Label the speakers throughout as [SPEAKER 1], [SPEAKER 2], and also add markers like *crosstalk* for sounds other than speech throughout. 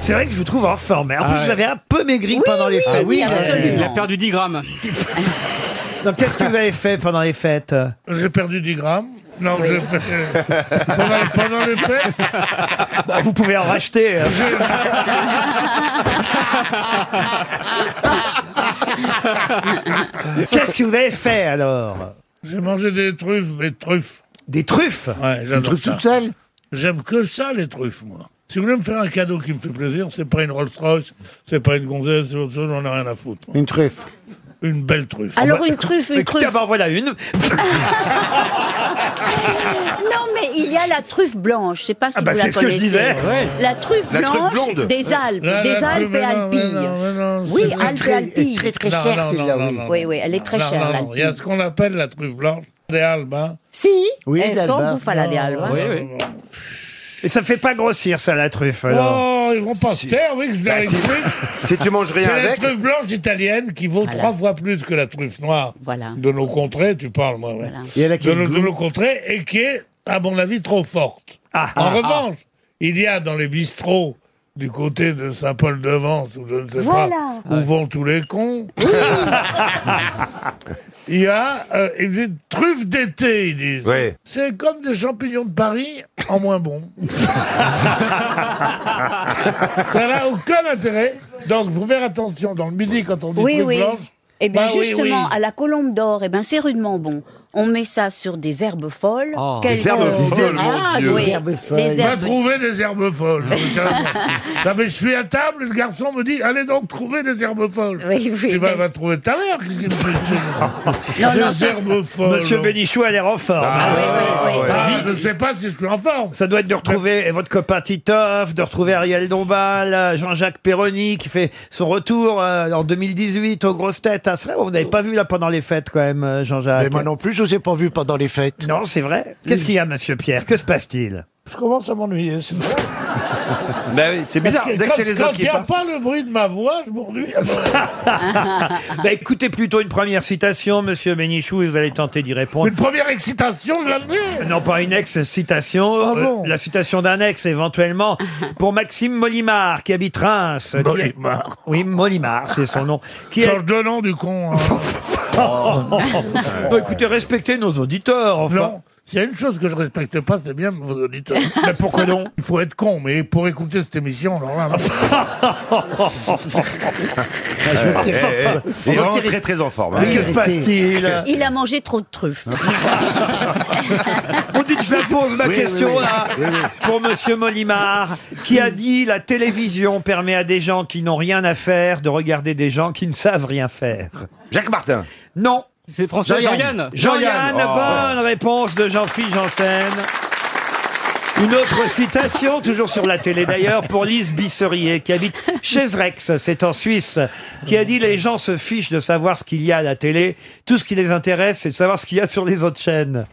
[SPEAKER 1] C'est vrai que je vous trouve en forme. hein. En
[SPEAKER 2] Ah
[SPEAKER 1] plus,
[SPEAKER 2] ouais.
[SPEAKER 1] vous avez un peu maigri
[SPEAKER 3] Oui,
[SPEAKER 1] pendant les
[SPEAKER 3] oui,
[SPEAKER 1] fêtes. Ah
[SPEAKER 3] oui, oui, absolument.
[SPEAKER 2] Il a perdu 10 grammes.
[SPEAKER 1] Donc, Qu'est-ce que vous avez fait pendant les
[SPEAKER 4] *laughs*
[SPEAKER 1] fêtes euh
[SPEAKER 4] *laughs* J'ai perdu 10 grammes. Non, je... pendant, pendant les fêtes,
[SPEAKER 1] Bah, Vous pouvez en racheter. euh. Qu'est-ce que vous avez fait alors
[SPEAKER 4] j'ai mangé des truffes, des truffes.
[SPEAKER 1] Des truffes
[SPEAKER 4] Ouais, j'adore ça.
[SPEAKER 5] seule
[SPEAKER 4] J'aime que ça, les truffes, moi. Si vous voulez me faire un cadeau qui me fait plaisir, c'est pas une Rolls-Royce, c'est pas une gonzesse, c'est autre chose, j'en ai rien à foutre. moi.
[SPEAKER 5] Une truffe.
[SPEAKER 4] Une belle truffe.
[SPEAKER 3] Alors une truffe, une
[SPEAKER 1] Écoutez,
[SPEAKER 3] truffe.
[SPEAKER 1] bah, en voilà une.
[SPEAKER 3] Non, mais il y a la truffe blanche. Je sais pas si
[SPEAKER 1] Ah bah,
[SPEAKER 3] vous la
[SPEAKER 1] c'est ce que je
[SPEAKER 3] connaissez.
[SPEAKER 1] disais.
[SPEAKER 3] La truffe
[SPEAKER 6] La truffe
[SPEAKER 3] blanche
[SPEAKER 6] blonde.
[SPEAKER 3] des Alpes,
[SPEAKER 4] Là,
[SPEAKER 3] des
[SPEAKER 4] là,
[SPEAKER 3] Alpes
[SPEAKER 4] mais
[SPEAKER 3] et
[SPEAKER 4] non, mais
[SPEAKER 3] Alpilles.
[SPEAKER 4] non, mais non, c'est
[SPEAKER 3] Oui,
[SPEAKER 4] une
[SPEAKER 3] Alpes et
[SPEAKER 5] Très,
[SPEAKER 3] Alpilles.
[SPEAKER 5] très très
[SPEAKER 4] Non,
[SPEAKER 5] chère
[SPEAKER 4] non,
[SPEAKER 5] celle-là,
[SPEAKER 4] non,
[SPEAKER 5] oui.
[SPEAKER 4] non,
[SPEAKER 3] Oui,
[SPEAKER 4] non.
[SPEAKER 3] oui, elle est très
[SPEAKER 4] Non,
[SPEAKER 3] chère,
[SPEAKER 4] non,
[SPEAKER 3] la
[SPEAKER 4] non. Il y a ce qu'on appelle la truffe blanche des Alpes. hein.
[SPEAKER 3] Si,
[SPEAKER 5] Oui,
[SPEAKER 3] elles
[SPEAKER 5] d'Alba.
[SPEAKER 3] sont bouffe à la des Alpes. hein.
[SPEAKER 2] Oui, oui.
[SPEAKER 4] Oh,
[SPEAKER 1] Et ça ne fait pas grossir, ça, la truffe. alors.
[SPEAKER 4] Oh, ils vont pas se taire, oui, que je l'ai expliqué.
[SPEAKER 6] Si tu manges rien
[SPEAKER 4] C'est la
[SPEAKER 6] avec,
[SPEAKER 4] truffe blanche italienne qui vaut
[SPEAKER 3] Voilà.
[SPEAKER 4] trois fois plus que la truffe noire
[SPEAKER 3] Voilà.
[SPEAKER 4] de nos contrées, tu parles, moi, ouais.
[SPEAKER 3] Voilà.
[SPEAKER 5] Et elle a
[SPEAKER 4] de,
[SPEAKER 5] quel
[SPEAKER 4] nos, de
[SPEAKER 5] goût
[SPEAKER 4] nos contrées et qui est, à mon avis, trop forte.
[SPEAKER 1] Ah,
[SPEAKER 4] en revanche, il y a dans les bistrots du côté de Saint-Paul-de-Vence, ou je ne sais
[SPEAKER 3] Voilà.
[SPEAKER 4] pas, où vont tous les cons, *laughs* il y a euh, ils disent, truffes d'été, ils disent.
[SPEAKER 6] Ouais.
[SPEAKER 4] C'est comme des champignons de Paris en moins bon. Ça n'a aucun intérêt. Donc, faut faire attention dans le midi quand on dit
[SPEAKER 3] Oui,
[SPEAKER 4] truffes
[SPEAKER 3] oui.
[SPEAKER 4] blanches.
[SPEAKER 3] Et bien
[SPEAKER 4] Bah oui,
[SPEAKER 3] justement,
[SPEAKER 4] oui.
[SPEAKER 3] à la colombe d'or, eh ben, c'est rudement bon. On met ça sur des herbes folles.
[SPEAKER 2] Oh.
[SPEAKER 3] Quelles
[SPEAKER 6] Des herbes
[SPEAKER 3] herbes
[SPEAKER 6] folles, mon
[SPEAKER 3] Ah,
[SPEAKER 6] Dieu.
[SPEAKER 3] oui.
[SPEAKER 5] Des herbes folles.
[SPEAKER 3] Des
[SPEAKER 4] va
[SPEAKER 3] herbes
[SPEAKER 4] trouver des herbes folles.
[SPEAKER 3] *laughs*
[SPEAKER 4] non, mais je suis à table, et le garçon me dit, allez donc trouver des herbes folles.
[SPEAKER 3] Oui, oui.
[SPEAKER 4] Il va, va trouver tout à l'heure. qu'est-ce qu'il me fait chez moi
[SPEAKER 3] Non, non,
[SPEAKER 4] Des
[SPEAKER 3] ça-
[SPEAKER 4] herbes folles.
[SPEAKER 1] Monsieur Bénichou a l'air en forme.
[SPEAKER 3] Ah, oui, oui, oui.
[SPEAKER 4] Ah, je ne sais pas si je suis en forme.
[SPEAKER 1] Ça doit être de retrouver votre copain Titoff, de retrouver Ariel Dombal, euh, Jean-Jacques Perroni qui fait son retour euh, en 2018 aux grosses têtes. Ah, c'est vrai, vous n'avez pas vu là pendant les fêtes quand même, euh,
[SPEAKER 5] Mais
[SPEAKER 1] Jean-Jacques.
[SPEAKER 5] moi non plus, je ne vous ai pas vu pendant les fêtes.
[SPEAKER 1] Non, c'est vrai. Qu'est-ce qu'il y a, Monsieur Pierre Que se passe-t-il
[SPEAKER 4] Je commence à m'ennuyer. c'est bon.
[SPEAKER 6] bah oui, c'est bizarre.
[SPEAKER 4] Parce que
[SPEAKER 6] Dès que
[SPEAKER 4] quand-
[SPEAKER 6] c'est les
[SPEAKER 4] quand
[SPEAKER 6] autres qui
[SPEAKER 4] il n'y a
[SPEAKER 6] parlent.
[SPEAKER 4] pas le bruit de ma voix, je
[SPEAKER 6] *laughs*
[SPEAKER 4] m'ennuie. *laughs* Alors,
[SPEAKER 1] *laughs*
[SPEAKER 3] Ah,
[SPEAKER 1] Bah, Écoutez plutôt une première citation, Monsieur Bénichou, et vous allez tenter d'y répondre.
[SPEAKER 4] Une première excitation de l'année.
[SPEAKER 1] Non, pas une ex-citation,
[SPEAKER 4] Ah
[SPEAKER 1] euh,
[SPEAKER 4] bon
[SPEAKER 1] la citation d'un
[SPEAKER 4] *laughs*
[SPEAKER 1] ex éventuellement, pour Maxime Molimar, qui habite Reims. qui-
[SPEAKER 4] Molimar.
[SPEAKER 1] Oui, Molimar, c'est son nom. Qui est...
[SPEAKER 4] Change de nom du
[SPEAKER 1] *laughs*
[SPEAKER 4] con. hein.
[SPEAKER 1] Bah, écoutez, respectez nos auditeurs, enfin.
[SPEAKER 4] Oh. non. S'il y a une chose que je respecte pas, c'est bien vos auditeurs.
[SPEAKER 1] Mais pourquoi non
[SPEAKER 4] Il faut être con, mais pour écouter cette émission, alors là, là,
[SPEAKER 6] Eh, eh, Il est vraiment très très en forme. hein.
[SPEAKER 1] Mais que se passe-t-il
[SPEAKER 3] Il a mangé trop de truffes.
[SPEAKER 1] On dit que je la pose ma question là pour Monsieur Molimar, qui a dit la télévision permet à des gens qui n'ont rien à faire de regarder des gens qui ne savent rien faire.
[SPEAKER 6] Jacques Martin.
[SPEAKER 1] Non.
[SPEAKER 2] C'est François
[SPEAKER 5] Jean-Yann.
[SPEAKER 2] Jean-Yann.
[SPEAKER 1] Jean-Yann,
[SPEAKER 6] Jean-Yann, oh.
[SPEAKER 1] bonne réponse de Jean-Philippe Janssen. Une autre citation, toujours sur la télé d'ailleurs, pour Lise Bisserier, qui habite Chezrex, c'est en Suisse, qui a dit Les gens se fichent de savoir ce qu'il y a à la télé. Tout ce qui les intéresse, c'est de savoir ce qu'il y a sur les autres chaînes.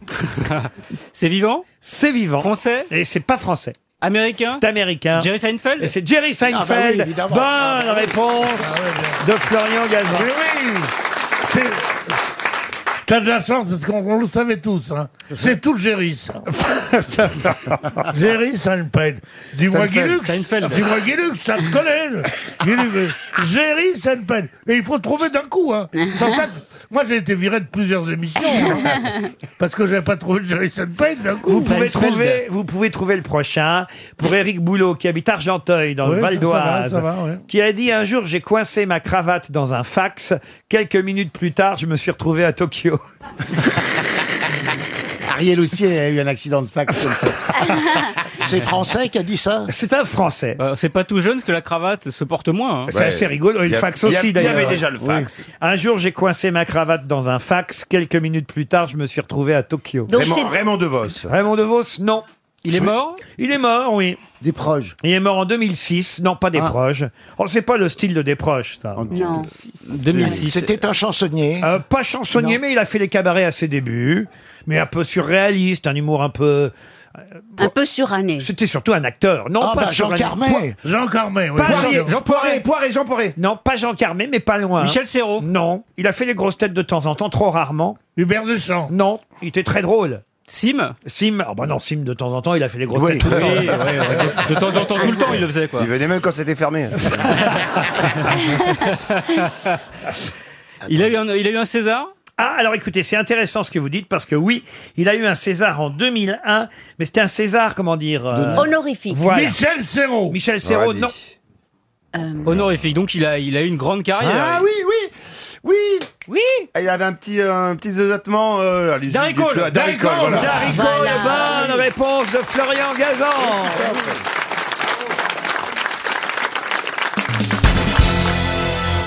[SPEAKER 2] *laughs* C'est vivant
[SPEAKER 1] C'est vivant.
[SPEAKER 2] Français
[SPEAKER 1] Et c'est pas français,
[SPEAKER 2] Américain
[SPEAKER 1] c'est américain.
[SPEAKER 2] Jerry Seinfeld
[SPEAKER 1] Et c'est Jerry Seinfeld.
[SPEAKER 5] Ah bah oui, évidemment.
[SPEAKER 1] Bonne
[SPEAKER 5] Ah bah oui.
[SPEAKER 1] réponse
[SPEAKER 4] Ah,
[SPEAKER 1] de Florian Gazan.
[SPEAKER 4] Mais oui c'est- T'as de la chance parce qu'on on le savait tous. hein. C'est tout Géry, ça. Géry Seinfeld. Dis-moi
[SPEAKER 5] Seinfeld,
[SPEAKER 4] Guilux.
[SPEAKER 2] Seinfeld.
[SPEAKER 4] Dis-moi Guilux, ça se connaît. le- Guilux. Géry Seinfeld. Et il faut trouver d'un coup. Hein. Sans ça, moi, j'ai été viré de plusieurs émissions.
[SPEAKER 3] *laughs*
[SPEAKER 4] hein, parce que j'avais pas trouvé de Géry Seinfeld d'un coup.
[SPEAKER 1] Vous pouvez,
[SPEAKER 2] Seinfeld.
[SPEAKER 1] trouver, vous pouvez trouver le prochain pour Éric Boulot qui habite Argenteuil dans le
[SPEAKER 4] Ouais,
[SPEAKER 1] Val
[SPEAKER 4] ça, ça va,
[SPEAKER 1] d'Oise
[SPEAKER 4] ça va, ouais.
[SPEAKER 1] qui a dit un jour j'ai coincé ma cravate dans un fax quelques minutes plus tard je me suis retrouvé à Tokyo
[SPEAKER 5] Ariel aussi a eu un accident de fax comme ça. C'est français qui a dit ça
[SPEAKER 1] c'est un français
[SPEAKER 2] Euh, C'est pas tout jeune parce que la cravate se porte moins. hein.
[SPEAKER 1] c'est assez rigolo et
[SPEAKER 6] Il y
[SPEAKER 1] le
[SPEAKER 6] a-
[SPEAKER 1] fax
[SPEAKER 6] il y a-
[SPEAKER 1] aussi
[SPEAKER 6] Il y avait
[SPEAKER 1] d'ailleurs
[SPEAKER 6] déjà le fax.
[SPEAKER 1] un jour j'ai coincé ma cravate dans un fax quelques minutes plus tard je me suis retrouvé à Tokyo
[SPEAKER 3] Donc c'est
[SPEAKER 6] Raymond, Raymond DeVos.
[SPEAKER 1] Raymond DeVos non
[SPEAKER 2] Il est mort
[SPEAKER 1] il est mort oui
[SPEAKER 5] Des proches.
[SPEAKER 1] il est mort en 2006 non pas des
[SPEAKER 2] Ah.
[SPEAKER 1] proches oh c'est pas le style de des proches ça
[SPEAKER 3] non.
[SPEAKER 2] 2006.
[SPEAKER 5] C'était un chansonnier.
[SPEAKER 1] Euh, pas chansonnier, mais il a fait les cabarets à ses débuts, mais un peu surréaliste, un humour un peu. euh,
[SPEAKER 3] Un peu suranné.
[SPEAKER 1] C'était surtout un acteur, non
[SPEAKER 5] Ah
[SPEAKER 1] pas
[SPEAKER 5] bah Jean
[SPEAKER 1] surréaliste.
[SPEAKER 5] Carmet
[SPEAKER 4] Jean Carmet. oui.
[SPEAKER 1] Pas
[SPEAKER 4] Jean-
[SPEAKER 1] Jean-
[SPEAKER 6] Jean Poiré, Poiré, Jean Poiré.
[SPEAKER 1] Non, pas Jean Carmé, mais pas loin.
[SPEAKER 2] Michel Serrault.
[SPEAKER 1] Non, il a fait les grosses têtes de temps en temps, trop rarement.
[SPEAKER 4] Hubert Deschamps.
[SPEAKER 1] Non, il était très drôle.
[SPEAKER 2] Sim
[SPEAKER 1] Sim, ah bah non, Sim de temps en temps, il a fait les grosses
[SPEAKER 6] Oui.
[SPEAKER 1] têtes tout le
[SPEAKER 2] Oui,
[SPEAKER 1] temps.
[SPEAKER 2] ouais, ouais. De temps en temps, tout le temps, il le faisait, quoi.
[SPEAKER 6] Il venait même quand c'était fermé.
[SPEAKER 2] *laughs* Il a eu un, il a eu un César
[SPEAKER 1] Ah, alors écoutez, c'est intéressant ce que vous dites parce que oui, il a eu un César en 2001, mais c'était un César, comment dire euh,
[SPEAKER 3] Honorifique.
[SPEAKER 1] Voilà.
[SPEAKER 4] Michel Serrault.
[SPEAKER 1] Michel Serrault, non.
[SPEAKER 2] honorifique. Donc, il a, il a eu une grande carrière.
[SPEAKER 6] Ah oui, oui Oui
[SPEAKER 2] Oui
[SPEAKER 6] Il avait un petit, euh, un petit zootement. Euh, allez,
[SPEAKER 2] Darry
[SPEAKER 6] j'ai dit
[SPEAKER 2] Cole,
[SPEAKER 6] plus- ah, Darry
[SPEAKER 4] Darry
[SPEAKER 6] Cole,
[SPEAKER 4] Cole.
[SPEAKER 6] voilà.
[SPEAKER 1] Darry Cole, bonne réponse de Florian Gazan.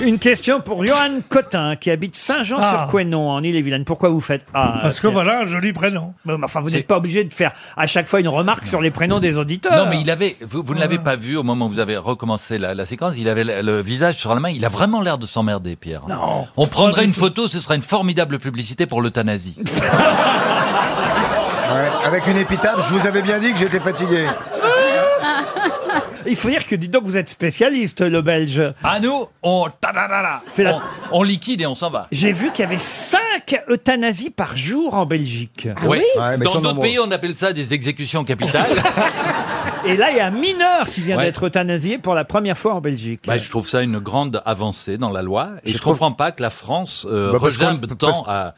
[SPEAKER 1] Une question pour Johan Cotin qui habite Saint-Jean-sur-Couesnon en Ille-et-Vilaine. Pourquoi vous faites Ah,
[SPEAKER 4] Parce que
[SPEAKER 1] tiens.
[SPEAKER 4] voilà un joli prénom.
[SPEAKER 1] Mais Enfin, vous
[SPEAKER 7] C'est-
[SPEAKER 1] n'êtes pas obligé de faire à chaque fois une remarque sur les prénoms des
[SPEAKER 7] Non,
[SPEAKER 1] auditeurs.
[SPEAKER 7] mais il avait, vous, vous ne
[SPEAKER 1] Ah.
[SPEAKER 7] l'avez pas vu au moment où vous avez recommencé la, la séquence, il avait le, le visage sur la main, il a vraiment l'air de s'emmerder, Pierre.
[SPEAKER 4] Non.
[SPEAKER 7] On prendrait une photo, ce serait une formidable publicité pour
[SPEAKER 1] *laughs*
[SPEAKER 7] l'euthanasie.
[SPEAKER 8] Avec une épitaphe, je vous avais bien dit que j'étais fatigué.
[SPEAKER 3] *laughs*
[SPEAKER 1] Il faut dire que, dis donc, vous êtes spécialiste, le Belge.
[SPEAKER 7] À nous, on, tadadada,
[SPEAKER 1] C'est la-
[SPEAKER 7] on, on liquide et on s'en va.
[SPEAKER 1] J'ai vu qu'il y avait 5 euthanasies par jour en Belgique.
[SPEAKER 7] Ah Oui.
[SPEAKER 8] Ouais, mais ils
[SPEAKER 7] Dans
[SPEAKER 8] sont
[SPEAKER 7] d'autres
[SPEAKER 8] nombreux.
[SPEAKER 7] pays, on appelle ça des exécutions
[SPEAKER 1] *laughs*
[SPEAKER 7] capitales.
[SPEAKER 1] Et là, il y a un mineur qui vient
[SPEAKER 7] Ouais.
[SPEAKER 1] d'être euthanasié pour la première fois en Belgique.
[SPEAKER 7] Bah, je trouve ça une grande avancée dans la loi. Et je,
[SPEAKER 8] Je trouve-
[SPEAKER 7] comprends pas que la France euh,
[SPEAKER 8] Bah, parce
[SPEAKER 7] rejambe
[SPEAKER 8] qu'on-
[SPEAKER 7] tant à,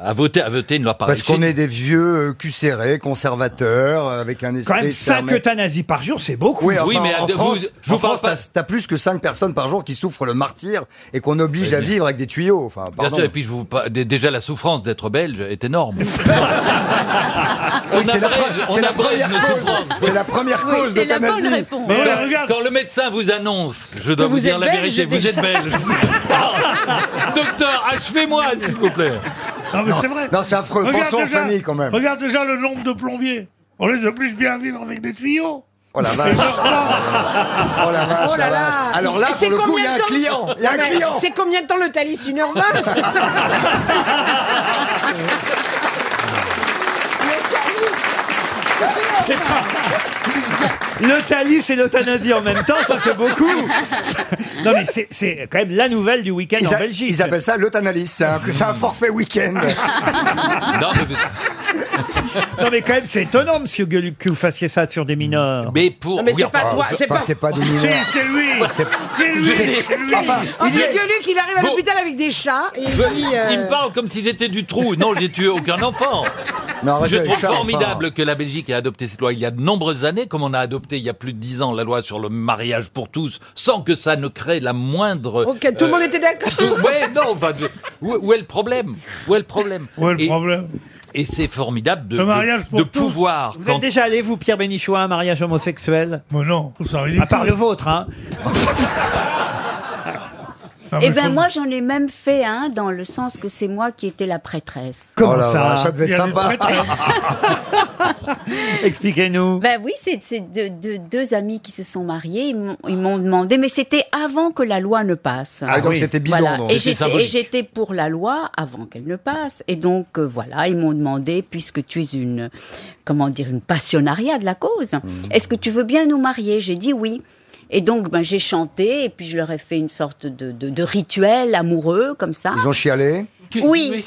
[SPEAKER 7] à voter, à voter une loi pareille.
[SPEAKER 8] Parce qu'on
[SPEAKER 7] Chez-
[SPEAKER 8] est des vieux euh, cul serrés, conservateurs, euh, avec un esprit.
[SPEAKER 1] Quand même, 5
[SPEAKER 8] fermé.
[SPEAKER 1] euthanasies par jour, c'est beaucoup.
[SPEAKER 8] Oui, enfin,
[SPEAKER 7] Oui, mais
[SPEAKER 8] en
[SPEAKER 7] vous-
[SPEAKER 8] France,
[SPEAKER 7] je vous
[SPEAKER 8] en France,
[SPEAKER 7] parle pas-
[SPEAKER 8] t'as, t'as plus que 5 personnes par jour qui souffrent le martyr et qu'on oblige
[SPEAKER 7] Oui,
[SPEAKER 8] à
[SPEAKER 7] mais-
[SPEAKER 8] vivre avec des tuyaux. Enfin,
[SPEAKER 7] Bien
[SPEAKER 8] pardon.
[SPEAKER 7] sûr, et puis je vous par- dé- déjà la souffrance d'être belge est énorme. on
[SPEAKER 8] Oui, c'est la, pre-
[SPEAKER 7] abrège, on
[SPEAKER 8] c'est la
[SPEAKER 7] abrège
[SPEAKER 8] première
[SPEAKER 7] nos
[SPEAKER 8] cause.
[SPEAKER 7] souffrances.
[SPEAKER 8] C'est la première
[SPEAKER 3] Oui,
[SPEAKER 8] cause
[SPEAKER 3] c'est la bonne
[SPEAKER 8] d'euthanasie.
[SPEAKER 3] réponse.
[SPEAKER 1] Mais
[SPEAKER 4] Voilà,
[SPEAKER 1] alors,
[SPEAKER 4] regarde.
[SPEAKER 7] Quand le médecin vous annonce, je dois
[SPEAKER 3] Que
[SPEAKER 7] vous,
[SPEAKER 3] vous
[SPEAKER 7] dire
[SPEAKER 3] êtes
[SPEAKER 7] la
[SPEAKER 3] belge
[SPEAKER 7] vérité, vous
[SPEAKER 3] déjà.
[SPEAKER 7] êtes belge. Docteur, achevez-moi, s'il vous plaît.
[SPEAKER 4] Non, mais c'est vrai.
[SPEAKER 8] Non, c'est affreux. Pensons aux familles quand même.
[SPEAKER 4] regarde déjà le nombre de plombiers. On les oblige bien à vivre avec des tuyaux.
[SPEAKER 8] Oh la vache. Oh la vache.
[SPEAKER 9] Oh là
[SPEAKER 8] la vache.
[SPEAKER 9] là.
[SPEAKER 8] Alors là,
[SPEAKER 9] C'est
[SPEAKER 8] pour le coup,
[SPEAKER 9] combien
[SPEAKER 8] il y a un
[SPEAKER 9] de temps
[SPEAKER 8] client. Il y a un
[SPEAKER 9] Mais
[SPEAKER 8] client.
[SPEAKER 9] C'est combien de temps le Thalys 1h20
[SPEAKER 8] *laughs* *laughs*
[SPEAKER 1] Le Thalys et l'euthanasie en même temps, ça fait beaucoup. non, mais c'est- c'est quand même la nouvelle du week-end
[SPEAKER 8] Ils,
[SPEAKER 1] en
[SPEAKER 8] a-
[SPEAKER 1] Belgique.
[SPEAKER 8] ils appellent ça l'euthanalyse. C'est un, c'est un forfait week-end.
[SPEAKER 7] Non, mais,
[SPEAKER 1] *laughs* Non, mais quand même, c'est étonnant, monsieur Gueluc, que vous fassiez ça sur des mineurs.
[SPEAKER 7] mais pour.
[SPEAKER 9] Non, mais c'est
[SPEAKER 7] regarde,
[SPEAKER 9] pas toi, c'est
[SPEAKER 8] Enfin,
[SPEAKER 9] pas.
[SPEAKER 8] c'est pas des
[SPEAKER 4] Si,
[SPEAKER 8] mineurs.
[SPEAKER 4] c'est lui. C'est lui.
[SPEAKER 3] Oh,
[SPEAKER 4] c'est lui.
[SPEAKER 9] En fait, Gueuluc, Oh, il arrive à
[SPEAKER 7] Bon.
[SPEAKER 9] l'hôpital avec des chats et il
[SPEAKER 7] je-
[SPEAKER 9] dit. euh,
[SPEAKER 7] Il me parle comme si j'étais du trou. Non, j'ai tué aucun enfant.
[SPEAKER 8] *laughs* Non, arrêtez
[SPEAKER 7] Je
[SPEAKER 8] avec
[SPEAKER 7] trouve
[SPEAKER 8] ça, enfin.
[SPEAKER 7] formidable que la Belgique ait adopté cette loi il y a de nombreuses années, comme on a adopté il y a plus de dix ans la loi sur le mariage pour tous, sans que ça ne crée la moindre.
[SPEAKER 9] Ok, tout le
[SPEAKER 8] Euh,
[SPEAKER 9] monde était
[SPEAKER 7] *laughs*
[SPEAKER 9] d'accord.
[SPEAKER 7] Ouais, non, enfin, de- où, où est le problème Où est le problème
[SPEAKER 4] Où est le
[SPEAKER 7] Et-
[SPEAKER 4] problème
[SPEAKER 7] Et c'est formidable de,
[SPEAKER 4] Le mariage
[SPEAKER 7] de-
[SPEAKER 4] pour
[SPEAKER 7] de
[SPEAKER 4] tous.
[SPEAKER 7] pouvoir.
[SPEAKER 1] Vous
[SPEAKER 7] quand-
[SPEAKER 1] êtes déjà allé, vous, Pierre Bénichou, à un mariage homosexuel
[SPEAKER 4] Mais non, ça ridicule.
[SPEAKER 1] À part le vôtre, hein.
[SPEAKER 4] *laughs* Non, mais
[SPEAKER 3] Eh ben
[SPEAKER 4] faut-
[SPEAKER 3] moi, j'en ai même fait un dans le sens que c'est moi qui étais la prêtresse.
[SPEAKER 1] Comment
[SPEAKER 8] Oh la
[SPEAKER 1] ça
[SPEAKER 8] vache, ça devait
[SPEAKER 4] il y
[SPEAKER 8] être
[SPEAKER 4] a des hein.
[SPEAKER 8] sympa.
[SPEAKER 4] prêtres.
[SPEAKER 1] *laughs* Expliquez-nous.
[SPEAKER 3] Ben oui, c'est c'est de- de- deux amis qui se sont mariés. Ils m'ont- ils m'ont demandé, mais c'était avant que la loi ne passe.
[SPEAKER 8] Ah, donc
[SPEAKER 1] oui.
[SPEAKER 8] c'était bidon.
[SPEAKER 3] Voilà.
[SPEAKER 8] donc.
[SPEAKER 3] Et j'étais-
[SPEAKER 7] C'était
[SPEAKER 3] et
[SPEAKER 7] symbolique.
[SPEAKER 3] j'étais pour la loi avant qu'elle ne passe. Et donc, euh, voilà, ils m'ont demandé, puisque tu es une, comment dire, une passionnariat de la
[SPEAKER 8] Mhm.
[SPEAKER 3] cause, est-ce que tu veux bien nous marier J'ai dit oui. Et donc, ben, j'ai chanté, et puis je leur ai fait une sorte de, de- de rituel amoureux, comme ça.
[SPEAKER 8] Ils ont chialé.
[SPEAKER 3] Oui,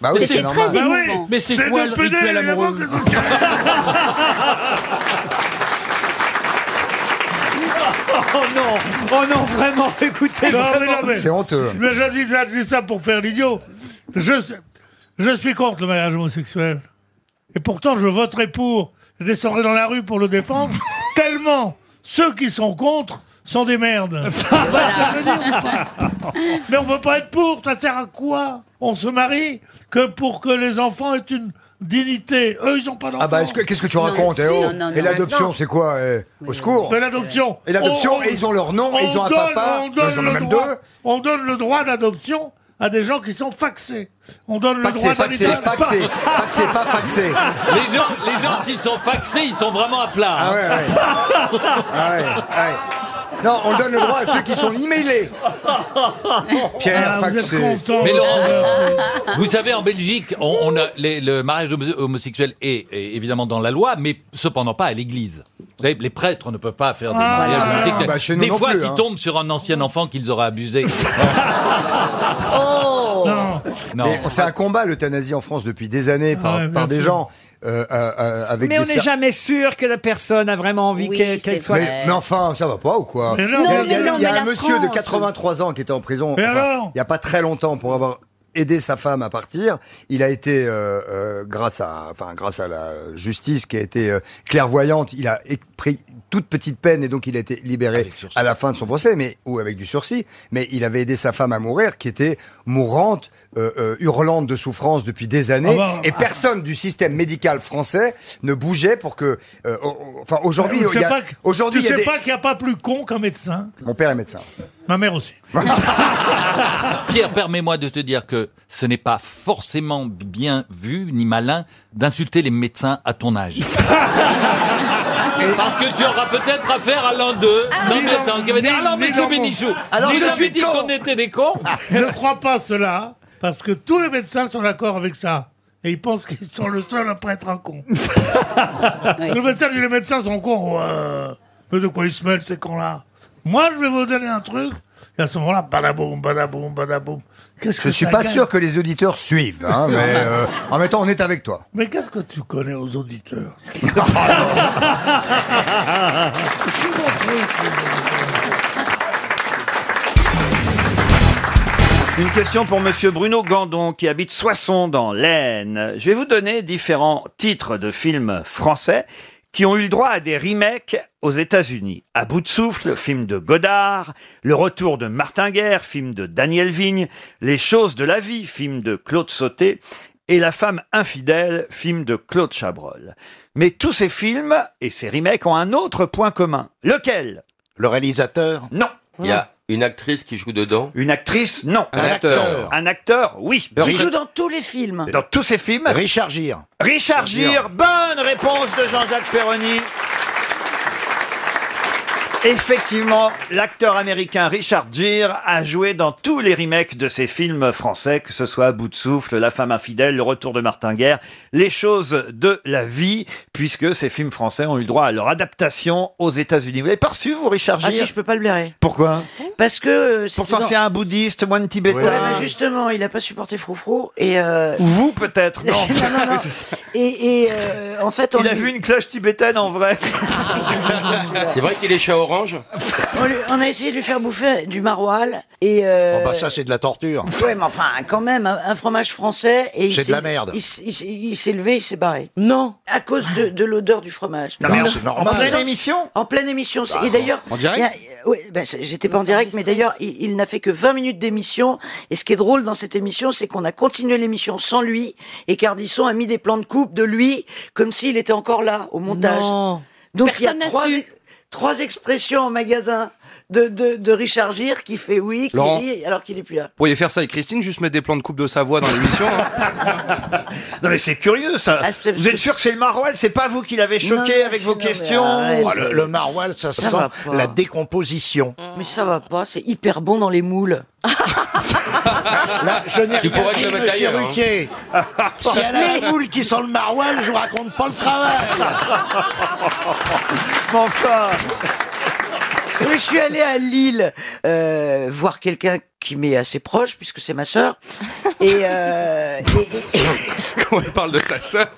[SPEAKER 8] Bah oui, c'est
[SPEAKER 3] c'était
[SPEAKER 8] normal.
[SPEAKER 3] très
[SPEAKER 4] Bah oui,
[SPEAKER 3] émouvant.
[SPEAKER 2] Mais c'est
[SPEAKER 4] C'est
[SPEAKER 2] quoi
[SPEAKER 4] de
[SPEAKER 2] le
[SPEAKER 4] pédé,
[SPEAKER 2] rituel
[SPEAKER 4] évidemment,
[SPEAKER 2] amoureux
[SPEAKER 4] que c'est-
[SPEAKER 8] *laughs*
[SPEAKER 1] Oh non Oh non, vraiment, *laughs* écoutez,
[SPEAKER 4] Non, mais
[SPEAKER 1] vraiment.
[SPEAKER 4] non, mais-
[SPEAKER 8] C'est honteux.
[SPEAKER 4] Mais je dis ça, je dis ça pour faire l'idiot. Je, sais- je suis contre le mariage homosexuel. Et pourtant, je voterai pour. Je descendrai dans la rue pour le
[SPEAKER 1] *laughs*
[SPEAKER 4] défendre. tellement ceux qui sont contre sont des merdes. Je veux dire, ou pas Mais on peut pas être pour. Ça sert à quoi On se marie que pour que les enfants aient une dignité. Eux, ils ont pas d'enfants.
[SPEAKER 8] Ah bah est-ce que- qu'est-ce que tu
[SPEAKER 3] Non,
[SPEAKER 8] racontes
[SPEAKER 3] si,
[SPEAKER 8] eh
[SPEAKER 3] non,
[SPEAKER 8] oh
[SPEAKER 3] non,
[SPEAKER 8] Et
[SPEAKER 3] non.
[SPEAKER 8] l'adoption c'est quoi eh Au secours
[SPEAKER 4] De l'adoption.
[SPEAKER 8] Et l'adoption, et ils ont leur nom, et ils
[SPEAKER 4] on
[SPEAKER 8] ont un
[SPEAKER 4] donne-
[SPEAKER 8] papa,
[SPEAKER 4] on
[SPEAKER 8] ils
[SPEAKER 4] donne
[SPEAKER 8] en ont
[SPEAKER 4] le
[SPEAKER 8] même
[SPEAKER 4] droit-
[SPEAKER 8] deux.
[SPEAKER 4] On donne le droit d'adoption à des gens qui sont faxés. On donne le
[SPEAKER 8] Faxé,
[SPEAKER 4] droit
[SPEAKER 8] faxé,
[SPEAKER 4] d'adoption.
[SPEAKER 8] faxé,
[SPEAKER 4] *laughs*
[SPEAKER 8] faxé, pas faxé.
[SPEAKER 7] Les gens, les gens qui sont faxés, ils sont vraiment à plat.
[SPEAKER 8] Ah
[SPEAKER 7] hein.
[SPEAKER 8] ouais, ouais. Ah ouais, ouais. Non, on donne le droit à ceux qui sont emailés. Pierre,
[SPEAKER 4] Ah, vous êtes
[SPEAKER 8] faxé.
[SPEAKER 4] content.
[SPEAKER 7] Mais Laurent, vous savez, en Belgique, on, on a les- le mariage homo- homosexuel est, est évidemment dans la loi, mais cependant pas à l'église. Vous savez, les prêtres ne peuvent pas faire des mariages homosexuels.
[SPEAKER 8] bah, chez nous
[SPEAKER 7] des
[SPEAKER 8] non
[SPEAKER 7] fois,
[SPEAKER 8] plus,
[SPEAKER 7] ils
[SPEAKER 8] hein. *laughs*
[SPEAKER 7] tombent sur un ancien enfant qu'ils auraient abusé.
[SPEAKER 4] Oh. Non,
[SPEAKER 7] Non.
[SPEAKER 8] Mais C'est un combat l'euthanasie en France depuis des années par,
[SPEAKER 1] Ouais, bien
[SPEAKER 8] par des
[SPEAKER 1] sûr.
[SPEAKER 8] gens euh, euh, euh, avec
[SPEAKER 1] Mais
[SPEAKER 8] des
[SPEAKER 1] on n'est
[SPEAKER 8] cer-
[SPEAKER 1] jamais sûr que la personne a vraiment envie
[SPEAKER 8] Oui,
[SPEAKER 1] qu'elle qu'elle
[SPEAKER 8] c'est
[SPEAKER 1] soit.
[SPEAKER 8] vrai. Mais- mais enfin, ça va pas ou quoi
[SPEAKER 1] Mais non,
[SPEAKER 8] Il y a,
[SPEAKER 1] mais
[SPEAKER 8] il y a-
[SPEAKER 1] non,
[SPEAKER 8] il y a
[SPEAKER 1] mais
[SPEAKER 8] un
[SPEAKER 1] la
[SPEAKER 8] monsieur de
[SPEAKER 1] France.
[SPEAKER 8] 83 ans qui était en prison
[SPEAKER 1] Mais
[SPEAKER 8] enfin,
[SPEAKER 1] alors
[SPEAKER 8] il n'y a pas très longtemps pour avoir aidé sa femme à partir. Il a été, euh, euh, grâce, à, enfin, grâce à la justice qui a été euh, clairvoyante, il a é- pris toute petite peine et donc il a été libéré à la fin de son procès, mais ou avec du sursis. Mais il avait aidé sa femme à mourir, qui était mourante, euh, euh, hurlante de souffrance depuis des années,
[SPEAKER 4] Ah bah,
[SPEAKER 8] et personne du système médical français ne bougeait pour que, euh, oh, oh, enfin aujourd'hui,
[SPEAKER 4] Tu sais
[SPEAKER 8] il y a-
[SPEAKER 4] pas que-
[SPEAKER 8] aujourd'hui,
[SPEAKER 4] tu
[SPEAKER 8] il y a
[SPEAKER 4] sais
[SPEAKER 8] des-
[SPEAKER 4] pas qu'il n'y a pas plus con qu'un médecin.
[SPEAKER 8] mon père est médecin.
[SPEAKER 4] Ma mère
[SPEAKER 8] *laughs*
[SPEAKER 4] aussi.
[SPEAKER 7] Pierre, permets-moi de te dire que ce n'est pas forcément bien vu ni malin d'insulter les médecins à ton âge. Parce que tu auras peut-être affaire à l'un d'eux
[SPEAKER 8] Ah,
[SPEAKER 7] dans
[SPEAKER 4] Dis
[SPEAKER 7] le
[SPEAKER 4] donc,
[SPEAKER 7] temps, qui va dire
[SPEAKER 4] dis-
[SPEAKER 7] Alors,
[SPEAKER 4] dis
[SPEAKER 7] monsieur
[SPEAKER 4] donc.
[SPEAKER 7] Bénichou,
[SPEAKER 4] Alors,
[SPEAKER 7] nous
[SPEAKER 4] je
[SPEAKER 7] avons
[SPEAKER 4] suis
[SPEAKER 7] dit
[SPEAKER 4] con.
[SPEAKER 7] qu'on était des cons.
[SPEAKER 4] Je ne crois pas cela, parce que tous les médecins sont d'accord avec ça. Et ils pensent qu'ils
[SPEAKER 9] *laughs*
[SPEAKER 4] sont le seul à pas être un con. le médecin dit les médecins sont cons. Ouais. Mais de quoi ils se mêlent, ces cons-là Moi, je vais vous donner un truc. Et à ce moment-là, badaboum, badaboum, badaboum. Qu'est-ce
[SPEAKER 8] Je
[SPEAKER 4] que
[SPEAKER 8] suis
[SPEAKER 4] ça
[SPEAKER 8] pas
[SPEAKER 4] gagne
[SPEAKER 8] sûr que les auditeurs suivent, hein, mais euh, en même temps, on est avec toi.
[SPEAKER 4] Mais qu'est-ce que tu connais aux
[SPEAKER 1] *laughs*
[SPEAKER 4] auditeurs
[SPEAKER 1] Une question pour Monsieur Bruno Gandon qui habite Soissons dans l'Aisne. Je vais vous donner différents titres de films français qui ont eu le droit à des remakes aux États-Unis. À bout de souffle, film de Godard, Le retour de Martin Guerre, film de Daniel Vigne, Les choses de la vie, film de Claude Sauté et La femme infidèle, film de Claude Chabrol. Mais tous ces films et ces remakes ont un autre point commun. Lequel
[SPEAKER 10] Le réalisateur
[SPEAKER 1] Non.
[SPEAKER 10] Il y a une actrice qui joue dedans.
[SPEAKER 1] Une actrice Non.
[SPEAKER 10] Un acteur.
[SPEAKER 1] Un acteur, oui.
[SPEAKER 10] Il joue
[SPEAKER 1] dans tous les films. Dans tous ses films.
[SPEAKER 10] Richard Gere.
[SPEAKER 1] Richard Gere, bonne réponse de Jean-Jacques Perroni. Effectivement, l'acteur américain Richard Gere a joué dans tous les remakes de ses films français, que ce soit Bout de souffle, La femme infidèle, Le retour de Martin Guerre, Les choses de la vie, puisque ces films français ont eu le droit à leur adaptation aux États-Unis. Vous l'avez pas reçu, vous, Richard Gere euh,
[SPEAKER 11] Ah si, je peux pas le blairer.
[SPEAKER 1] Pourquoi
[SPEAKER 11] Parce que...
[SPEAKER 1] Pourtant, c'est un bouddhiste, moine tibétain.
[SPEAKER 11] Ouais, mais Ah, justement, il a pas supporté Froufrou et... euh,
[SPEAKER 1] Vous, peut-être, non.
[SPEAKER 11] *laughs* Non, non, non. Et, et, euh, en fait, on
[SPEAKER 1] Il a
[SPEAKER 11] lui-
[SPEAKER 1] vu une cloche tibétaine en vrai.
[SPEAKER 10] *laughs*
[SPEAKER 12] *laughs*
[SPEAKER 10] C'est vrai qu'il est chat orange
[SPEAKER 11] on, lui- on a essayé de lui faire bouffer du maroilles et... euh,
[SPEAKER 10] Oh bah ça c'est de la torture.
[SPEAKER 11] Ouais, mais enfin, quand même, un un fromage français et il
[SPEAKER 10] C'est de
[SPEAKER 11] s'est-
[SPEAKER 10] la merde.
[SPEAKER 11] Il, s- il s- il s'est levé, il s'est barré. Non. À cause de, de l'odeur du fromage.
[SPEAKER 10] Non, mais Non, c'est normal. en pleine
[SPEAKER 11] émission. En pleine émission. c'est-
[SPEAKER 10] Bah,
[SPEAKER 11] et d'ailleurs,
[SPEAKER 10] en direct
[SPEAKER 11] il y a- euh, ouais, ben, c'est- j'étais pas en direct, mais d'ailleurs, il, il n'a fait que 20 minutes d'émission. Et ce qui est drôle dans cette émission, c'est qu'on a continué l'émission sans lui, et Cardisson a mis des plans de coupe de lui, comme s'il était encore là au montage.
[SPEAKER 13] Non.
[SPEAKER 11] Donc
[SPEAKER 13] Personne
[SPEAKER 11] il y
[SPEAKER 13] n'a
[SPEAKER 11] a trois,
[SPEAKER 13] su.
[SPEAKER 11] ex- trois expressions en magasin de, de, de Richard Gere qui fait oui, qui
[SPEAKER 14] Laurent.
[SPEAKER 11] rit, alors qu'il est plus là.
[SPEAKER 14] Vous pourriez faire ça avec Christine, juste mettre des plans de coupe de Savoie dans l'émission. hein.
[SPEAKER 1] *laughs* non mais c'est curieux ça.
[SPEAKER 11] Ah,
[SPEAKER 1] Vous êtes sûr que c'est le maroilles C'est pas vous qui l'avez choqué avec vos questions
[SPEAKER 10] Ah, le, le maroilles, ça,
[SPEAKER 11] Ça va
[SPEAKER 10] sent
[SPEAKER 11] pas. Mm.
[SPEAKER 10] la décomposition.
[SPEAKER 11] Mais ça va pas, c'est hyper bon dans les moules.
[SPEAKER 10] Là, je n'ai
[SPEAKER 11] Tu
[SPEAKER 10] rien
[SPEAKER 11] pourrais te
[SPEAKER 10] dit,
[SPEAKER 11] le mettre
[SPEAKER 10] monsieur
[SPEAKER 11] ailleurs, hein.
[SPEAKER 10] Ruquier. Si elle a
[SPEAKER 11] Mais-
[SPEAKER 10] la moule
[SPEAKER 11] *laughs*
[SPEAKER 10] qui sent le maroilles, je vous raconte pas le travail.
[SPEAKER 1] enfin
[SPEAKER 11] Je suis allée à Lille euh, voir quelqu'un qui m'est assez proche, puisque c'est ma sœur. Et, euh, et- *laughs* et-
[SPEAKER 14] *laughs* Quand elle parle de sa sœur.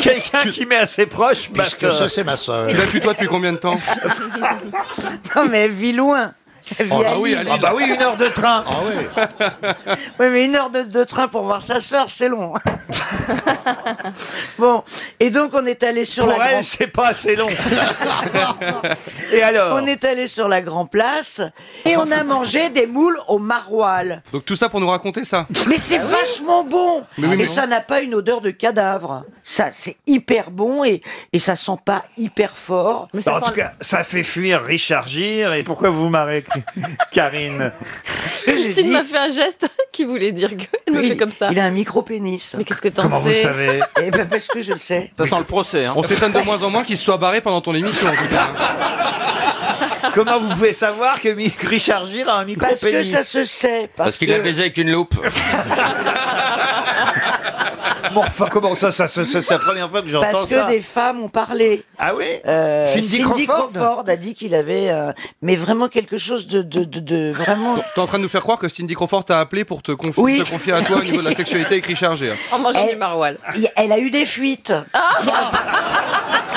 [SPEAKER 1] Quelqu'un qui m'est assez proche,
[SPEAKER 14] ma
[SPEAKER 10] Puisque ça, c'est ma sœur.
[SPEAKER 14] Tu l'as tutoie depuis combien de temps
[SPEAKER 11] Non, mais elle vit loin. Elle vit
[SPEAKER 14] Oh, bah
[SPEAKER 11] à
[SPEAKER 14] oui,
[SPEAKER 11] Lille.
[SPEAKER 14] à Lille. Ah, bah oui, une heure
[SPEAKER 1] de train.
[SPEAKER 10] Ah oui.
[SPEAKER 11] Oui, mais une heure de, de train pour voir sa sœur, c'est long. *laughs* bon, et donc on est allé sur
[SPEAKER 1] Pour
[SPEAKER 11] la
[SPEAKER 1] elle,
[SPEAKER 11] grande...
[SPEAKER 1] c'est pas assez long. et alors
[SPEAKER 11] On est allé sur la Grand Place et on a mangé des moules au maroilles.
[SPEAKER 14] Donc tout ça pour nous raconter ça
[SPEAKER 11] Mais c'est
[SPEAKER 1] Ah
[SPEAKER 12] Ah
[SPEAKER 11] vachement bon
[SPEAKER 14] Mais oui, mais-
[SPEAKER 11] Et ça n'a pas une odeur de cadavre. Ça, c'est hyper bon et, et ça sent pas hyper fort.
[SPEAKER 1] Bah, en tout cas, ça fait fuir Richard Gere. Et pourquoi vous vous marrez,
[SPEAKER 11] *laughs*
[SPEAKER 1] Karine
[SPEAKER 13] Christine m'a fait un geste *laughs* qui voulait dire que. Elle me fait comme ça.
[SPEAKER 11] Il a un micro-pénis.
[SPEAKER 13] Mais qu'est-ce que t'en
[SPEAKER 14] Comment vous
[SPEAKER 13] sais *laughs*
[SPEAKER 14] savez
[SPEAKER 11] Eh ben parce que je le sais.
[SPEAKER 14] Ça sent le procès. On s'étonne de moins en moins qu'il se soit barré pendant ton émission. En tout cas.
[SPEAKER 1] *laughs* Comment vous pouvez savoir que Mi- Richard Gere a un micro
[SPEAKER 11] Parce que ça se sait.
[SPEAKER 15] Parce qu'il l'a baisé avec une loupe.
[SPEAKER 1] Bon, enfin, comment ça, ça, ça, ça, c'est la première fois que j'entends ça.
[SPEAKER 11] Parce que des femmes ont parlé.
[SPEAKER 1] Ah oui
[SPEAKER 11] Euh,
[SPEAKER 1] Cindy
[SPEAKER 11] Cindy,
[SPEAKER 1] Crawford
[SPEAKER 11] Crawford, a dit qu'il avait, euh, mais vraiment quelque chose de, de, de, de vraiment.
[SPEAKER 12] T'es en train de nous faire croire que Cindy Crawford t'a appelé pour te confier,
[SPEAKER 11] Oui.
[SPEAKER 12] se confier à toi au niveau de la sexualité avec Richard Gere.
[SPEAKER 11] En mangeant du maroilles. Elle a eu des fuites.
[SPEAKER 6] Ah.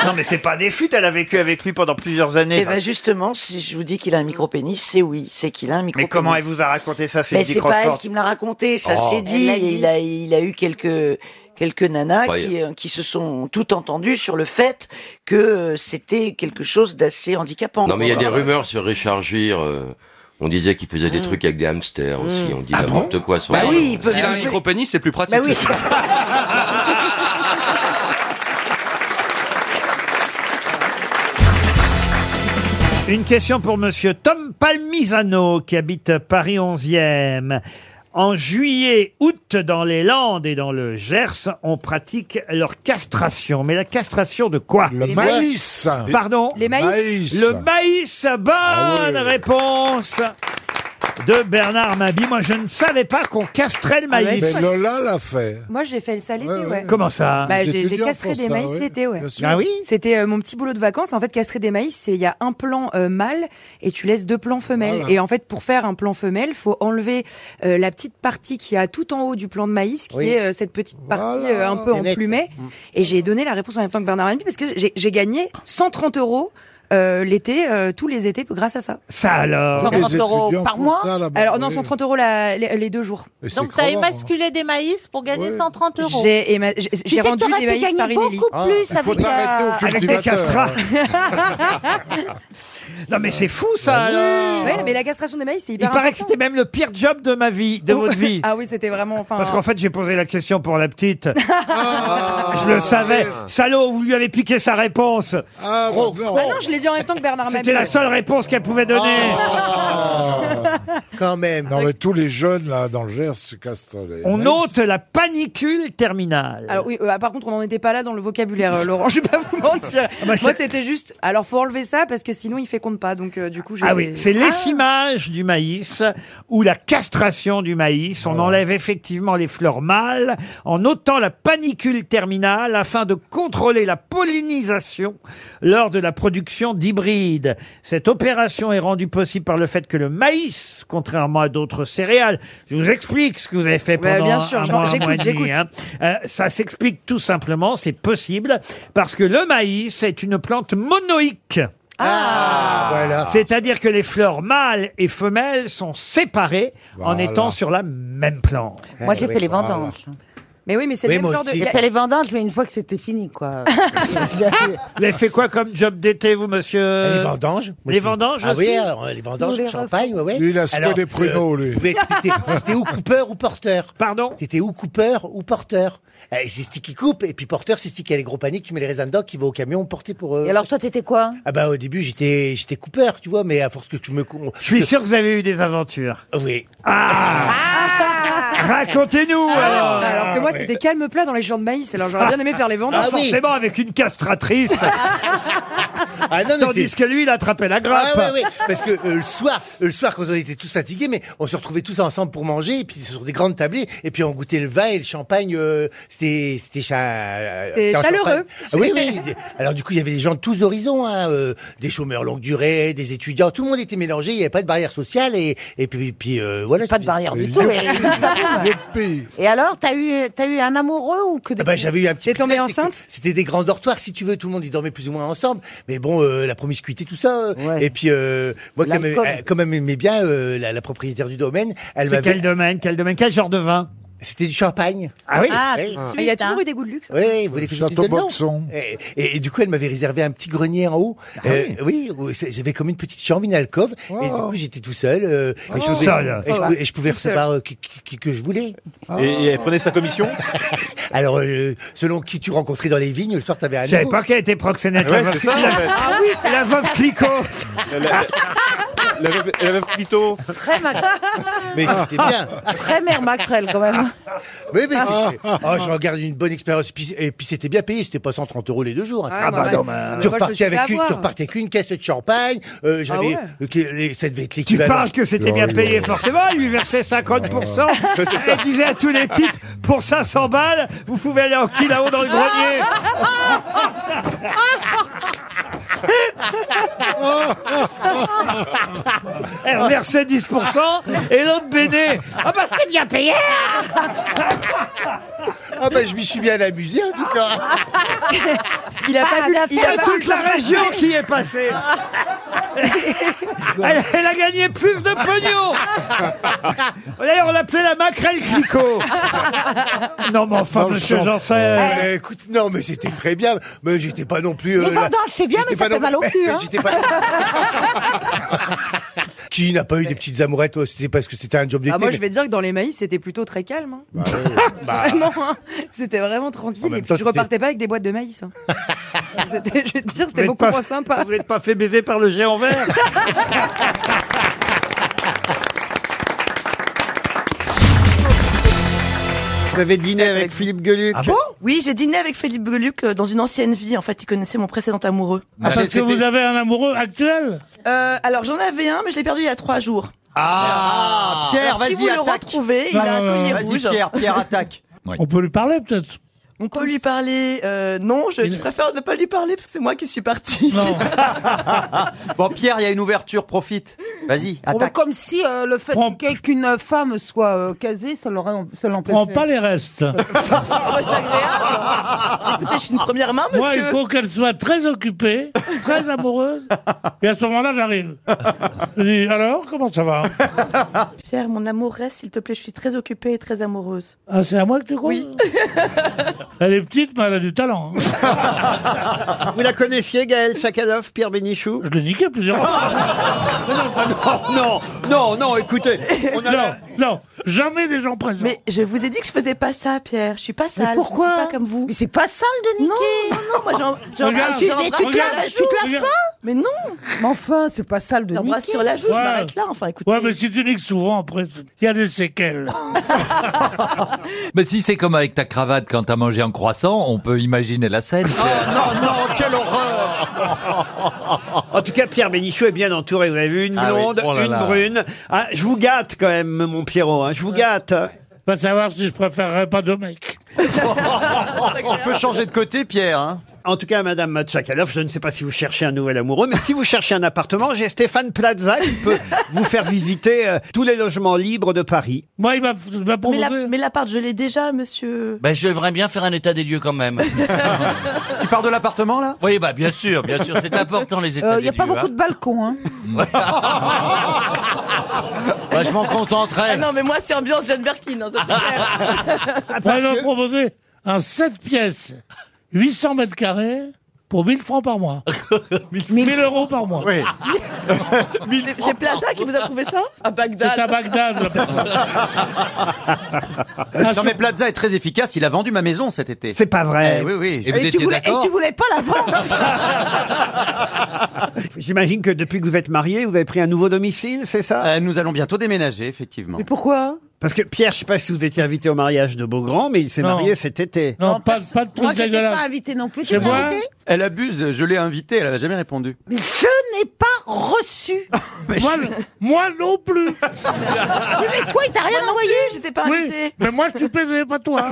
[SPEAKER 1] Non, mais c'est pas des fuites, elle a vécu avec lui pendant plusieurs années.
[SPEAKER 11] Et ben justement, si je vous dis qu'il a un micro pénis, c'est oui, c'est qu'il a un micro.
[SPEAKER 1] mais comment elle vous a raconté ça,
[SPEAKER 11] Mais
[SPEAKER 1] Cindy
[SPEAKER 11] c'est pas elle
[SPEAKER 1] Crawford
[SPEAKER 11] qui me l'a raconté, ça
[SPEAKER 1] Oh.
[SPEAKER 11] s'est dit.
[SPEAKER 1] Elle l'a dit.
[SPEAKER 11] Il a, il a eu quelques quelques nanas
[SPEAKER 1] Ouais.
[SPEAKER 11] qui, euh, qui se sont tout entendues sur le fait que euh, c'était quelque chose d'assez handicapant.
[SPEAKER 15] Non, mais il y a des
[SPEAKER 11] Voilà.
[SPEAKER 15] rumeurs sur Richard Gere. euh, on disait qu'il faisait des
[SPEAKER 16] Mm.
[SPEAKER 15] trucs avec des hamsters aussi.
[SPEAKER 11] Mm.
[SPEAKER 15] On
[SPEAKER 16] Ah
[SPEAKER 15] dit n'importe quoi sur
[SPEAKER 12] Bah
[SPEAKER 1] Eh,
[SPEAKER 15] les-
[SPEAKER 12] oui, il peut- S'il a un il peut- micro-pénis, c'est plus pratique. Bah oui.
[SPEAKER 1] *laughs* Une question pour monsieur Tom Palmisano qui habite Paris 11e. En juillet, août, dans les Landes et dans le Gers, on pratique leur castration. Mais la castration de quoi Le
[SPEAKER 4] maïs.
[SPEAKER 1] Pardon
[SPEAKER 4] Les maïs. Maïs.
[SPEAKER 1] Le maïs Bonne réponse de Bernard Mabi. Moi, je ne savais pas qu'on castrait le maïs.
[SPEAKER 4] Mais Lola l'a fait.
[SPEAKER 17] Moi, j'ai fait ça l'été, ouais.
[SPEAKER 1] Comment ça
[SPEAKER 17] Bah,
[SPEAKER 1] Vous êtes
[SPEAKER 17] J'ai j'ai
[SPEAKER 1] étudiant
[SPEAKER 17] castré
[SPEAKER 1] pour
[SPEAKER 17] des
[SPEAKER 1] ça,
[SPEAKER 17] maïs
[SPEAKER 1] oui.
[SPEAKER 17] l'été, ouais.
[SPEAKER 1] Bien sûr. Ah oui
[SPEAKER 17] C'était euh, mon petit boulot de vacances. En fait, castrer des maïs, c'est il y a un plan euh, mâle et tu laisses deux plans femelles.
[SPEAKER 18] Voilà.
[SPEAKER 17] Et en fait, pour faire un plan femelle, faut enlever euh, la petite partie qui a tout en haut du plan de maïs, qui
[SPEAKER 18] Oui.
[SPEAKER 17] est euh, cette petite partie
[SPEAKER 18] Voilà.
[SPEAKER 17] euh, un peu
[SPEAKER 18] Et nette.
[SPEAKER 17] emplumée. Et j'ai donné la réponse en même temps que Bernard Henry parce que j'ai j'ai gagné 130 euros. euh, l'été, euh, tous les étés, grâce à ça.
[SPEAKER 1] Ça alors
[SPEAKER 19] 130 Les euros étudiants par font mois ça là-bas,
[SPEAKER 17] Alors non,
[SPEAKER 19] oui.
[SPEAKER 17] 130 euros la-
[SPEAKER 19] *laughs*
[SPEAKER 17] les, les deux jours.
[SPEAKER 19] Donc, t'as
[SPEAKER 4] hein.
[SPEAKER 19] émasculé des maïs pour gagner 130 euros.
[SPEAKER 17] J'ai éma- j'ai- j'ai rendu
[SPEAKER 19] t'aurais
[SPEAKER 17] des
[SPEAKER 19] pu
[SPEAKER 17] maïs
[SPEAKER 19] gagner
[SPEAKER 17] Farinelli.
[SPEAKER 19] beaucoup
[SPEAKER 17] Ah,
[SPEAKER 19] plus
[SPEAKER 17] il faut
[SPEAKER 19] avec
[SPEAKER 17] t'arrêter
[SPEAKER 19] la...
[SPEAKER 17] au Avec des
[SPEAKER 1] castrats. *laughs* Non, mais c'est fou ça alors.
[SPEAKER 17] Ouais, mais la castration des maïs, c'est
[SPEAKER 1] Il
[SPEAKER 17] hyper
[SPEAKER 1] paraît que c'était même le pire job de ma vie, de votre vie.
[SPEAKER 17] *laughs* Ah oui, c'était vraiment. Enfin,
[SPEAKER 1] Parce
[SPEAKER 17] *laughs*
[SPEAKER 1] qu'en fait, j'ai posé la question pour la petite. *laughs* Je le savais. Salaud, vous lui avez piqué sa réponse.
[SPEAKER 16] bah,
[SPEAKER 17] Ah, non, je l'ai dit en même temps que Bernard Mabille.
[SPEAKER 1] C'était la seule réponse qu'elle pouvait donner.
[SPEAKER 12] Ah.
[SPEAKER 4] Quand même. Oh. Non, mais tous les jeunes, là, dans le Gers, se castrent les.
[SPEAKER 1] On
[SPEAKER 4] maïs.
[SPEAKER 12] Ah.
[SPEAKER 1] ôte la panicule terminale.
[SPEAKER 17] Alors oui, euh, par contre, on n'en était pas là dans le vocabulaire, euh, Laurent. *laughs* Je vais pas vous mentir.
[SPEAKER 1] bah,
[SPEAKER 17] Moi,
[SPEAKER 1] c'est-
[SPEAKER 17] c'était juste. Alors, faut enlever ça parce que sinon, il fait compte pas. Donc, euh, du coup, j'ai.
[SPEAKER 1] Ah oui, c'est l'essimage du maïs ou la castration du maïs. On enlève effectivement les fleurs mâles en ôtant la panicule terminale afin de contrôler la pollinisation lors de la production d'hybrides. Cette opération est rendue possible par le fait que le maïs, contrairement à d'autres céréales, je vous explique ce que vous avez fait
[SPEAKER 17] Ouais,
[SPEAKER 1] pendant
[SPEAKER 17] bien sûr,
[SPEAKER 1] un
[SPEAKER 17] Jean-
[SPEAKER 1] mois, un
[SPEAKER 17] j'écoute,
[SPEAKER 1] mois et demi,
[SPEAKER 17] j'écoute.
[SPEAKER 1] hein. Euh, ça s'explique tout simplement, c'est possible, parce que le maïs est une plante monoïque.
[SPEAKER 17] Ah.
[SPEAKER 1] C'est-à-dire que les fleurs mâles et femelles sont séparées en
[SPEAKER 19] Voilà.
[SPEAKER 1] étant sur la même plante.
[SPEAKER 17] Eh
[SPEAKER 19] Moi, j'ai fait les vendanges.
[SPEAKER 17] Mais oui, mais c'est le même genre de.
[SPEAKER 19] J'ai fait les vendanges, mais une fois que c'était
[SPEAKER 17] *laughs*
[SPEAKER 19] fini, quoi.
[SPEAKER 1] Vous avez fait quoi comme job d'été, vous, monsieur
[SPEAKER 16] Les vendanges. Moi,
[SPEAKER 1] Les
[SPEAKER 16] je suis-
[SPEAKER 1] vendanges
[SPEAKER 16] Ah
[SPEAKER 1] aussi
[SPEAKER 16] oui, alors, les vendanges,
[SPEAKER 1] Nous les
[SPEAKER 16] champagne, ouais, ouais.
[SPEAKER 4] Lui, il a secoué
[SPEAKER 16] Alors, euh,
[SPEAKER 4] des pruneaux, lui.
[SPEAKER 16] tu pouvais- T'étais t'étais ou coupeur ou porteur.
[SPEAKER 1] Pardon
[SPEAKER 16] T'étais ou coupeur ou porteur. Euh, C'est ce qui coupe, et puis porteur, c'est ce qui a les gros paniques, tu mets les raisins dedans, qui va au camion porter pour eux.
[SPEAKER 19] Et alors, toi, t'étais quoi
[SPEAKER 16] Ah bah au début j'étais j'étais coupeur, tu vois, mais à force que tu me cou-
[SPEAKER 1] Je suis sûr que vous avez eu des aventures.
[SPEAKER 16] Oui.
[SPEAKER 1] Racontez-nous Ah, alors
[SPEAKER 17] Ah, bah, Alors que moi, c'était calme plat dans les champs de maïs. Alors, j'aurais bien aimé faire les vendanges.
[SPEAKER 1] Ah, forcément avec une castratrice.
[SPEAKER 16] Ah. non, mais
[SPEAKER 1] Tandis que lui, il attrapait la grappe.
[SPEAKER 16] Ah, ouais, ouais, parce que euh, le soir, euh, le soir quand on était tous fatigués, mais on se retrouvait tous ensemble pour manger, et puis sur des grandes tablées, et puis on goûtait le vin et le champagne. euh, c'était c'était cha-
[SPEAKER 17] C'était
[SPEAKER 16] en
[SPEAKER 17] chaleureux.
[SPEAKER 16] champagne. Ah oui, oui. Alors du coup, il y avait des gens de tous horizons, hein, euh, des chômeurs longue durée, des étudiants, tout le monde était mélangé. Il n'y avait pas de barrière sociale et et puis puis euh, voilà. Pas de barrière
[SPEAKER 19] du tout, et- Et alors, t'as eu, t'as eu un amoureux ou que des...
[SPEAKER 16] Ah bah, j'avais eu un petit. T'es
[SPEAKER 17] tombée enceinte
[SPEAKER 16] C'était des grands dortoirs, si tu veux, tout le monde y dormait plus ou moins ensemble. Mais bon, euh, la promiscuité, tout ça. euh, Et puis euh, moi, quand même,
[SPEAKER 1] L'alcool.
[SPEAKER 16] euh, quand même aimais bien euh, la, la propriétaire du domaine. Elle
[SPEAKER 1] C'était
[SPEAKER 16] m'avait-
[SPEAKER 1] quel domaine, quel domaine, quel genre de vin
[SPEAKER 16] C'était du champagne.
[SPEAKER 1] Ah oui
[SPEAKER 17] Ah,
[SPEAKER 16] Oui.
[SPEAKER 17] tout de Il y a suite, toujours hein. eu des goûts de luxe.
[SPEAKER 16] Oui, oui, vous voulez que je vous dise
[SPEAKER 4] Château
[SPEAKER 16] le nom
[SPEAKER 4] Boxon.
[SPEAKER 16] Et, et- et du coup, elle m'avait réservé un petit grenier en haut. Euh, oui, où c'est- j'avais comme une petite chambre, une alcôve. Et du coup, j'étais tout seul. euh, et, je
[SPEAKER 4] Tout
[SPEAKER 16] pouvais,
[SPEAKER 4] seul.
[SPEAKER 16] et je pouvais- et je pouvais
[SPEAKER 4] Tout seul.
[SPEAKER 16] recevoir euh, qui, qui- qui que je voulais.
[SPEAKER 4] Et- et elle
[SPEAKER 16] prenait sa commission *laughs* Alors, euh, selon qui tu rencontrais dans les vignes, le soir, t'avais un.
[SPEAKER 1] Je savais
[SPEAKER 16] nouveau.
[SPEAKER 1] pas qu'elle était proxénète. la veuve- la-
[SPEAKER 16] Ah oui, ça-
[SPEAKER 1] la veuve
[SPEAKER 16] ça-
[SPEAKER 1] Clicquot.
[SPEAKER 20] La meuf, la meuf Clito.
[SPEAKER 21] Très mac-
[SPEAKER 16] Mais
[SPEAKER 4] Ah,
[SPEAKER 16] c'était
[SPEAKER 19] *laughs*
[SPEAKER 16] bien.
[SPEAKER 21] Très mère Macrel, quand
[SPEAKER 4] *laughs*
[SPEAKER 21] même.
[SPEAKER 16] Oui, mais
[SPEAKER 21] Ah.
[SPEAKER 16] c'est- oh, je regarde une bonne expérience. Puis- Et puis c'était bien payé, c'était pas 130 euros les deux jours. hein.
[SPEAKER 21] Ah, Ah, bah, moi, non, mais-
[SPEAKER 16] Tu
[SPEAKER 21] moi, je me suis
[SPEAKER 16] repartais avec
[SPEAKER 21] fait
[SPEAKER 16] une,
[SPEAKER 21] avoir.
[SPEAKER 16] tu repartais avec une caisse de champagne. euh, J'avais,
[SPEAKER 1] Ah
[SPEAKER 16] euh, que- les- ça devait être
[SPEAKER 1] Tu
[SPEAKER 16] l'équivalent.
[SPEAKER 1] parles que c'était bien
[SPEAKER 16] Oh,
[SPEAKER 1] payé,
[SPEAKER 16] oh.
[SPEAKER 1] forcément. Il lui versait 50%.
[SPEAKER 16] Ouais, c'est Ah. ça.
[SPEAKER 1] Il disait à tous les types pour 500 balles, vous pouvez aller en petit là-haut dans le grenier.
[SPEAKER 16] *laughs*
[SPEAKER 9] *laughs*
[SPEAKER 1] Elle
[SPEAKER 17] Oh.
[SPEAKER 1] reversait 10% et l'autre béné. Ah bah c'était bien payé hein.
[SPEAKER 16] Ah bah je m'y suis bien amusé en tout cas.
[SPEAKER 21] Il a pas vu
[SPEAKER 1] Il y a toute Ah, la région qui est
[SPEAKER 16] *laughs*
[SPEAKER 1] passée. Elle, elle a gagné plus de pognon. D'ailleurs, on l'appelait la maquerelle Clicot. Non, mais enfin,
[SPEAKER 16] Dans le
[SPEAKER 1] monsieur
[SPEAKER 16] champ.
[SPEAKER 1] Janssen.
[SPEAKER 16] Euh, écoute, non, mais c'était très bien. Mais j'étais pas non plus. euh,
[SPEAKER 21] Les vendanges, c'est bien, mais
[SPEAKER 16] j'étais
[SPEAKER 21] ça
[SPEAKER 16] pas
[SPEAKER 21] fait mal au
[SPEAKER 16] *laughs*
[SPEAKER 21] cul, hein. *laughs*
[SPEAKER 16] J'étais pas- Qui n'a pas eu des petites amourettes Moi, C'était parce que c'était un job d'été.
[SPEAKER 17] Ah, moi,
[SPEAKER 16] mais-
[SPEAKER 17] je vais te dire que dans les maïs, c'était plutôt très calme. hein.
[SPEAKER 21] *laughs*
[SPEAKER 16] Bah,
[SPEAKER 17] Vraiment, hein. c'était vraiment
[SPEAKER 16] En
[SPEAKER 17] tranquille.
[SPEAKER 16] même
[SPEAKER 17] Et puis,
[SPEAKER 16] temps,
[SPEAKER 17] je
[SPEAKER 16] t'étais-
[SPEAKER 17] repartais pas avec des boîtes de
[SPEAKER 16] *laughs*
[SPEAKER 17] maïs. hein. C'était- je vais te dire,
[SPEAKER 1] Vous
[SPEAKER 17] c'était
[SPEAKER 1] êtes
[SPEAKER 17] beaucoup
[SPEAKER 1] pas-
[SPEAKER 17] moins sympa.
[SPEAKER 1] Vous n'êtes pas fait baiser par le géant vert
[SPEAKER 22] Vous avez dîné avec Philippe Gueluc.
[SPEAKER 1] Ah bon
[SPEAKER 22] Oui, j'ai dîné avec Philippe Gueluc euh, dans une ancienne vie. En fait, il connaissait mon précédent amoureux.
[SPEAKER 4] Ah, parce que vous avez un amoureux actuel
[SPEAKER 22] Euh, alors, j'en avais un, mais je l'ai perdu il y a trois jours.
[SPEAKER 4] Ah,
[SPEAKER 22] Alors, si vous le retrouvez, il
[SPEAKER 4] Non,
[SPEAKER 22] a
[SPEAKER 4] non,
[SPEAKER 22] un
[SPEAKER 4] non,
[SPEAKER 22] collier
[SPEAKER 4] non. Vas-y,
[SPEAKER 22] rouge.
[SPEAKER 4] Pierre, Pierre,
[SPEAKER 22] attaque.
[SPEAKER 4] On peut lui parler
[SPEAKER 22] *laughs*
[SPEAKER 4] peut-être
[SPEAKER 22] On peut lui parler. euh, non, je, je préfère ne pas lui parler parce que c'est moi qui suis partie.
[SPEAKER 8] *laughs* Bon, Pierre, il y a une ouverture, profite. Vas-y,
[SPEAKER 19] Oh, mais
[SPEAKER 8] attaque.
[SPEAKER 19] comme si euh, le fait qu'un- qu'une femme soit euh, casée, ça l'aurait ça Oh, l'empêchait.
[SPEAKER 4] Prends pas
[SPEAKER 19] *laughs*
[SPEAKER 4] les restes.
[SPEAKER 22] Écoutez, je suis une première main, monsieur.
[SPEAKER 4] Moi, il faut qu'elle soit très occupée, très amoureuse. Et à ce moment-là, j'arrive. Je dis, alors, comment ça va Ah.
[SPEAKER 22] *laughs* Pierre, mon amour, reste, s'il te plaît. Je suis très occupée et très amoureuse.
[SPEAKER 4] Ah, c'est à moi que tu crois *laughs* Elle est petite, mais elle a du talent. hein.
[SPEAKER 8] Vous la connaissiez, Gaël Chakalov, Pierre Bénichou
[SPEAKER 4] Je l'ai niqué plusieurs
[SPEAKER 16] *laughs*
[SPEAKER 4] fois.
[SPEAKER 8] Ah non, non, non, non, écoutez. On a la-
[SPEAKER 4] Non, jamais des gens présents.
[SPEAKER 22] Mais je vous ai dit que je faisais pas ça, Pierre. Je suis pas sale.
[SPEAKER 19] pourquoi
[SPEAKER 22] Je suis pas comme vous. Mais c'est pas sale de niquer. Non, non, moi j'en- j'en
[SPEAKER 19] Regarde,
[SPEAKER 22] j'en-
[SPEAKER 19] regarde, tu te
[SPEAKER 22] j'embrasse sur
[SPEAKER 19] laves-
[SPEAKER 22] la
[SPEAKER 19] tu te
[SPEAKER 22] joue.
[SPEAKER 19] laves
[SPEAKER 22] Regarde. Mais non.
[SPEAKER 19] Mais enfin, c'est pas sale de
[SPEAKER 22] J'embrasse
[SPEAKER 19] niquer.
[SPEAKER 22] sur la joue, je m'arrête là. Enfin, écoutez.
[SPEAKER 4] Ouais, mais si tu niques souvent, après, il y a des séquelles.
[SPEAKER 7] Mais si c'est comme avec ta cravate quand t'as mangé un croissant, on peut imaginer la
[SPEAKER 1] *laughs*
[SPEAKER 7] scène.
[SPEAKER 1] Ah.
[SPEAKER 8] Non, non, quelle horreur
[SPEAKER 1] En tout cas, Pierre Bénichou est bien entouré. Vous avez vu une
[SPEAKER 8] Ah oui.
[SPEAKER 1] blonde,
[SPEAKER 8] Oh là
[SPEAKER 1] une
[SPEAKER 8] là.
[SPEAKER 1] brune. Ah, je vous gâte quand même, mon Pierrot. hein, Je vous gâte.
[SPEAKER 4] Va savoir si je préférerais pas deux
[SPEAKER 1] *laughs*
[SPEAKER 4] mecs.
[SPEAKER 8] On peut changer de côté, Pierre. hein.
[SPEAKER 1] En tout cas, Madame Tchakaloff, je ne sais pas si vous cherchez un nouvel amoureux, mais si vous cherchez un appartement, j'ai Stéphane Plaza
[SPEAKER 4] *laughs*
[SPEAKER 1] qui peut vous faire visiter euh, tous les logements libres de Paris.
[SPEAKER 4] Moi, il m'a
[SPEAKER 22] Mais la- mais l'appart, je l'ai déjà, monsieur.
[SPEAKER 12] Ben, j'aimerais bien faire un état des lieux quand
[SPEAKER 8] *laughs*
[SPEAKER 12] même. tu pars de l'appartement là Oui, bah bien sûr, bien sûr, c'est important les
[SPEAKER 19] Il
[SPEAKER 12] états
[SPEAKER 19] n'y
[SPEAKER 12] des
[SPEAKER 19] Euh, a
[SPEAKER 12] lieux.
[SPEAKER 19] pas beaucoup
[SPEAKER 12] hein. *laughs*
[SPEAKER 19] de balcons. Hein.
[SPEAKER 12] Bah, je m'en
[SPEAKER 16] *laughs*
[SPEAKER 12] contenterai.
[SPEAKER 22] Ah non, mais moi, c'est ambiance Jeanne Berkin. hein, ça, c'est clair.
[SPEAKER 4] Moi, ils m'ont proposé un 7 pièces, 800 mètres carrés, pour 1000 francs par mois. 1000 euros par mois. *laughs*
[SPEAKER 22] C'est- C'est Plaza qui vous a trouvé ça À Bagdad.
[SPEAKER 4] C'est à Bagdad, la
[SPEAKER 22] *laughs*
[SPEAKER 4] personne.
[SPEAKER 8] Non, mais Plaza est très efficace. Il a vendu ma maison cet été. Eh
[SPEAKER 1] C'est pas vrai.
[SPEAKER 8] oui, oui.
[SPEAKER 1] Et tu voulais- et
[SPEAKER 19] Et tu voulais pas la
[SPEAKER 4] *laughs*
[SPEAKER 19] vendre
[SPEAKER 1] J'imagine que depuis que vous êtes mariés, vous avez pris un nouveau domicile, c'est ça
[SPEAKER 8] Euh, Nous allons bientôt déménager, effectivement.
[SPEAKER 19] pourquoi
[SPEAKER 1] Parce que Pierre, je ne sais pas si vous étiez invité au mariage de Beaugrand, mais il s'est
[SPEAKER 8] Non.
[SPEAKER 1] marié cet été.
[SPEAKER 4] Non, pas, pas de
[SPEAKER 19] Moi,
[SPEAKER 4] trucs
[SPEAKER 19] je t'ai pas
[SPEAKER 4] dégueulasses.
[SPEAKER 19] invité non plus.
[SPEAKER 4] Chez
[SPEAKER 19] Tu m'as
[SPEAKER 4] moi
[SPEAKER 19] invité
[SPEAKER 8] Elle abuse. Je l'ai invitée. Elle n'a jamais répondu.
[SPEAKER 19] Mais je n'ai pas reçu.
[SPEAKER 4] Ah, Moi, moi non plus. Oui,
[SPEAKER 19] mais toi, il t'a rien envoyé.
[SPEAKER 22] J'étais pas
[SPEAKER 4] Oui,
[SPEAKER 22] invitée.
[SPEAKER 4] mais moi, je suis pédé, pas toi.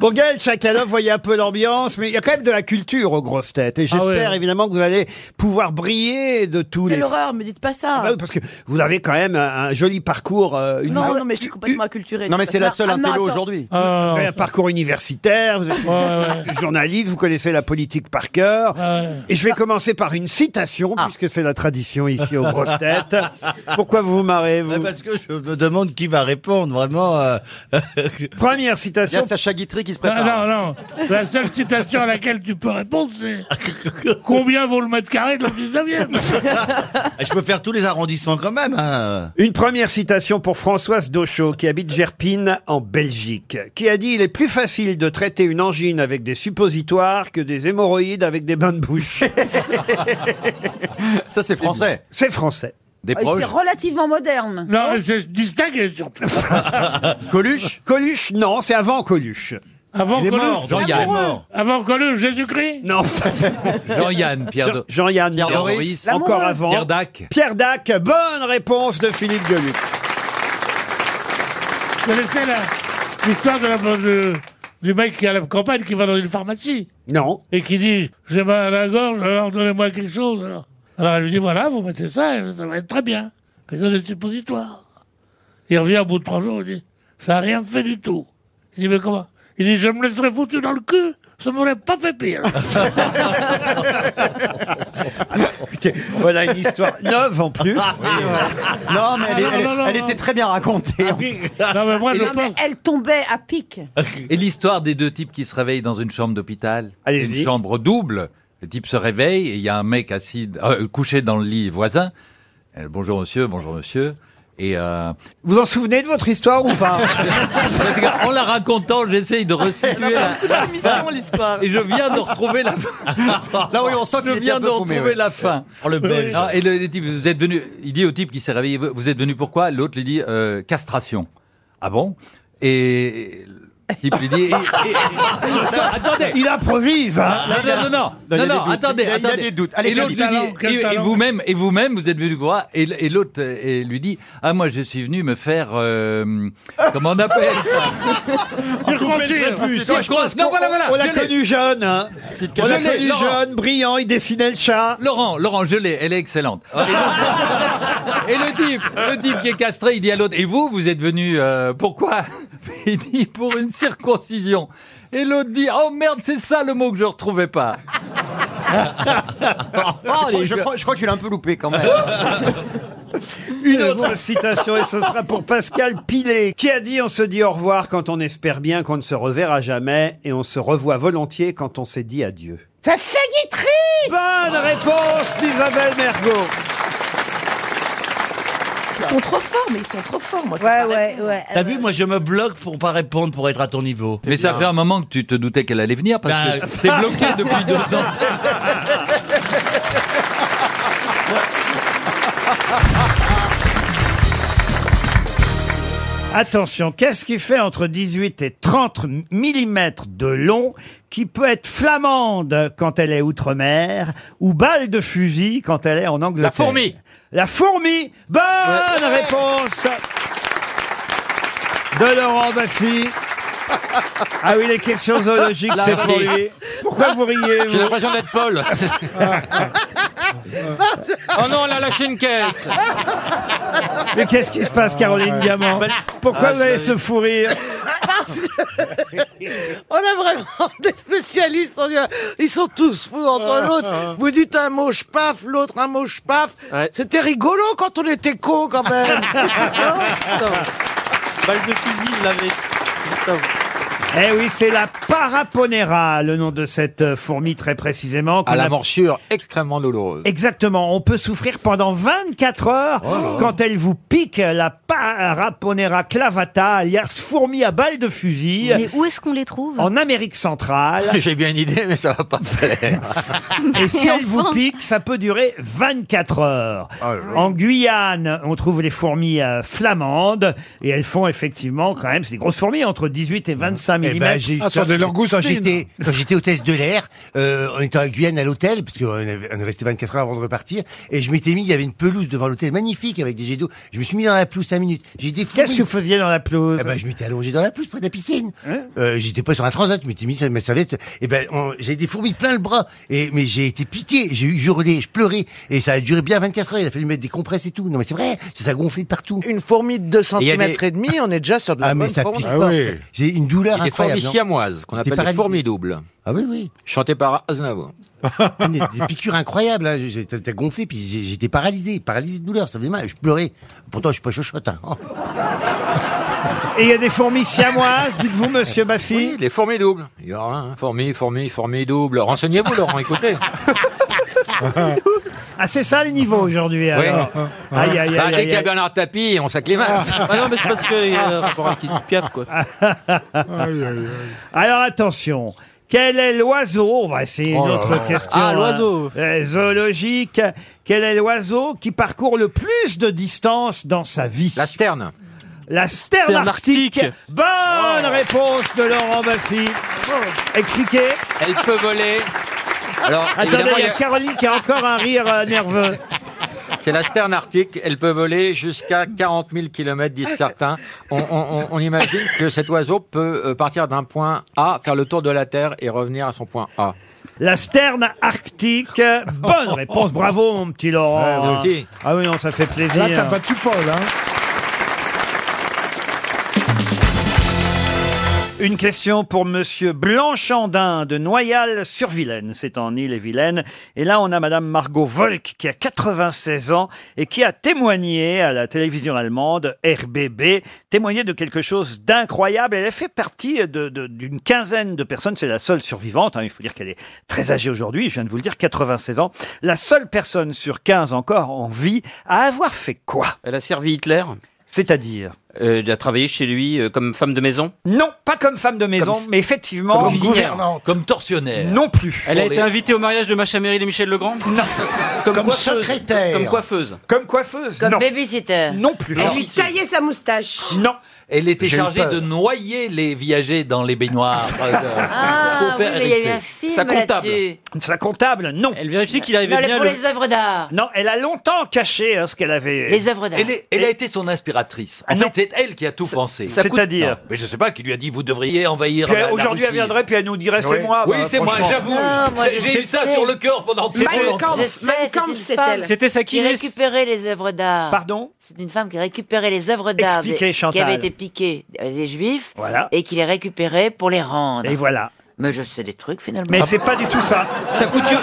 [SPEAKER 1] Bon, Gaël Chakalov, voyez un peu l'ambiance, mais il y a quand même de la culture aux grosses têtes. Et
[SPEAKER 4] Ah
[SPEAKER 1] j'espère
[SPEAKER 22] ouais.
[SPEAKER 1] évidemment que vous allez pouvoir briller de tous
[SPEAKER 22] Quelle
[SPEAKER 1] les...
[SPEAKER 22] horreur, me dites pas ça.
[SPEAKER 1] Ah oui, Parce que vous avez quand même un, un joli parcours. euh, une-
[SPEAKER 22] Non, non, mais ah, je suis complètement acculturée.
[SPEAKER 4] Ah,
[SPEAKER 1] Vous avez un parcours universitaire, vous êtes journaliste, vous connaissez la politique par cœur.
[SPEAKER 4] Ah,
[SPEAKER 1] Et je vais commencer par une citation,
[SPEAKER 22] Ah.
[SPEAKER 1] puisque c'est la tradition ici aux grosses têtes. Pourquoi vous vous marrez, vous
[SPEAKER 23] Ouais, Parce que je me demande qui va répondre, vraiment.
[SPEAKER 12] *laughs*
[SPEAKER 23] euh,
[SPEAKER 1] Première citation.
[SPEAKER 23] Il y a
[SPEAKER 8] Sacha Guitry qui se
[SPEAKER 4] Non, non, non. La seule citation à laquelle tu peux répondre, c'est combien vaut le mètre carré de la 19e
[SPEAKER 23] Je peux faire tous les arrondissements quand même. hein.
[SPEAKER 1] Une première citation pour Françoise Dochot, qui habite Gerpine, en Belgique, qui a dit « Il est plus facile de *laughs* traiter une angine avec des suppositoires que des hémorroïdes avec des bains de bouche. » Ça, c'est français. C'est français. Des
[SPEAKER 19] Et Euh, C'est relativement moderne.
[SPEAKER 4] Non, mais c'est distingué surtout.
[SPEAKER 1] *laughs* Coluche Coluche, non, c'est avant Coluche.
[SPEAKER 4] Avant
[SPEAKER 1] Il est mort,
[SPEAKER 4] Coluche
[SPEAKER 1] Jean-Yann. L'amoureux. Il est mort.
[SPEAKER 4] Avant Coluche, Jésus-Christ
[SPEAKER 1] Non.
[SPEAKER 7] Jean-Yann, Pierre de-
[SPEAKER 1] Jean- Jean-Yann,
[SPEAKER 7] Pierre
[SPEAKER 1] non.
[SPEAKER 7] Doris. L'amoureux.
[SPEAKER 1] encore avant.
[SPEAKER 7] Pierre Dac.
[SPEAKER 1] Pierre Dac, bonne réponse de Philippe Gueluc.
[SPEAKER 4] Vous connaissez la- l'histoire de la- de- du mec qui est à la campagne qui va dans une pharmacie
[SPEAKER 1] Non.
[SPEAKER 4] Et qui dit J'ai mal à la gorge, alors donnez-moi quelque chose. Alors. alors elle lui dit Voilà, vous mettez ça, et ça va être très bien. Il donne des suppositoires. Il revient au bout de trois jours, il dit Ça n'a rien fait du tout. Il dit Mais comment Il dit Je me le serais foutu dans le cul, ça m'aurait pas fait
[SPEAKER 24] *laughs*
[SPEAKER 4] pire.
[SPEAKER 1] Ah, Écoutez, voilà une histoire neuve en plus.
[SPEAKER 12] Non, mais elle, est- elle- elle était très bien racontée.
[SPEAKER 19] Non, mais elle tombait à pic.
[SPEAKER 7] Et l'histoire des deux types qui se réveillent dans une chambre d'hôpital Une
[SPEAKER 19] Allez-y.
[SPEAKER 7] chambre double. Le type se réveille et il y a un mec assis, euh, couché dans le lit voisin. Euh, bonjour monsieur, bonjour monsieur. Et euh,
[SPEAKER 1] Vous en souvenez de votre histoire ou pas
[SPEAKER 7] *laughs* en la racontant, j'essaye de restituer.
[SPEAKER 1] *laughs*
[SPEAKER 7] Et je viens de retrouver la fin.
[SPEAKER 8] Là, oui, on sent qu'il
[SPEAKER 7] Je
[SPEAKER 8] était un
[SPEAKER 7] viens
[SPEAKER 8] peu
[SPEAKER 7] de
[SPEAKER 8] paumé,
[SPEAKER 7] retrouver
[SPEAKER 8] ouais.
[SPEAKER 7] la fin.
[SPEAKER 1] Euh,
[SPEAKER 8] Oh, le Belge.
[SPEAKER 7] Ah, et le, le type, vous êtes venu. Il dit au type qui s'est réveillé, vous vous êtes venu pourquoi L'autre lui dit euh, castration. Ah bon Et le type lui
[SPEAKER 1] *laughs*
[SPEAKER 7] dit. et- et- attendez.
[SPEAKER 1] Il improvise, hein.
[SPEAKER 7] Non, non, non,
[SPEAKER 1] Non, il y
[SPEAKER 7] non,
[SPEAKER 1] a
[SPEAKER 7] non,
[SPEAKER 1] des doutes.
[SPEAKER 7] attendez,
[SPEAKER 1] Il y a- il y a
[SPEAKER 7] attendez.
[SPEAKER 1] des doutes. Allez,
[SPEAKER 7] et l'autre lui
[SPEAKER 1] quel talent,
[SPEAKER 7] dit,
[SPEAKER 1] quel
[SPEAKER 7] et- et,
[SPEAKER 1] talent.
[SPEAKER 7] vous-même, et vous-même, vous êtes venu quoi Et, l- et l'autre euh, et lui dit, ah moi je suis venu me faire, euh, comment on appelle ça
[SPEAKER 1] Circoncire.
[SPEAKER 7] Circoncire. Non, voilà, voilà.
[SPEAKER 1] On l'a
[SPEAKER 7] je l'ai.
[SPEAKER 1] connu jeune, hein. On l'a
[SPEAKER 7] Je l'ai,
[SPEAKER 1] connu
[SPEAKER 7] Laurent.
[SPEAKER 1] jeune, brillant, il dessinait le chat. Ah.
[SPEAKER 7] Laurent, Laurent, je l'ai, elle est excellente. Et le type, le type qui est castré, il dit à l'autre, et vous, vous êtes venu, euh, pourquoi *laughs* Il dit, pour une circoncision. Et l'autre dit, oh merde, c'est ça le mot que je retrouvais pas.
[SPEAKER 8] *laughs* allez, je crois, je crois qu'il a un peu loupé quand même.
[SPEAKER 1] Une autre citation, et ce sera pour Pascal Pilet, qui a dit On se dit au revoir quand on espère bien qu'on ne se reverra jamais, et on se revoit volontiers quand on s'est dit adieu.
[SPEAKER 9] Ça Guitry
[SPEAKER 1] Bonne réponse
[SPEAKER 4] Ben,
[SPEAKER 1] d'Isabelle Mergot.
[SPEAKER 25] Ils sont trop forts, mais ils sont trop forts, moi.
[SPEAKER 19] Ouais, ouais, ouais.
[SPEAKER 8] T'as vu, moi je me bloque pour pas répondre, pour être à ton niveau.
[SPEAKER 7] Mais ça fait un moment que tu te doutais qu'elle allait venir parce
[SPEAKER 1] Ben,
[SPEAKER 8] Bah,
[SPEAKER 7] que t'es bloqué depuis
[SPEAKER 1] *laughs*
[SPEAKER 7] deux ans.
[SPEAKER 1] Attention, qu'est-ce qui fait entre 18 et 30 mm de long qui peut être flamande quand elle est outre-mer ou balle de fusil quand elle est en Angleterre
[SPEAKER 7] La fourmi.
[SPEAKER 1] La fourmi Bonne réponse de Laurent Baffy. Ah oui,
[SPEAKER 7] *laughs*
[SPEAKER 1] les questions zoologiques,
[SPEAKER 7] La
[SPEAKER 1] c'est pour
[SPEAKER 7] fourmi.
[SPEAKER 1] lui. Pourquoi vous riez
[SPEAKER 7] J'ai
[SPEAKER 1] vous
[SPEAKER 7] l'impression d'être Paul. oh non, elle a lâché une caisse.
[SPEAKER 1] Mais qu'est-ce qui se passe, Caroline
[SPEAKER 9] Bah,
[SPEAKER 1] Diamant Pourquoi
[SPEAKER 7] Ah,
[SPEAKER 1] vous
[SPEAKER 7] je
[SPEAKER 1] allez
[SPEAKER 7] l'avais-
[SPEAKER 1] se fourrir
[SPEAKER 9] Parce que- on a vraiment *laughs* des spécialistes. on dit, ils sont tous fous entre
[SPEAKER 1] Ah,
[SPEAKER 9] l'autre. Vous dites un mot je paf, l'autre un mot je paf. C'était rigolo quand on était con quand
[SPEAKER 1] *laughs*
[SPEAKER 9] même.
[SPEAKER 12] Balle de fusil, il l'avait.
[SPEAKER 1] *laughs* Eh oui, c'est la paraponera, le nom de cette euh, fourmi très précisément. qu'on
[SPEAKER 15] À la
[SPEAKER 1] a-
[SPEAKER 15] morsure extrêmement douloureuse. Oh
[SPEAKER 1] Exactement, on peut souffrir pendant 24 heures quand elle vous pique la paraponera clavata, alias fourmi à balle de fusil,
[SPEAKER 3] Mais où est-ce qu'on les trouve
[SPEAKER 1] en Amérique
[SPEAKER 16] Ah,
[SPEAKER 1] centrale.
[SPEAKER 15] *laughs* J'ai bien une idée, mais ça va pas faire.
[SPEAKER 1] Et si
[SPEAKER 3] Mais
[SPEAKER 1] *laughs* elle vous
[SPEAKER 3] Bah, enfin.
[SPEAKER 1] pique, ça peut durer 24 heures.
[SPEAKER 16] Oh
[SPEAKER 1] En Guyane, on trouve les fourmis euh, flamandes et elles font effectivement quand même, c'est des grosses fourmis, entre 18 et 25 mm.
[SPEAKER 16] Eh ben, j'ai- quand- quand j'étais, quand j'étais hôtesse de l'air, euh, on était en Guyane à l'hôtel, parce qu'on avait- on est resté 24 heures avant de repartir, et je m'étais mis, il y avait une pelouse devant l'hôtel, magnifique, avec des jets d'eau. Je me suis mis dans la pelouse 5 minutes. J'ai des
[SPEAKER 1] Qu'est-ce que vous faisiez dans la pelouse Hein
[SPEAKER 16] eh ben, je m'étais allongé dans la pelouse près de la piscine. Euh, j'étais pas sur un transat, je m'étais mis sur ma serviette. Eh ben, on- j'ai des fourmis plein le bras. Et, mais j'ai été piqué, j'ai eu hurlé, je pleurais. Et ça a duré bien 24 heures. Il a fallu mettre des compresses et tout. Non, mais c'est vrai, ça s'est gonflé de partout. Une fourmi de 2
[SPEAKER 15] Et il y a des-
[SPEAKER 16] et demi, on est déjà sur de la *laughs* Ah, mais
[SPEAKER 15] bonne
[SPEAKER 16] ça
[SPEAKER 15] fourmi.
[SPEAKER 16] pique
[SPEAKER 15] Ah
[SPEAKER 16] fort.
[SPEAKER 15] oui.
[SPEAKER 16] J'ai une
[SPEAKER 15] Et
[SPEAKER 16] douleur
[SPEAKER 15] des
[SPEAKER 16] incroyable.
[SPEAKER 15] fourmis
[SPEAKER 16] non
[SPEAKER 15] siamoises, qu'on
[SPEAKER 16] J'étais
[SPEAKER 15] appelle les
[SPEAKER 16] paralysé.
[SPEAKER 15] fourmis doubles.
[SPEAKER 16] Ah oui, oui.
[SPEAKER 15] Chantées par Aznavour.
[SPEAKER 16] *laughs* des, des piqûres incroyables. Hein. J'ai- T'as t'as gonflé, puis j'ai- j'étais paralysé, paralysé de douleur. Ça faisait mal. Je pleurais. Pourtant, je suis pas chochotte. Hein. Oh.
[SPEAKER 1] Et il y a des fourmis siamoises, dites-vous, monsieur Baffy
[SPEAKER 15] Oui, les fourmis doubles. Il y en a un, fourmis, fourmis, fourmis doubles. Renseignez-vous, Laurent, écoutez.
[SPEAKER 1] Ah, c'est ça le niveau aujourd'hui,
[SPEAKER 15] Oui.
[SPEAKER 1] alors.
[SPEAKER 16] Ah,
[SPEAKER 1] Aïe, aïe, aïe,
[SPEAKER 15] Bah, dès
[SPEAKER 1] aïe,
[SPEAKER 15] qu'il y a
[SPEAKER 1] aïe.
[SPEAKER 15] Bernard Tapie, on s'acclimate.
[SPEAKER 26] Ah non, mais c'est
[SPEAKER 15] euh, *laughs*
[SPEAKER 1] *laughs*
[SPEAKER 26] parce qu'il y a un rapport avec Edith
[SPEAKER 15] piaf, quoi.
[SPEAKER 1] Alors, attention. Quel est l'oiseau On va essayer une
[SPEAKER 12] Oh là
[SPEAKER 1] autre
[SPEAKER 12] là.
[SPEAKER 1] question.
[SPEAKER 12] Ah,
[SPEAKER 1] hein.
[SPEAKER 12] l'oiseau.
[SPEAKER 1] Euh, zoologique. Quel est l'oiseau qui parcourt le plus de distance dans sa vie La sterne. La sterne,
[SPEAKER 12] Sterne
[SPEAKER 1] arctique.
[SPEAKER 12] arctique.
[SPEAKER 1] Bonne réponse de Laurent Baffy. Expliquez.
[SPEAKER 15] Elle peut voler. Alors,
[SPEAKER 1] Attendez,
[SPEAKER 15] évidemment,
[SPEAKER 1] il y
[SPEAKER 15] il y
[SPEAKER 1] a
[SPEAKER 15] a-
[SPEAKER 1] Caroline qui a encore un rire euh, nerveux.
[SPEAKER 15] C'est la sterne arctique, elle peut voler jusqu'à 40 000 km, disent certains. On, on- on- on imagine que cet oiseau peut euh, partir d'un point A, faire le tour de la Terre et revenir à son point A.
[SPEAKER 1] La sterne
[SPEAKER 4] *laughs*
[SPEAKER 1] arctique. Bonne réponse. Bravo, mon petit
[SPEAKER 15] Ouais,
[SPEAKER 1] Laurent.
[SPEAKER 15] vous aussi.
[SPEAKER 1] ah oui, non, ça fait plaisir.
[SPEAKER 4] Là, t'as battu Paul, hein
[SPEAKER 1] Une question pour Monsieur Blanchandin de Noyal-sur-Vilaine. C'est en Île-et-Vilaine. Et là, on a Madame Margot Volk qui a 96 ans et qui a témoigné à la télévision allemande RBB, témoigné de quelque chose d'incroyable. Elle a fait partie de- de- d'une quinzaine de personnes. C'est la seule survivante. hein. Il faut dire qu'elle est très âgée aujourd'hui. Je viens de vous le dire, 96 ans. La seule personne sur 15 encore en vie à avoir fait quoi
[SPEAKER 7] Elle a servi Hitler
[SPEAKER 1] C'est-à-dire
[SPEAKER 7] euh, Elle a travaillé chez lui euh, comme femme de maison
[SPEAKER 1] Non, pas comme femme de maison,
[SPEAKER 7] Comme-
[SPEAKER 1] mais effectivement,
[SPEAKER 7] comme cuisinière. Comme torsionnaire
[SPEAKER 1] Non plus.
[SPEAKER 12] Elle a
[SPEAKER 1] Pour
[SPEAKER 12] été
[SPEAKER 1] les-
[SPEAKER 12] invitée au mariage de Macha Meryl et Michel Legrand
[SPEAKER 1] Non.
[SPEAKER 7] Comme, coiffeuse. Comme coiffeuse.
[SPEAKER 1] Comme coiffeuse.
[SPEAKER 7] non.
[SPEAKER 6] babysitter.
[SPEAKER 1] Non plus.
[SPEAKER 6] Elle lui taillait sa moustache.
[SPEAKER 1] Non.
[SPEAKER 7] Elle était
[SPEAKER 19] J'ai eu
[SPEAKER 7] chargée
[SPEAKER 19] peur.
[SPEAKER 7] de noyer les viagers dans les baignoires. euh, de-
[SPEAKER 6] Ah,
[SPEAKER 7] pour faire
[SPEAKER 6] oui, mais il y a eu
[SPEAKER 7] hériter.
[SPEAKER 6] un film
[SPEAKER 7] Sa comptable.
[SPEAKER 6] là-dessus.
[SPEAKER 1] Sa comptable, non. Elle vérifiait qu'il
[SPEAKER 6] Non, pour les œuvres d'art.
[SPEAKER 1] Non, elle a longtemps caché hein, ce qu'elle avait.
[SPEAKER 6] Les œuvres d'art.
[SPEAKER 7] Elle, est- elle a été son inspiratrice. En fait, c'est elle qui a tout pensé.
[SPEAKER 1] ça coûte- C'est-à-dire
[SPEAKER 7] Non, Mais je sais pas, qui lui a dit vous devriez envahir.
[SPEAKER 1] Puis,
[SPEAKER 7] la- la
[SPEAKER 1] Aujourd'hui, elle
[SPEAKER 7] Russie.
[SPEAKER 1] viendrait puis elle nous dirait c'est moi.
[SPEAKER 7] Oui,
[SPEAKER 1] bah,
[SPEAKER 7] c'est moi,
[SPEAKER 1] franchement.
[SPEAKER 7] j'avoue.
[SPEAKER 6] Non, moi,
[SPEAKER 7] C'est-
[SPEAKER 6] je
[SPEAKER 7] J'ai eu
[SPEAKER 6] sais.
[SPEAKER 7] ça sur le cœur pendant
[SPEAKER 6] C'était
[SPEAKER 7] trop longtemps.
[SPEAKER 6] Je sais, c'est une femme
[SPEAKER 1] C'était sa
[SPEAKER 6] qui
[SPEAKER 1] kinesse.
[SPEAKER 6] récupérait les œuvres d'art.
[SPEAKER 1] Pardon
[SPEAKER 6] C'est une femme qui récupérait les œuvres d'art des-
[SPEAKER 1] Expliquez,
[SPEAKER 6] qui
[SPEAKER 1] Chantal.
[SPEAKER 6] avaient été piquées euh, des juifs
[SPEAKER 1] Voilà.
[SPEAKER 6] et qui les récupérait pour les rendre.
[SPEAKER 1] Et voilà.
[SPEAKER 6] Mais je sais des trucs finalement.
[SPEAKER 1] Mais c'est pas du tout ça.
[SPEAKER 7] Sa couture.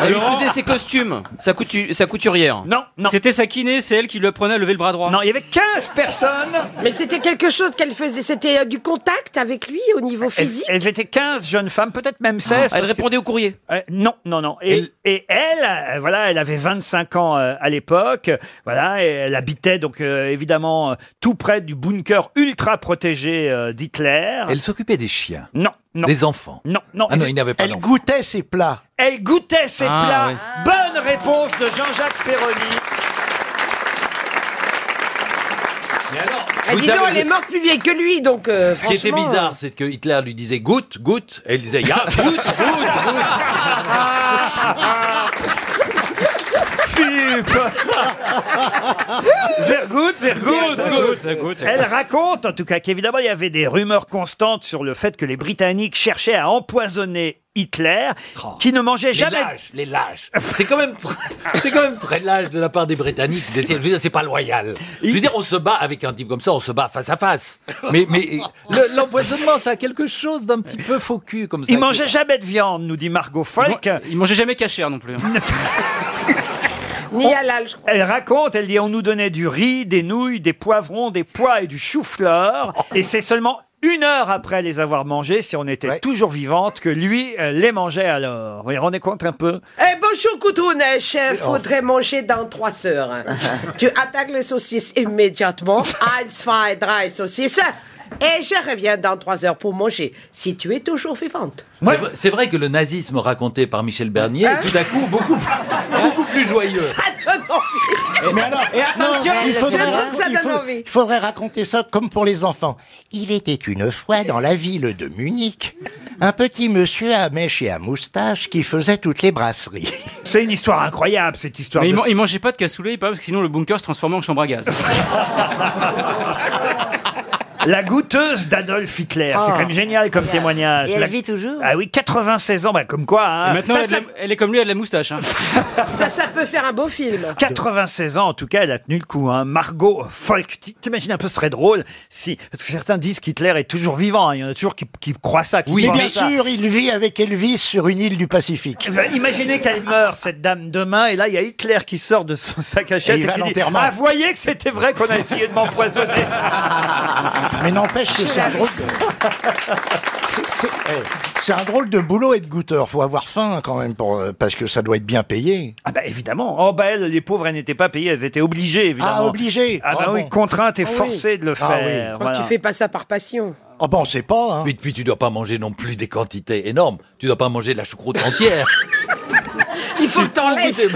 [SPEAKER 7] Elle lui Laurent faisait ses costumes, sa, coutu- sa couturière.
[SPEAKER 1] Non, non.
[SPEAKER 12] C'était sa kiné, c'est elle qui lui apprenait à lever le bras droit.
[SPEAKER 1] Non, il y avait 15 personnes.
[SPEAKER 6] Mais c'était quelque chose qu'elle faisait. C'était euh, du contact avec lui au niveau
[SPEAKER 1] Elles,
[SPEAKER 6] physique.
[SPEAKER 1] elles étaient 15 jeunes femmes, peut-être même 16.
[SPEAKER 7] Ah, Elle
[SPEAKER 1] parce que-
[SPEAKER 7] répondait au courrier.
[SPEAKER 1] Euh, non, non, non. Et et elle, euh, voilà, elle avait 25 ans euh, à l'époque. Voilà, et elle habitait donc euh, évidemment euh, tout près du bunker ultra protégé euh, d'Hitler.
[SPEAKER 7] Elle s'occupait des chiens.
[SPEAKER 1] Non, non.
[SPEAKER 7] Des enfants.
[SPEAKER 1] Non, non.
[SPEAKER 7] Ah non, il n'avait pas d'enfants.
[SPEAKER 1] goûtait ses plats. Elle goûtait ses
[SPEAKER 7] Ah,
[SPEAKER 1] plats.
[SPEAKER 7] oui.
[SPEAKER 1] Bonne réponse de Jean-Jacques Perroni.
[SPEAKER 6] Ah,
[SPEAKER 7] Vous
[SPEAKER 6] dis donc,
[SPEAKER 7] avez-
[SPEAKER 6] elle est morte plus vieille que lui, donc. euh,
[SPEAKER 7] Ce qui était
[SPEAKER 6] franchement,
[SPEAKER 7] bizarre, c'est que Hitler lui disait goutte, goutte, et elle disait ah, ya, goutte, goutte, goutte.
[SPEAKER 1] Philippe *laughs* Zergout, Zergout,
[SPEAKER 12] Zergout, Zergout.
[SPEAKER 1] Elle raconte en tout cas qu'évidemment il y avait des rumeurs constantes sur le fait que les Britanniques cherchaient à empoisonner Hitler, qui ne mangeait
[SPEAKER 7] Oh. Les
[SPEAKER 1] jamais.
[SPEAKER 7] lâches, les lâches. C'est quand même très, *laughs* c'est quand même très lâche de la part des Britanniques. d'essayer- Je veux dire, c'est pas loyal. Je veux dire, on se bat avec un type comme ça, on se bat face à face. Mais, mais le- l'empoisonnement, ça a quelque chose d'un petit peu faux cul comme ça.
[SPEAKER 1] Il mangeait jamais de viande, nous dit Margot Folk.
[SPEAKER 12] Il mangeait jamais cachère non plus. hein.
[SPEAKER 1] *laughs*
[SPEAKER 6] Ni halal, je crois.
[SPEAKER 1] Elle raconte, elle dit on nous donnait du riz, des nouilles, des poivrons, des pois et du chou-fleur. Et c'est seulement une heure après les avoir mangés, si on était toujours vivante, que lui euh, les mangeait alors. Vous vous rendez compte un peu
[SPEAKER 6] Eh bonjour Coutrounet, chef,
[SPEAKER 24] oh.
[SPEAKER 6] faudrait manger dans trois heures. hein.
[SPEAKER 24] *laughs*
[SPEAKER 6] tu attaques les saucisses immédiatement. 1, 2, 3 saucisses. Et je reviens dans trois heures pour manger, si tu es toujours vivante. *laughs*
[SPEAKER 7] C'est vrai- C'est vrai que le nazisme raconté par Michel Bernier est tout d'un coup beaucoup, beaucoup plus joyeux.
[SPEAKER 6] Ça donne envie.
[SPEAKER 16] Et attention,
[SPEAKER 6] il
[SPEAKER 16] il faudrait,
[SPEAKER 6] trouve que ça
[SPEAKER 16] il
[SPEAKER 6] donne
[SPEAKER 16] faut-
[SPEAKER 6] envie.
[SPEAKER 16] il faudrait raconter ça comme pour les enfants. Il était une fois dans la ville de Munich un petit monsieur à mèche et à moustache qui faisait toutes les brasseries.
[SPEAKER 1] C'est une histoire incroyable, cette histoire.
[SPEAKER 12] Mais il,
[SPEAKER 16] de-
[SPEAKER 12] man- il mangeait pas de cassoulet, pas parce que sinon le bunker se transformait en chambre à
[SPEAKER 1] *laughs*
[SPEAKER 12] gaz.
[SPEAKER 1] La goûteuse d'Adolf Hitler, c'est
[SPEAKER 12] Ah.
[SPEAKER 1] quand même génial comme
[SPEAKER 12] Et elle-
[SPEAKER 1] témoignage.
[SPEAKER 12] et elle
[SPEAKER 1] La-
[SPEAKER 12] vit toujours
[SPEAKER 1] Ah oui, 96 ans, bah, comme quoi. hein.
[SPEAKER 27] Ah.
[SPEAKER 12] Et maintenant, elle, a de la- elle est comme lui, elle a de la moustache. hein.
[SPEAKER 6] Ça, ça peut faire un beau film.
[SPEAKER 1] 96 ans, en tout cas, elle a tenu le coup. Hein. Margot Folk, T- t'imagines un peu, ce serait drôle si. Parce que certains disent qu'Hitler est toujours vivant. hein. Il y en a toujours qui, qui croient ça. Qui
[SPEAKER 16] Oui,
[SPEAKER 1] pensent
[SPEAKER 16] bien
[SPEAKER 1] ça.
[SPEAKER 16] sûr, il vit avec Elvis sur une île du Pacifique.
[SPEAKER 1] Eh ben, imaginez qu'elle meurt, cette dame, demain, et là, il y a Hitler qui sort de son, sa cachette
[SPEAKER 16] Et il
[SPEAKER 1] et,
[SPEAKER 16] va à
[SPEAKER 1] qui dit
[SPEAKER 16] l'enterrement.
[SPEAKER 1] Ah, voyez que c'était vrai qu'on a essayé de m'empoisonner.
[SPEAKER 24] *laughs* Mais n'empêche que c'est un drôle de... C'est- c'est- eh, C'est un drôle de boulot être goûteur. Faut avoir faim quand même pour, euh, parce que ça doit être bien payé.
[SPEAKER 1] Ah bah évidemment. Oh bah elles, les pauvres, elles n'étaient pas payées, elles étaient obligées évidemment.
[SPEAKER 24] Ah, obligées.
[SPEAKER 1] Ah bah
[SPEAKER 24] Ah
[SPEAKER 1] oui,
[SPEAKER 24] bon.
[SPEAKER 1] contrainte et
[SPEAKER 24] Ah oui.
[SPEAKER 1] forcée de le
[SPEAKER 24] Ah oui.
[SPEAKER 1] faire.
[SPEAKER 6] Quand
[SPEAKER 1] voilà.
[SPEAKER 6] tu fais pas ça par passion.
[SPEAKER 24] Ah ben on sait pas.
[SPEAKER 3] Et puis tu dois pas manger non plus des quantités énormes. Tu dois pas manger de la choucroute entière.
[SPEAKER 6] Il faut que t'en laisses.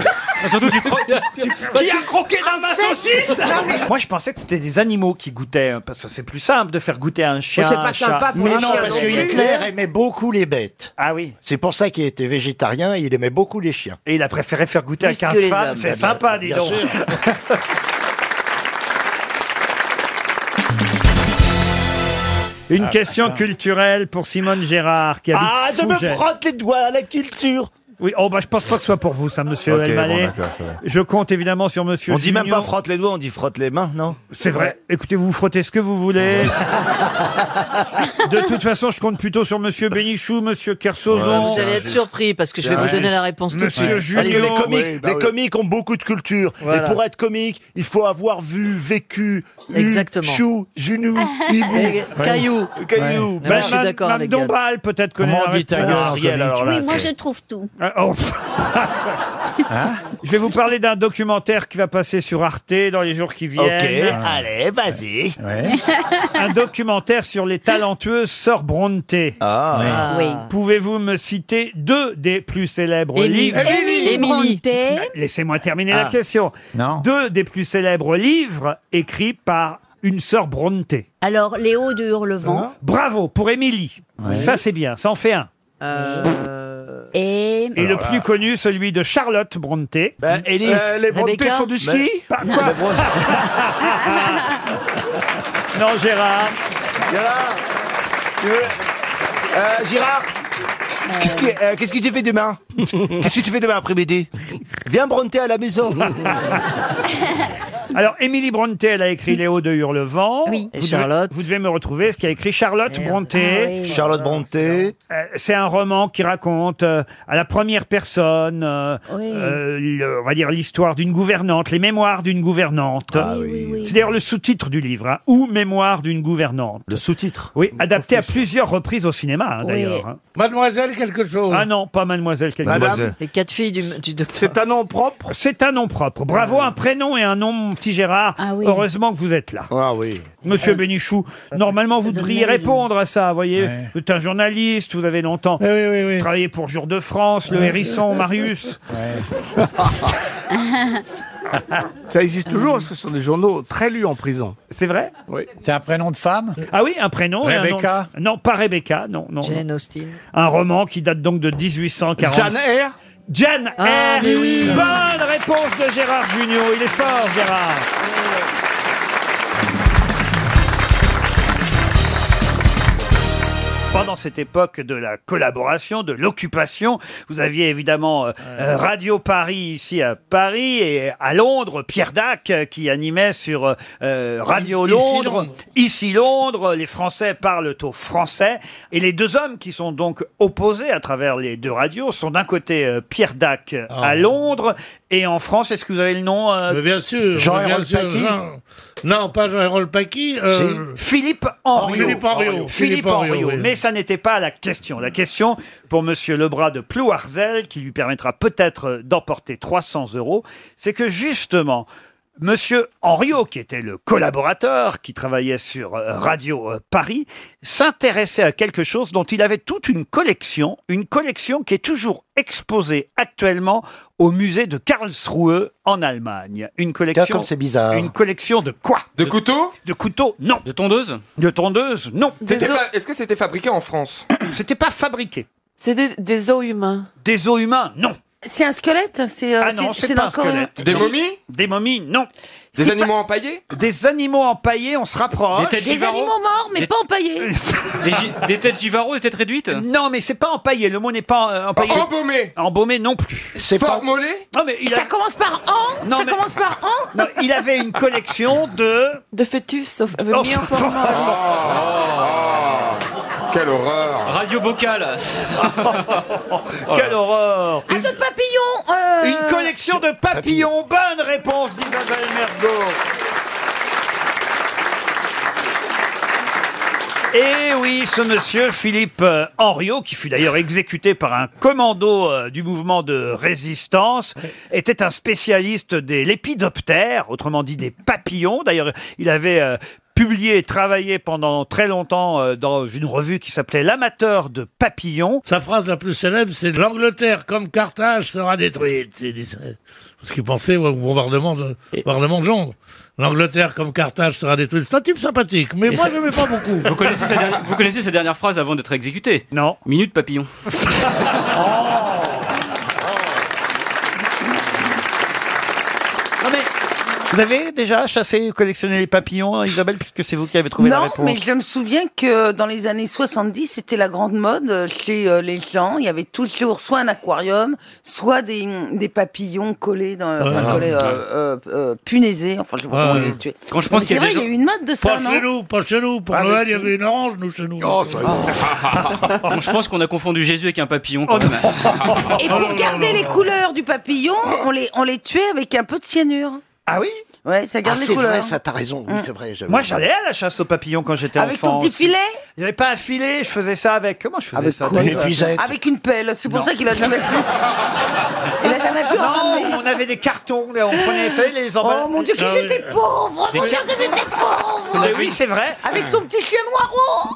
[SPEAKER 1] Surtout
[SPEAKER 6] *laughs*
[SPEAKER 1] du
[SPEAKER 6] Qui a croqué dans ma saucisse
[SPEAKER 1] Moi, je pensais que c'était des animaux qui goûtaient, hein, parce que c'est plus simple de faire goûter un chien.
[SPEAKER 24] Oh, c'est
[SPEAKER 1] un
[SPEAKER 24] pas
[SPEAKER 1] chat.
[SPEAKER 24] sympa pour Mais un non, chien parce non que plus. Hitler aimait beaucoup les bêtes.
[SPEAKER 1] Ah oui.
[SPEAKER 24] C'est pour ça qu'il était végétarien et il aimait beaucoup les chiens.
[SPEAKER 1] Et il a préféré faire goûter à
[SPEAKER 24] Plus que
[SPEAKER 1] 15
[SPEAKER 24] les
[SPEAKER 1] femmes,
[SPEAKER 24] hommes,
[SPEAKER 1] c'est
[SPEAKER 24] bah,
[SPEAKER 1] sympa,
[SPEAKER 24] bien
[SPEAKER 1] dis donc.
[SPEAKER 24] sûr.
[SPEAKER 1] Une question culturelle pour Simone Gérard qui habite
[SPEAKER 12] Ah, de me
[SPEAKER 1] Fougères.
[SPEAKER 12] frotte les doigts à la culture.
[SPEAKER 1] Oui, oh bah je pense pas que ce soit pour vous, ça, monsieur
[SPEAKER 12] Ok,
[SPEAKER 1] Elmaleh.
[SPEAKER 12] bon, d'accord, ça va.
[SPEAKER 1] je compte évidemment sur monsieur.
[SPEAKER 12] On dit même
[SPEAKER 1] Junior.
[SPEAKER 12] pas frotte les doigts, on dit frotte les mains, non
[SPEAKER 1] C'est vrai. Écoutez, vous frottez ce que vous voulez. *laughs* De toute façon, je compte plutôt sur Monsieur Bénichou, Monsieur Kersozon.
[SPEAKER 8] vous allez être surpris parce que je vais
[SPEAKER 1] Ouais.
[SPEAKER 8] vous donner la réponse tout de suite.
[SPEAKER 1] Monsieur
[SPEAKER 8] Allez,
[SPEAKER 1] Julien.
[SPEAKER 8] c'est
[SPEAKER 12] les comiques,
[SPEAKER 8] Oui, bah
[SPEAKER 12] les
[SPEAKER 8] oui.
[SPEAKER 12] comiques ont beaucoup de culture.
[SPEAKER 8] Voilà.
[SPEAKER 12] Et pour être comique, il faut avoir vu, vécu, eu,
[SPEAKER 8] Exactement.
[SPEAKER 12] chou, genou,
[SPEAKER 8] *laughs*
[SPEAKER 12] hibou,
[SPEAKER 8] Ouais. Caillou.
[SPEAKER 12] caillou.
[SPEAKER 8] Ouais. Moi, je suis
[SPEAKER 1] Madame-
[SPEAKER 8] d'accord
[SPEAKER 1] Madame
[SPEAKER 8] avec Gad.
[SPEAKER 1] Dombal, peut-être que
[SPEAKER 12] Comment on dit ta gueule, Ariel, alors là, Oui, moi,
[SPEAKER 11] Je trouve tout.
[SPEAKER 12] Hein
[SPEAKER 1] Je vais vous parler d'un documentaire qui va passer sur Arte dans les jours qui viennent.
[SPEAKER 12] Ok, Ah, allez, vas-y.
[SPEAKER 1] Un documentaire sur les talentueuses sœurs Bronte.
[SPEAKER 8] Ah. Oui.
[SPEAKER 1] Pouvez-vous me citer deux des plus célèbres
[SPEAKER 8] Émilie.
[SPEAKER 1] livres
[SPEAKER 8] Émilie. Émilie.
[SPEAKER 1] Ah, Laissez-moi terminer la
[SPEAKER 8] Ah.
[SPEAKER 1] question. Deux des plus célèbres livres écrits par une sœur Bronte.
[SPEAKER 11] Alors, Léo de Hurlevent.
[SPEAKER 1] Bravo pour Émilie.
[SPEAKER 11] Ouais.
[SPEAKER 1] Ça c'est bien, ça en fait un.
[SPEAKER 11] Euh, Et.
[SPEAKER 1] Et le plus connu, celui de Charlotte Bronte.
[SPEAKER 11] Ellie. Euh, les Brontë Rebecca. font du ski
[SPEAKER 1] Bah, quoi Non, Gérard.
[SPEAKER 12] Gérard, tu veux- Euh, Gérard, qu'est-ce que, euh, qu'est-ce que tu fais demain *laughs* Qu'est-ce que tu fais demain après-midi Viens bronter à la maison.
[SPEAKER 1] Alors, Émilie Bronte, elle a écrit Léo de Hurlevent. Oui.
[SPEAKER 8] Et
[SPEAKER 1] Vous
[SPEAKER 8] Charlotte.
[SPEAKER 1] Devez, vous devez me retrouver ce qu'a écrit Charlotte Bronte.
[SPEAKER 12] Charlotte Bronté.
[SPEAKER 1] Euh, C'est un roman qui raconte euh, à la première personne, euh,
[SPEAKER 11] Oui.
[SPEAKER 1] euh, le- on va dire l'histoire d'une gouvernante, les mémoires d'une gouvernante.
[SPEAKER 12] Ah
[SPEAKER 1] C'est d'ailleurs le sous-titre du livre, hein, ou Mémoires d'une gouvernante. Le sous-titre. Oui, adapté à plusieurs reprises au cinéma hein,
[SPEAKER 8] Oui.
[SPEAKER 1] d'ailleurs. Mademoiselle quelque chose. Ah non, pas Mademoiselle quelque chose.
[SPEAKER 8] Les quatre filles du, du docteur.
[SPEAKER 1] C'est un nom propre C'est un nom propre. Bravo, un prénom et un nom, mon petit Gérard.
[SPEAKER 8] Ah
[SPEAKER 1] Heureusement que vous êtes là.
[SPEAKER 12] Ah
[SPEAKER 1] *laughs*
[SPEAKER 12] oui.
[SPEAKER 8] Euh,
[SPEAKER 1] Monsieur Bénichou, normalement vous devriez répondre à ça, voyez. Vous êtes un journaliste, vous avez longtemps travaillé pour Jour de France, Le Hérisson, Marius.
[SPEAKER 28] Ça existe toujours, ce sont des journaux très lus en prison.
[SPEAKER 1] C'est vrai
[SPEAKER 28] Oui.
[SPEAKER 1] C'est un prénom de femme Ah oui, un prénom. et un nom de-
[SPEAKER 28] Rebecca
[SPEAKER 1] Non, pas Rebecca, non, non. non.
[SPEAKER 8] Jane Austen.
[SPEAKER 1] Un roman qui date donc de 1840.
[SPEAKER 28] Jane Eyre
[SPEAKER 1] Jane
[SPEAKER 8] Ah,
[SPEAKER 1] Eyre.
[SPEAKER 8] mais oui.
[SPEAKER 1] Bonne réponse de Gérard Junior. Il est fort, Gérard. Pendant cette époque de la collaboration, de l'occupation, vous aviez évidemment euh, euh, Radio Paris ici à Paris et à Londres, Pierre Dac euh, qui animait sur euh, euh, Radio
[SPEAKER 28] Ici,
[SPEAKER 1] Londres.
[SPEAKER 28] Londres.
[SPEAKER 1] Ici Londres, les Français parlent au français. Et les deux hommes qui sont donc opposés à travers les deux radios sont d'un côté euh, Pierre Dac euh, à Londres et en France, est-ce que vous avez le nom euh,
[SPEAKER 4] Ah. Mais bien sûr. mais bien
[SPEAKER 1] Jean-Hérol
[SPEAKER 4] sûr,
[SPEAKER 1] Paqui
[SPEAKER 4] Jean- Non, pas Jean-Hérol Paqui. euh,
[SPEAKER 1] Philippe Henriot.
[SPEAKER 4] Philippe Henriot.
[SPEAKER 1] Philippe Henriot.
[SPEAKER 4] Henriot, oui.
[SPEAKER 1] Mais ça n'était pas la question. La question pour Monsieur Lebras de Plouarzel, qui lui permettra peut-être euh, d'emporter 300 euros, c'est que justement, Monsieur Henriot, qui était le collaborateur, qui travaillait sur euh, Radio euh, Paris, s'intéressait à quelque chose dont il avait toute une collection, une collection qui est toujours exposée actuellement au musée de Karlsruhe en Allemagne. Une collection.
[SPEAKER 24] comme c'est bizarre.
[SPEAKER 1] Une collection de quoi De couteaux De couteaux, non. De tondeuses De tondeuses, non.
[SPEAKER 14] C'était fa- Est-ce que c'était fabriqué en France
[SPEAKER 1] *coughs* C'était pas fabriqué.
[SPEAKER 11] C'est des, des os humains.
[SPEAKER 1] Des os humains, non.
[SPEAKER 11] C'est un squelette C'est euh,
[SPEAKER 1] Ah non, c'est pas un
[SPEAKER 11] encore une-
[SPEAKER 1] squelette. Des momies, non.
[SPEAKER 11] Des C'est animaux pas-
[SPEAKER 1] empaillés Des animaux empaillés, on se rapproche.
[SPEAKER 11] Des, animaux morts, mais pas
[SPEAKER 1] *laughs*
[SPEAKER 11] empaillés.
[SPEAKER 2] Des, gi- des têtes Givaro, des têtes réduites
[SPEAKER 1] Non, mais c'est pas empaillé. Le mot n'est pas euh, empaillé. Embaumé. Embaumé non plus. C'est
[SPEAKER 14] Formolé
[SPEAKER 1] Non, mais il a-
[SPEAKER 11] Ça commence par an
[SPEAKER 1] Non,
[SPEAKER 11] Ça
[SPEAKER 1] mais-
[SPEAKER 11] commence par an
[SPEAKER 1] Non, il avait une collection de.
[SPEAKER 11] De fœtus, sauf euh,
[SPEAKER 1] Oh, mis en *laughs*
[SPEAKER 14] Ah. Quelle horreur
[SPEAKER 2] Radio Bocal.
[SPEAKER 1] *laughs* Quelle horreur
[SPEAKER 11] Ah, de papillons euh,
[SPEAKER 1] Une collection de papillons. Bonne réponse d'Isabelle Mergo. Et Eh oui, ce monsieur Philippe euh, Henriot, qui fut d'ailleurs exécuté par un commando euh, du mouvement de résistance, était un spécialiste des lépidoptères, autrement dit des papillons. D'ailleurs, il avait euh, publié et travaillé pendant très longtemps euh, dans une revue qui s'appelait L'amateur de papillons.
[SPEAKER 4] Sa phrase la plus célèbre, c'est l'Angleterre comme Carthage sera détruite. C'est dit ça. Parce qu'il pensait au bombardement de, bombardement de Londres. L'Angleterre comme Carthage sera détruite. C'est un type sympathique, mais
[SPEAKER 2] Et
[SPEAKER 4] moi
[SPEAKER 2] ça-
[SPEAKER 4] je n'aimais pas beaucoup.
[SPEAKER 2] Vous connaissez, sa dernière, vous connaissez sa dernière phrase avant d'être exécuté
[SPEAKER 1] Non.
[SPEAKER 2] Minute papillon.
[SPEAKER 1] Vous avez déjà chassé ou collectionné les papillons, Isabelle, puisque c'est vous qui avez trouvé la
[SPEAKER 11] Non,
[SPEAKER 1] réponse
[SPEAKER 11] mais je me souviens que euh, dans les années 70, c'était la grande mode euh, chez euh, les gens. Il y avait toujours soit un aquarium, soit des, mm, des papillons collés, dans,
[SPEAKER 9] Ah.
[SPEAKER 11] enfin,
[SPEAKER 4] Ouais.
[SPEAKER 11] collés, euh, euh, euh, punaisés. Enfin, je sais pas comment
[SPEAKER 4] Ouais.
[SPEAKER 11] il est tué.
[SPEAKER 4] Quand je pense
[SPEAKER 11] Mais
[SPEAKER 4] qu'il y a
[SPEAKER 11] c'est
[SPEAKER 4] des
[SPEAKER 11] vrai, il y a eu une mode de ça,
[SPEAKER 4] Pas
[SPEAKER 11] non
[SPEAKER 4] chez nous, pas chez nous. Pour
[SPEAKER 11] Ah, mais
[SPEAKER 4] Noël, il y
[SPEAKER 11] si. Oh,
[SPEAKER 4] avait une orange, nous, chez
[SPEAKER 2] *laughs*
[SPEAKER 4] nous.
[SPEAKER 2] Bon, je pense qu'on a confondu Jésus avec un papillon quand
[SPEAKER 1] Oh,
[SPEAKER 2] même.
[SPEAKER 11] Et pour garder les couleurs du papillon, on les, on les tuait avec un peu de cyanure.
[SPEAKER 1] Ah oui
[SPEAKER 11] Ouais, ça garde
[SPEAKER 24] Ah,
[SPEAKER 11] les
[SPEAKER 24] c'est
[SPEAKER 11] couleurs.
[SPEAKER 24] vrai, ça, t'as raison. Oui,
[SPEAKER 11] Mm.
[SPEAKER 24] c'est vrai. j'avais
[SPEAKER 1] Moi,
[SPEAKER 24] oublié.
[SPEAKER 1] j'allais à la chasse aux papillons quand j'étais enfant.
[SPEAKER 11] Avec ton petit
[SPEAKER 1] aussi.
[SPEAKER 11] filet
[SPEAKER 1] Il n'y avait pas un filet, je faisais ça avec. Comment je faisais ça d'ailleurs
[SPEAKER 11] Avec une pelle. C'est pour
[SPEAKER 1] Non.
[SPEAKER 11] ça qu'il a jamais
[SPEAKER 1] *laughs*
[SPEAKER 11] pu. Il a jamais pu en ramener.
[SPEAKER 1] Non, Ah, on avait des cartons, là, on prenait les et les emballait.
[SPEAKER 11] Oh mon dieu,
[SPEAKER 19] Ah
[SPEAKER 11] qu'ils étaient pauvres
[SPEAKER 1] Des-
[SPEAKER 11] Mon dieu, qu'ils étaient pauvres
[SPEAKER 1] Mais Ah oui, c'est vrai.
[SPEAKER 11] Avec son petit chien noir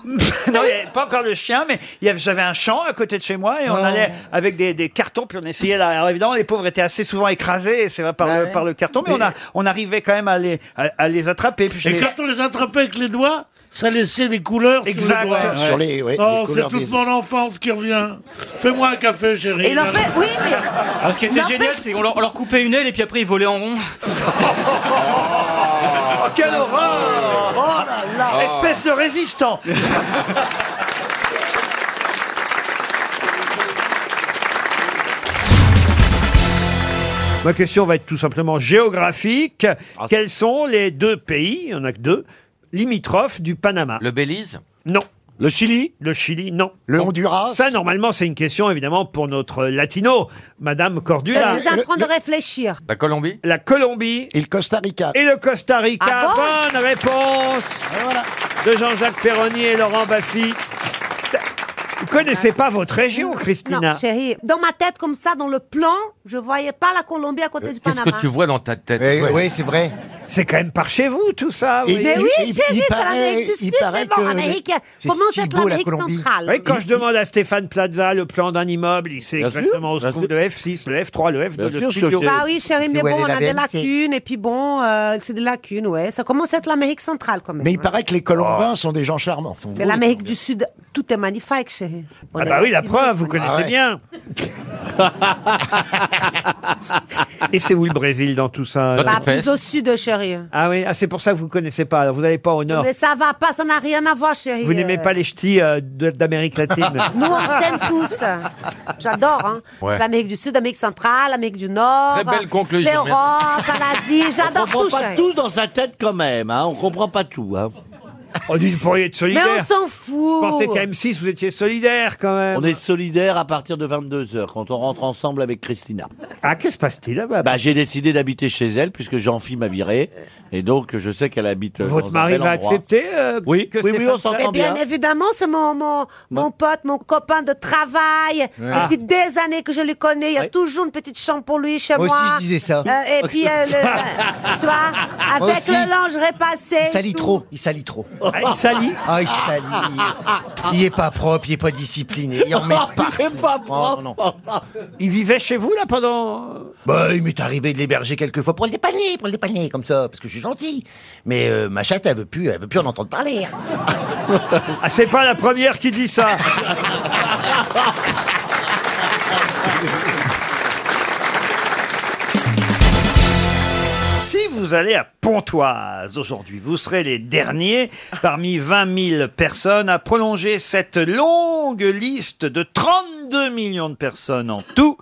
[SPEAKER 1] non, il n'y avait pas encore le chien, mais il y avait- j'avais un champ à côté de chez moi et on
[SPEAKER 11] Oh.
[SPEAKER 1] allait avec des, des cartons, puis on essayait. Là. Alors évidemment, les pauvres étaient assez souvent écrasés, c'est vrai, par,
[SPEAKER 11] Bah
[SPEAKER 1] le, par le carton, mais, On, a, on arrivait quand même à les, à, à les attraper. Puis je
[SPEAKER 4] Et
[SPEAKER 1] les-
[SPEAKER 4] quand on les attrapait avec les doigts, ça laissait des couleurs sur
[SPEAKER 1] Exact.
[SPEAKER 4] les doigts.
[SPEAKER 1] Sur les- ouais, les
[SPEAKER 4] oh, c'est
[SPEAKER 1] couleurs
[SPEAKER 4] toute
[SPEAKER 1] des-
[SPEAKER 4] mon enfance qui revient. Fais-moi un café, chérie.
[SPEAKER 11] Et il en fait, oui, mais...
[SPEAKER 2] Alors, ce qui était
[SPEAKER 11] N'empêche-
[SPEAKER 2] génial, c'est qu'on leur, on leur coupait une aile et puis après ils volaient en rond.
[SPEAKER 1] *laughs* Oh, quelle horreur *laughs* Oh là là
[SPEAKER 2] Ah.
[SPEAKER 1] Espèce de résistant Ma question va être tout simplement géographique. Quels sont les deux pays, il n'y en a que deux, limitrophes du Panama Le Belize Non. Le Chili Le Chili, non. Le Honduras Ça, normalement, c'est une question, évidemment, pour notre latino, Madame Cordula.
[SPEAKER 19] C'est en train de réfléchir.
[SPEAKER 1] La Colombie La Colombie. Et le Costa Rica. Et le Costa Rica.
[SPEAKER 19] Ah
[SPEAKER 1] Bonne réponse de Jean-Jacques Perroni et Laurent Baffy. Vous connaissez pas votre région, Christina
[SPEAKER 19] Non, chérie, dans ma tête comme ça, dans le plan, je voyais pas la Colombie à
[SPEAKER 1] Euh,
[SPEAKER 19] côté du Panama.
[SPEAKER 1] vois dans ta tête
[SPEAKER 19] Oui, oui,
[SPEAKER 1] c'est vrai. C'est quand même par chez vous, tout ça.
[SPEAKER 19] Et- Mais oui,
[SPEAKER 1] c'est
[SPEAKER 19] chérie, c'est l'Amérique du Sud, mais bon, Amérique, euh, comment c'est que l'Amérique centrale
[SPEAKER 1] Oui, quand je demande à Stéphane Plaza le plan d'un immeuble, il sait
[SPEAKER 19] Bien
[SPEAKER 1] exactement où se trouve le F6, le F3, le F2, le studio.
[SPEAKER 19] Bah oui, chérie, mais bon, on a des lacunes, et puis bon, euh, c'est des lacunes, ouais. Ça commence à être l'Amérique centrale quand même. hein.
[SPEAKER 16] Mais il paraît que les Colombains sont des gens charmants.
[SPEAKER 19] Mais l'Amérique du Sud, tout est magnifique, chérie. On
[SPEAKER 1] Ah
[SPEAKER 19] est
[SPEAKER 1] bah oui, la
[SPEAKER 19] gentiment.
[SPEAKER 1] preuve, vous connaissez bien. *laughs* Et c'est où le Brésil dans tout ça
[SPEAKER 19] Bah, plus au sud, chérie.
[SPEAKER 1] Ah oui, ah, c'est pour ça que vous connaissez pas, alors vous n'allez pas au nord.
[SPEAKER 19] Mais ça va pas, ça n'a rien à voir, chérie.
[SPEAKER 1] Vous n'aimez pas les ch'tis euh, de- d'Amérique latine
[SPEAKER 19] *laughs* Nous, on s'aime tous. J'adore, hein.
[SPEAKER 1] Ouais.
[SPEAKER 19] L'Amérique du Sud, l'Amérique centrale, l'Amérique du Nord.
[SPEAKER 1] Très belle conclusion,
[SPEAKER 19] L'Europe, l'Asie, j'adore
[SPEAKER 29] On
[SPEAKER 19] tout.
[SPEAKER 29] comprend pas
[SPEAKER 19] chérie.
[SPEAKER 29] tout dans sa tête quand même, hein. on comprend pas tout. Hein.
[SPEAKER 1] On dit pour être
[SPEAKER 19] Mais on s'en fout.
[SPEAKER 1] Je pensais qu'à M6, vous étiez solidaire quand même.
[SPEAKER 29] On est solidaire à partir de 22h quand on rentre ensemble avec Christina.
[SPEAKER 1] Ah, qu'est-ce qui se passe-t-il là-bas
[SPEAKER 29] bah, J'ai décidé d'habiter chez elle puisque Jean-Phil m'a viré et donc je sais qu'elle habite. euh,
[SPEAKER 1] Votre
[SPEAKER 29] dans un
[SPEAKER 1] mari
[SPEAKER 29] bel
[SPEAKER 1] va
[SPEAKER 29] endroit.
[SPEAKER 1] accepter euh,
[SPEAKER 29] Oui,
[SPEAKER 1] que
[SPEAKER 29] oui, oui,
[SPEAKER 1] Stéphane
[SPEAKER 29] on s'entend
[SPEAKER 19] Mais Eh bien,
[SPEAKER 29] bien.
[SPEAKER 19] évidemment, c'est mon, mon, mon pote, mon copain de travail.
[SPEAKER 16] Ouais.
[SPEAKER 19] Depuis des années que je le connais, il y a toujours une petite chambre pour lui chez
[SPEAKER 16] Moi
[SPEAKER 19] moi.
[SPEAKER 16] aussi, je disais ça.
[SPEAKER 19] Euh, et puis,
[SPEAKER 16] *laughs*
[SPEAKER 19] euh, le-
[SPEAKER 1] *laughs*
[SPEAKER 19] tu vois,
[SPEAKER 16] Moi
[SPEAKER 19] avec
[SPEAKER 16] aussi.
[SPEAKER 19] le linge repassé.
[SPEAKER 16] Il salit
[SPEAKER 19] tout.
[SPEAKER 16] trop, il salit trop.
[SPEAKER 1] Ah, il salit
[SPEAKER 16] *laughs* Ah, il salit. Il est pas propre, il est pas discipliné. Il en
[SPEAKER 1] *laughs*
[SPEAKER 16] met pas.
[SPEAKER 19] Il est pas
[SPEAKER 16] propre. non.
[SPEAKER 1] Il vivait chez vous là pendant. euh
[SPEAKER 16] Bah, il m'est arrivé de l'héberger quelques fois pour le dépanner, pour le dépanner comme ça, parce que je suis gentil. Mais euh, ma chatte, elle veut plus, elle veut plus en entendre parler.
[SPEAKER 1] Ah, c'est pas la première qui
[SPEAKER 24] *laughs*
[SPEAKER 1] dit ça. Si vous allez à Pontoise aujourd'hui, vous serez les derniers parmi 20 000 personnes à prolonger cette longue liste de 32 millions de personnes en tout.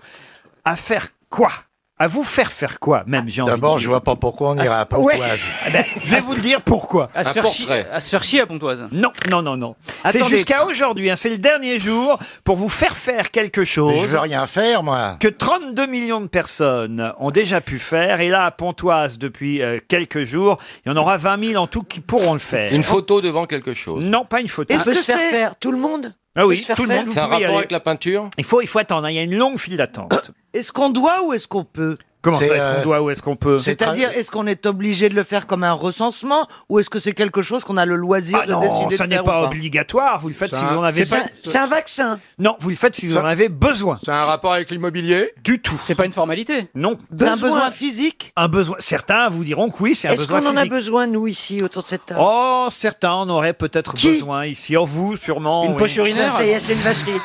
[SPEAKER 1] À faire quoi à vous faire faire quoi, même, j'ai envie
[SPEAKER 24] D'abord, je vois pas pourquoi on ira
[SPEAKER 1] Ah,
[SPEAKER 24] à Pontoise.
[SPEAKER 1] Eh ben, je vais vous le dire pourquoi.
[SPEAKER 2] À se, faire chier, à se faire chier à Pontoise.
[SPEAKER 1] Non, non, non, non. C'est
[SPEAKER 2] Attendez.
[SPEAKER 1] jusqu'à aujourd'hui, hein, c'est le dernier jour pour vous faire faire quelque chose.
[SPEAKER 24] Mais je veux rien faire, moi.
[SPEAKER 1] Que 32 millions de personnes ont déjà pu faire, et là, à Pontoise, depuis euh, quelques jours, il y en aura 20 000 en tout qui pourront le faire.
[SPEAKER 15] Une photo devant quelque chose.
[SPEAKER 1] Non, pas une photo.
[SPEAKER 15] Est-ce On peut que se faire c'est-
[SPEAKER 6] faire tout le monde
[SPEAKER 1] Ah oui, tout le monde. vous
[SPEAKER 15] C'est un
[SPEAKER 1] pouvez y
[SPEAKER 15] rapport
[SPEAKER 1] aller.
[SPEAKER 15] avec la peinture
[SPEAKER 1] Il faut, il faut attendre, hein, il y a une longue file d'attente. euh,
[SPEAKER 9] Est-ce qu'on doit ou est-ce qu'on peut
[SPEAKER 1] *coughs* Comment ça, est-ce
[SPEAKER 12] euh,
[SPEAKER 1] qu'on doit ou est-ce qu'on peut
[SPEAKER 9] C'est-à-dire, est-ce qu'on est obligé de le faire comme un recensement ou est-ce que c'est quelque chose qu'on a le loisir
[SPEAKER 1] Ah
[SPEAKER 9] de
[SPEAKER 1] non,
[SPEAKER 9] décider
[SPEAKER 1] ça
[SPEAKER 9] de
[SPEAKER 1] n'est
[SPEAKER 9] faire
[SPEAKER 1] pas
[SPEAKER 9] ou
[SPEAKER 1] obligatoire. Vous le faites si vous en avez. pas-
[SPEAKER 9] vaccin.
[SPEAKER 1] Non, vous le faites si vous en avez besoin. C'est un rapport avec l'immobilier Du tout.
[SPEAKER 2] C'est pas une formalité
[SPEAKER 1] Non.
[SPEAKER 9] C'est un besoin physique
[SPEAKER 1] Un besoin. Certains vous diront que oui, c'est un
[SPEAKER 9] Est-ce
[SPEAKER 1] besoin
[SPEAKER 9] qu'on en a
[SPEAKER 1] physique.
[SPEAKER 6] besoin, nous, ici, autour de cette table
[SPEAKER 1] Oh, certains en auraient peut-être besoin ici. En vous, sûrement.
[SPEAKER 2] Une
[SPEAKER 1] Oh, oui.
[SPEAKER 2] poche urinaire
[SPEAKER 6] Ça y est, c'est une vacherie.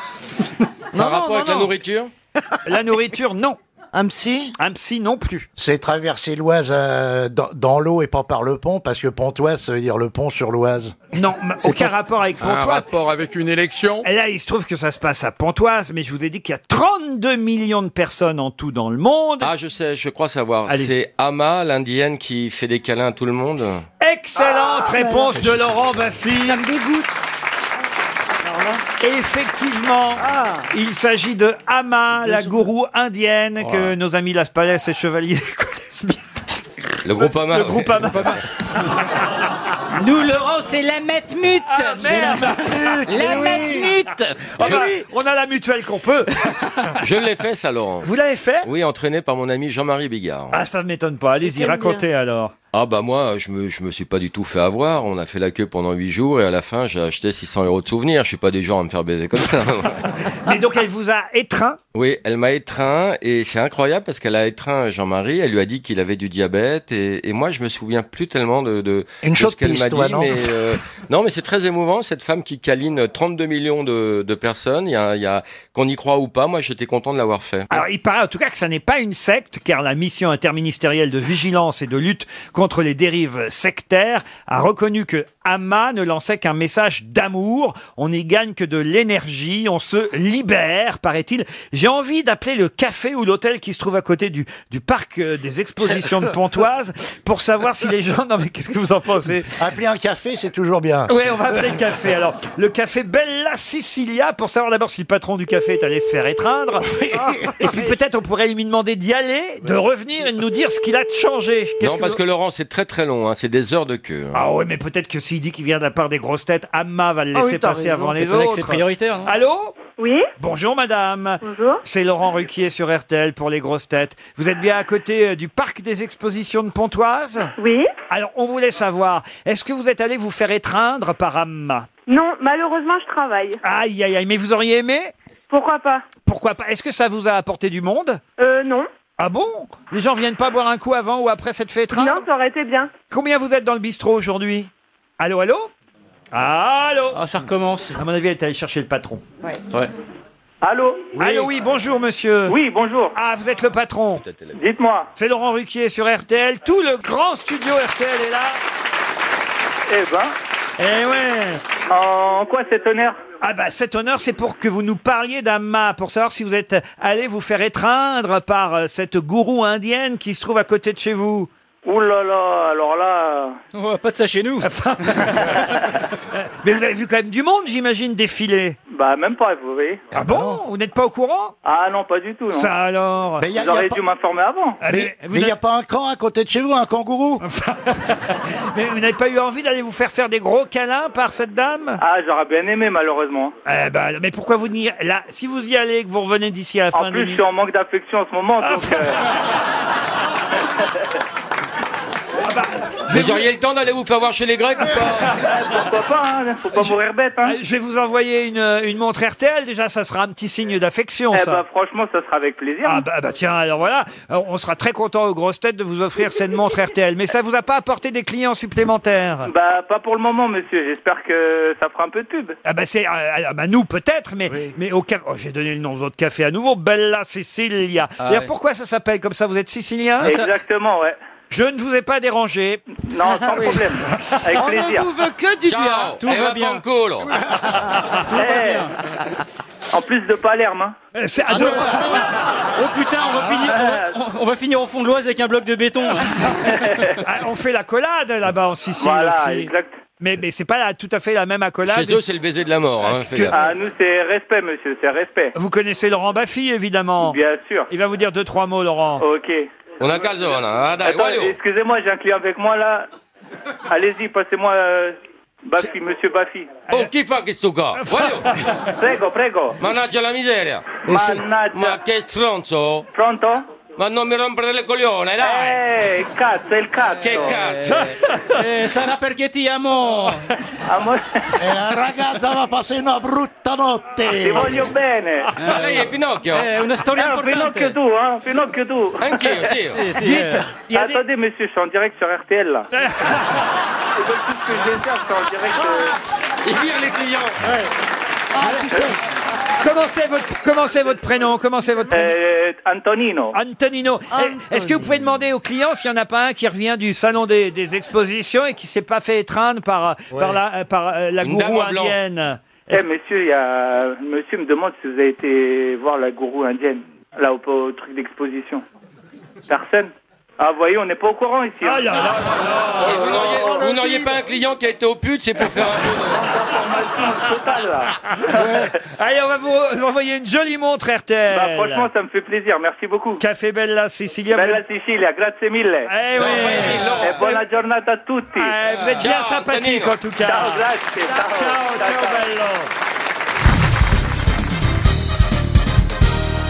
[SPEAKER 15] C'est un rapport avec la nourriture
[SPEAKER 1] La nourriture, non.
[SPEAKER 9] Un psy
[SPEAKER 1] Un psy, non plus.
[SPEAKER 24] C'est traverser l'Oise euh, dans, dans l'eau et pas par le pont, parce que Pontoise, ça veut dire le pont sur l'Oise.
[SPEAKER 1] Non, ma- aucun rapport avec
[SPEAKER 24] Un
[SPEAKER 1] Pontoise. rapport avec une élection. Là, il se trouve que ça se passe à Pontoise, mais je vous ai dit qu'il y a 32 millions de personnes en tout dans le monde.
[SPEAKER 15] Ah, je sais, je crois savoir.
[SPEAKER 1] Allez.
[SPEAKER 15] C'est Ama, l'indienne qui fait des câlins à tout le monde.
[SPEAKER 1] Excellente
[SPEAKER 2] Ah,
[SPEAKER 15] là là.
[SPEAKER 1] réponse de Laurent Baffy. Ça me dégoûte. Effectivement,
[SPEAKER 2] Ah.
[SPEAKER 1] il s'agit de Ama, la gourou indienne que
[SPEAKER 29] Oh
[SPEAKER 15] Voilà.
[SPEAKER 1] nos amis Las Palais et Chevalier *laughs* connaissent bien.
[SPEAKER 15] Le groupe Ama.
[SPEAKER 1] Le groupe Ama.
[SPEAKER 22] Nous, Laurent, c'est la mette mute. La
[SPEAKER 1] Eh
[SPEAKER 22] mette mute.
[SPEAKER 1] Ah bah, On a la mutuelle qu'on peut.
[SPEAKER 15] *laughs* Je l'ai fait, ça, Laurent.
[SPEAKER 1] Vous l'avez fait
[SPEAKER 15] Oui, entraîné par mon ami Jean-Marie Bigard.
[SPEAKER 1] Ah, ça ne m'étonne pas. Allez-y,
[SPEAKER 15] J'aime
[SPEAKER 1] racontez
[SPEAKER 15] bien.
[SPEAKER 1] alors.
[SPEAKER 15] Ah bah moi, je me, je me suis pas du tout fait avoir. On a fait la queue pendant 8 jours et à la fin, j'ai acheté 600 euros de souvenirs. Je suis pas des gens à me faire baiser comme
[SPEAKER 1] *laughs*
[SPEAKER 15] ça.
[SPEAKER 1] Mais donc, elle vous a étreint
[SPEAKER 15] oui, elle m'a étreint et c'est incroyable parce qu'elle a étreint Jean-Marie. Elle lui a dit qu'il avait du diabète et, et moi, je me souviens plus tellement de, de,
[SPEAKER 24] Une
[SPEAKER 15] de
[SPEAKER 24] chaude
[SPEAKER 15] ce qu'elle m'a
[SPEAKER 24] piste,
[SPEAKER 15] dit.
[SPEAKER 24] toi, non
[SPEAKER 15] mais
[SPEAKER 1] *laughs*
[SPEAKER 15] euh, non, mais c'est très émouvant cette femme qui câline 32 millions de, de personnes. Il y a, il y a qu'on y croit ou pas. Moi, j'étais content de l'avoir fait.
[SPEAKER 1] Alors, il paraît en tout cas que ça n'est pas une secte, car la mission interministérielle de vigilance et de lutte contre les dérives sectaires a reconnu que Hama ne lançait qu'un message d'amour. On n'y gagne que de l'énergie, on se libère, paraît-il. J'ai envie d'appeler le café ou l'hôtel qui se trouve à côté du, du parc euh, des expositions de Pontoise pour savoir si les gens. Non, mais qu'est-ce que vous en pensez
[SPEAKER 24] *laughs* Appeler un café, c'est toujours
[SPEAKER 15] Ah.
[SPEAKER 24] bien.
[SPEAKER 1] Oui, on va appeler le café. Alors, le café Bella Sicilia, pour savoir d'abord si le patron du café est allé se faire étreindre. Et
[SPEAKER 15] Ah.
[SPEAKER 1] puis peut-être on pourrait lui demander d'y aller, de revenir et de nous dire ce qu'il a de changé. Qu'est-ce
[SPEAKER 15] Non, parce
[SPEAKER 1] vous-
[SPEAKER 15] que Laurent, c'est très très long. hein. C'est des heures de queue. hein.
[SPEAKER 1] Ah ouais, mais peut-être que s'il dit qu'il vient de la part des grosses têtes, Amma va le
[SPEAKER 15] Ah
[SPEAKER 1] laisser
[SPEAKER 15] oui, t'as
[SPEAKER 1] passer
[SPEAKER 15] raison.
[SPEAKER 1] avant les
[SPEAKER 15] Peut-être que
[SPEAKER 1] autres.
[SPEAKER 15] c'est
[SPEAKER 2] prioritaire, non
[SPEAKER 1] Allô
[SPEAKER 27] Oui
[SPEAKER 1] Bonjour madame.
[SPEAKER 27] Bonjour.
[SPEAKER 1] C'est Laurent Ruquier sur RTL pour les grosses têtes. Vous êtes bien à côté euh, du parc des expositions de Pontoise
[SPEAKER 27] Oui.
[SPEAKER 1] Alors on voulait savoir, est-ce que vous êtes allé vous faire étreindre par Amma
[SPEAKER 27] Non, malheureusement, je travaille.
[SPEAKER 1] Aïe, aïe, aïe, mais vous auriez aimé
[SPEAKER 27] Pourquoi pas
[SPEAKER 1] Pourquoi pas Est-ce que ça vous a apporté du monde
[SPEAKER 27] Euh, non.
[SPEAKER 1] Ah bon Les gens viennent pas boire un coup avant ou après cette fête
[SPEAKER 27] Non, ça aurait été bien.
[SPEAKER 1] Combien vous êtes dans le bistrot aujourd'hui Allô, allô Allô Ah, ça recommence. À mon avis, elle est allée chercher le patron.
[SPEAKER 27] Ouais.
[SPEAKER 15] Ouais.
[SPEAKER 27] Allô
[SPEAKER 1] Allô, oui, bonjour, monsieur.
[SPEAKER 27] Oui, bonjour.
[SPEAKER 1] Ah, vous êtes le patron.
[SPEAKER 27] Dites-moi.
[SPEAKER 1] C'est Laurent Ruquier sur RTL. Tout le grand studio RTL est là.
[SPEAKER 27] Eh ben
[SPEAKER 1] Eh ouais
[SPEAKER 27] En quoi cet honneur
[SPEAKER 1] Ah bah cet honneur c'est pour que vous nous parliez d'Amma, pour savoir si vous êtes allé vous faire étreindre par euh, cette gourou indienne qui se trouve à côté de chez vous.
[SPEAKER 27] Ouh là là, alors là...
[SPEAKER 1] pas de ça chez nous *laughs* Mais vous avez vu quand même du monde j'imagine défiler
[SPEAKER 27] Bah, même pas, vous voyez.
[SPEAKER 1] Ah bon Vous n'êtes pas au courant
[SPEAKER 27] Ah non, pas du tout, non.
[SPEAKER 1] Ça alors
[SPEAKER 27] Vous auriez dû m'informer avant.
[SPEAKER 1] Ah, mais vous
[SPEAKER 24] Mais il n'y
[SPEAKER 1] n'avez-
[SPEAKER 24] a pas un camp à côté de chez vous, un
[SPEAKER 1] *laughs*
[SPEAKER 24] kangourou
[SPEAKER 1] mais vous n'avez pas eu envie d'aller vous faire faire des gros câlins par cette dame
[SPEAKER 27] Ah, j'aurais bien aimé, malheureusement.
[SPEAKER 1] Eh ben, mais pourquoi vous n'y... Là, si vous y allez et que vous revenez d'ici à la fin
[SPEAKER 27] En
[SPEAKER 1] de Ah,
[SPEAKER 27] plus, je suis en manque d'affection en ce moment, donc... euh,
[SPEAKER 1] *laughs*
[SPEAKER 15] Vous auriez le temps d'aller vous faire voir chez les Grecs ou *laughs* pas
[SPEAKER 27] Pourquoi pas, hein Faut pas mourir bête, hein
[SPEAKER 1] Je vais vous envoyer une, une montre RTL, déjà, ça sera un petit signe d'affection,
[SPEAKER 27] Eh
[SPEAKER 1] ça.
[SPEAKER 27] ben, franchement, ça sera avec plaisir.
[SPEAKER 1] Ah bah, bah tiens, alors voilà, Alors, on sera très content aux grosses têtes de vous offrir cette montre RTL, mais ça vous a pas apporté des clients supplémentaires
[SPEAKER 27] Bah, pas pour le moment, monsieur. J'espère que ça fera un peu de pub.
[SPEAKER 1] ah bah c'est euh, ah bah nous peut-être mais mais au ca- oh, j'ai donné le nom de votre café à nouveau Bella Sicilia.
[SPEAKER 27] Ah
[SPEAKER 1] D'ailleurs,
[SPEAKER 27] ouais.
[SPEAKER 1] pourquoi ça s'appelle comme ça Vous êtes sicilien
[SPEAKER 27] Exactement, ouais.
[SPEAKER 1] Je ne vous ai pas dérangé. Ah
[SPEAKER 27] Non, sans problème. Avec plaisir.
[SPEAKER 9] veut que du
[SPEAKER 1] Ciao.
[SPEAKER 9] bien.
[SPEAKER 12] Ah,
[SPEAKER 1] Tout va bien.
[SPEAKER 15] Banco, Laurent.
[SPEAKER 27] Eh, En plus de Palerme. hein.
[SPEAKER 12] Eh, Ah, Oh putain, on va, finir, on va- on va finir au fond de l'Oise avec un bloc de béton.
[SPEAKER 1] *laughs* Ah, on fait l'accolade là-bas en Sicile
[SPEAKER 27] Voilà,
[SPEAKER 1] aussi.
[SPEAKER 27] exact.
[SPEAKER 1] Mais, mais c'est pas la- tout à fait la même accolade.
[SPEAKER 15] Chez eux, c'est le baiser de la mort. hein, fais gaffe.
[SPEAKER 27] Ah, nous, c'est respect, monsieur, c'est respect.
[SPEAKER 1] Vous connaissez Laurent Baffy, évidemment.
[SPEAKER 27] Bien sûr.
[SPEAKER 1] Il va vous dire deux, trois mots, Laurent.
[SPEAKER 27] Ok.
[SPEAKER 15] On a Calzona. ah, dai,
[SPEAKER 27] Attends,
[SPEAKER 15] voglio.
[SPEAKER 27] excusez-moi, j'ai un client avec moi là. Allez-y, passez-moi euh, Baffy, monsieur Baffy.
[SPEAKER 15] Oh, chi fa *laughs* questo qua? Voglio.
[SPEAKER 27] Prego, prego.
[SPEAKER 15] Mannaggia la miseria.
[SPEAKER 27] Mannaggia.
[SPEAKER 15] Ma che stronzo.
[SPEAKER 27] Pronto?
[SPEAKER 15] Ma non mi rompere le coglione, dai.
[SPEAKER 27] Eh, il cazzo, il cazzo.
[SPEAKER 15] Che cazzo.
[SPEAKER 12] Eh, Sarà perché ti amo.
[SPEAKER 27] E
[SPEAKER 30] Eh, la ragazza va passando una brutta notte.
[SPEAKER 27] Ah, Ti voglio bene.
[SPEAKER 15] Ma lei è Pinocchio?
[SPEAKER 27] Eh, una storia
[SPEAKER 15] importante.
[SPEAKER 27] Pinocchio tu, hein, Pinocchio tu.
[SPEAKER 15] Anch'io, sì. Sì, sì, Dites. eh.
[SPEAKER 27] Attendez, monsieur, je suis en direct sur RTL là. Et donc, tout ce que je viens de faire, c'est en direct. euh.
[SPEAKER 12] Ah.
[SPEAKER 15] Il vire les clients.
[SPEAKER 1] Comment c'est votre, comment c'est votre prénom Comment c'est votre prénom
[SPEAKER 27] Euh, Antonino.
[SPEAKER 1] Antonino. Eh, Est-ce que vous pouvez demander aux clients s'il n'y en a pas un qui revient du salon des, des expositions et qui s'est pas fait étreindre par, euh, par la, euh, par, euh, la
[SPEAKER 27] Une dame
[SPEAKER 1] gourou
[SPEAKER 27] en blanc.
[SPEAKER 1] indienne
[SPEAKER 27] Eh, monsieur, il y a... monsieur me demande si vous avez été voir la gourou indienne, là, au, au truc d'exposition. Personne Ah, voyez, on n'est pas au courant ici. hein.
[SPEAKER 15] Et vous n'auriez- Vous n'auriez pas un client qui a été au pute, c'est pour faire un peu
[SPEAKER 1] Allez, on va vous vous envoyer une jolie montre RTL.
[SPEAKER 27] Bah, franchement, ça me fait plaisir, merci beaucoup.
[SPEAKER 1] Café Bella Sicilia.
[SPEAKER 27] Bella Sicilia, grazie mille.
[SPEAKER 1] Eh oui.
[SPEAKER 27] E buona giornata a tutti.
[SPEAKER 1] Eh, vous êtes bien sympathique en tout cas.
[SPEAKER 27] Ciao, grazie. Ciao,
[SPEAKER 1] ciao,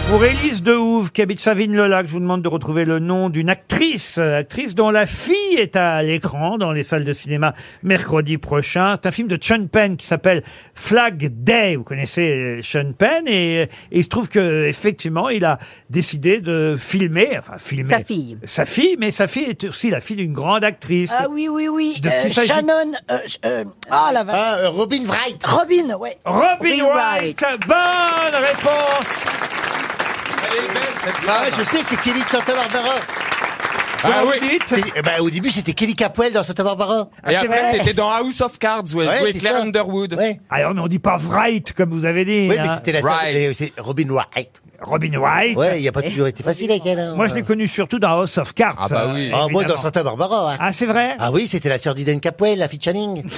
[SPEAKER 1] Pour Élise Dehouve, qui habite Savine-le-Lac, je vous demande de retrouver le nom d'une actrice, euh, actrice dont la fille est à l'écran dans les salles de cinéma mercredi prochain. C'est un film de Sean Penn qui s'appelle Flag Day. Vous connaissez euh, Sean Penn et, et il se trouve que effectivement, il a décidé de filmer, enfin filmer
[SPEAKER 11] Sa fille.
[SPEAKER 1] sa fille, mais sa fille est aussi la fille d'une grande actrice.
[SPEAKER 11] Ah oui, oui, oui.
[SPEAKER 1] De
[SPEAKER 11] Euh,
[SPEAKER 1] qui s'agit-
[SPEAKER 11] Shannon. euh, ch- euh, ah la vache. Robin Wright. Robin, ouais.
[SPEAKER 1] Robin, Wright. Bonne réponse.
[SPEAKER 16] Ah ouais, je sais, c'est Kelly de Santa Barbara.
[SPEAKER 31] Ah
[SPEAKER 16] Comment vous dites C'est- eh ben, au début, c'était Kelly Capwell dans Santa Barbara.
[SPEAKER 1] Ah,
[SPEAKER 31] Et après, c'était dans House of Cards où elle
[SPEAKER 16] Ouais,
[SPEAKER 31] jouait
[SPEAKER 16] c'est
[SPEAKER 31] Claire
[SPEAKER 16] ça.
[SPEAKER 31] Underwood.
[SPEAKER 1] Ah, Alors, mais on dit pas Wright, comme vous avez dit.
[SPEAKER 16] Oui, mais
[SPEAKER 1] hein.
[SPEAKER 16] c'était la star- et c'est Robin Wright.
[SPEAKER 1] Robin Wright.
[SPEAKER 16] Ouais, il n'y a pas toujours été facile avec elle. hein.
[SPEAKER 1] Moi, je l'ai connu surtout dans House of Cards.
[SPEAKER 16] Ah bah oui. Ah, moi, dans Santa Barbara.
[SPEAKER 1] Ah, c'est vrai
[SPEAKER 16] Ah oui, c'était la sœur d'Iden Capwell, la fille de Channing.
[SPEAKER 1] *laughs*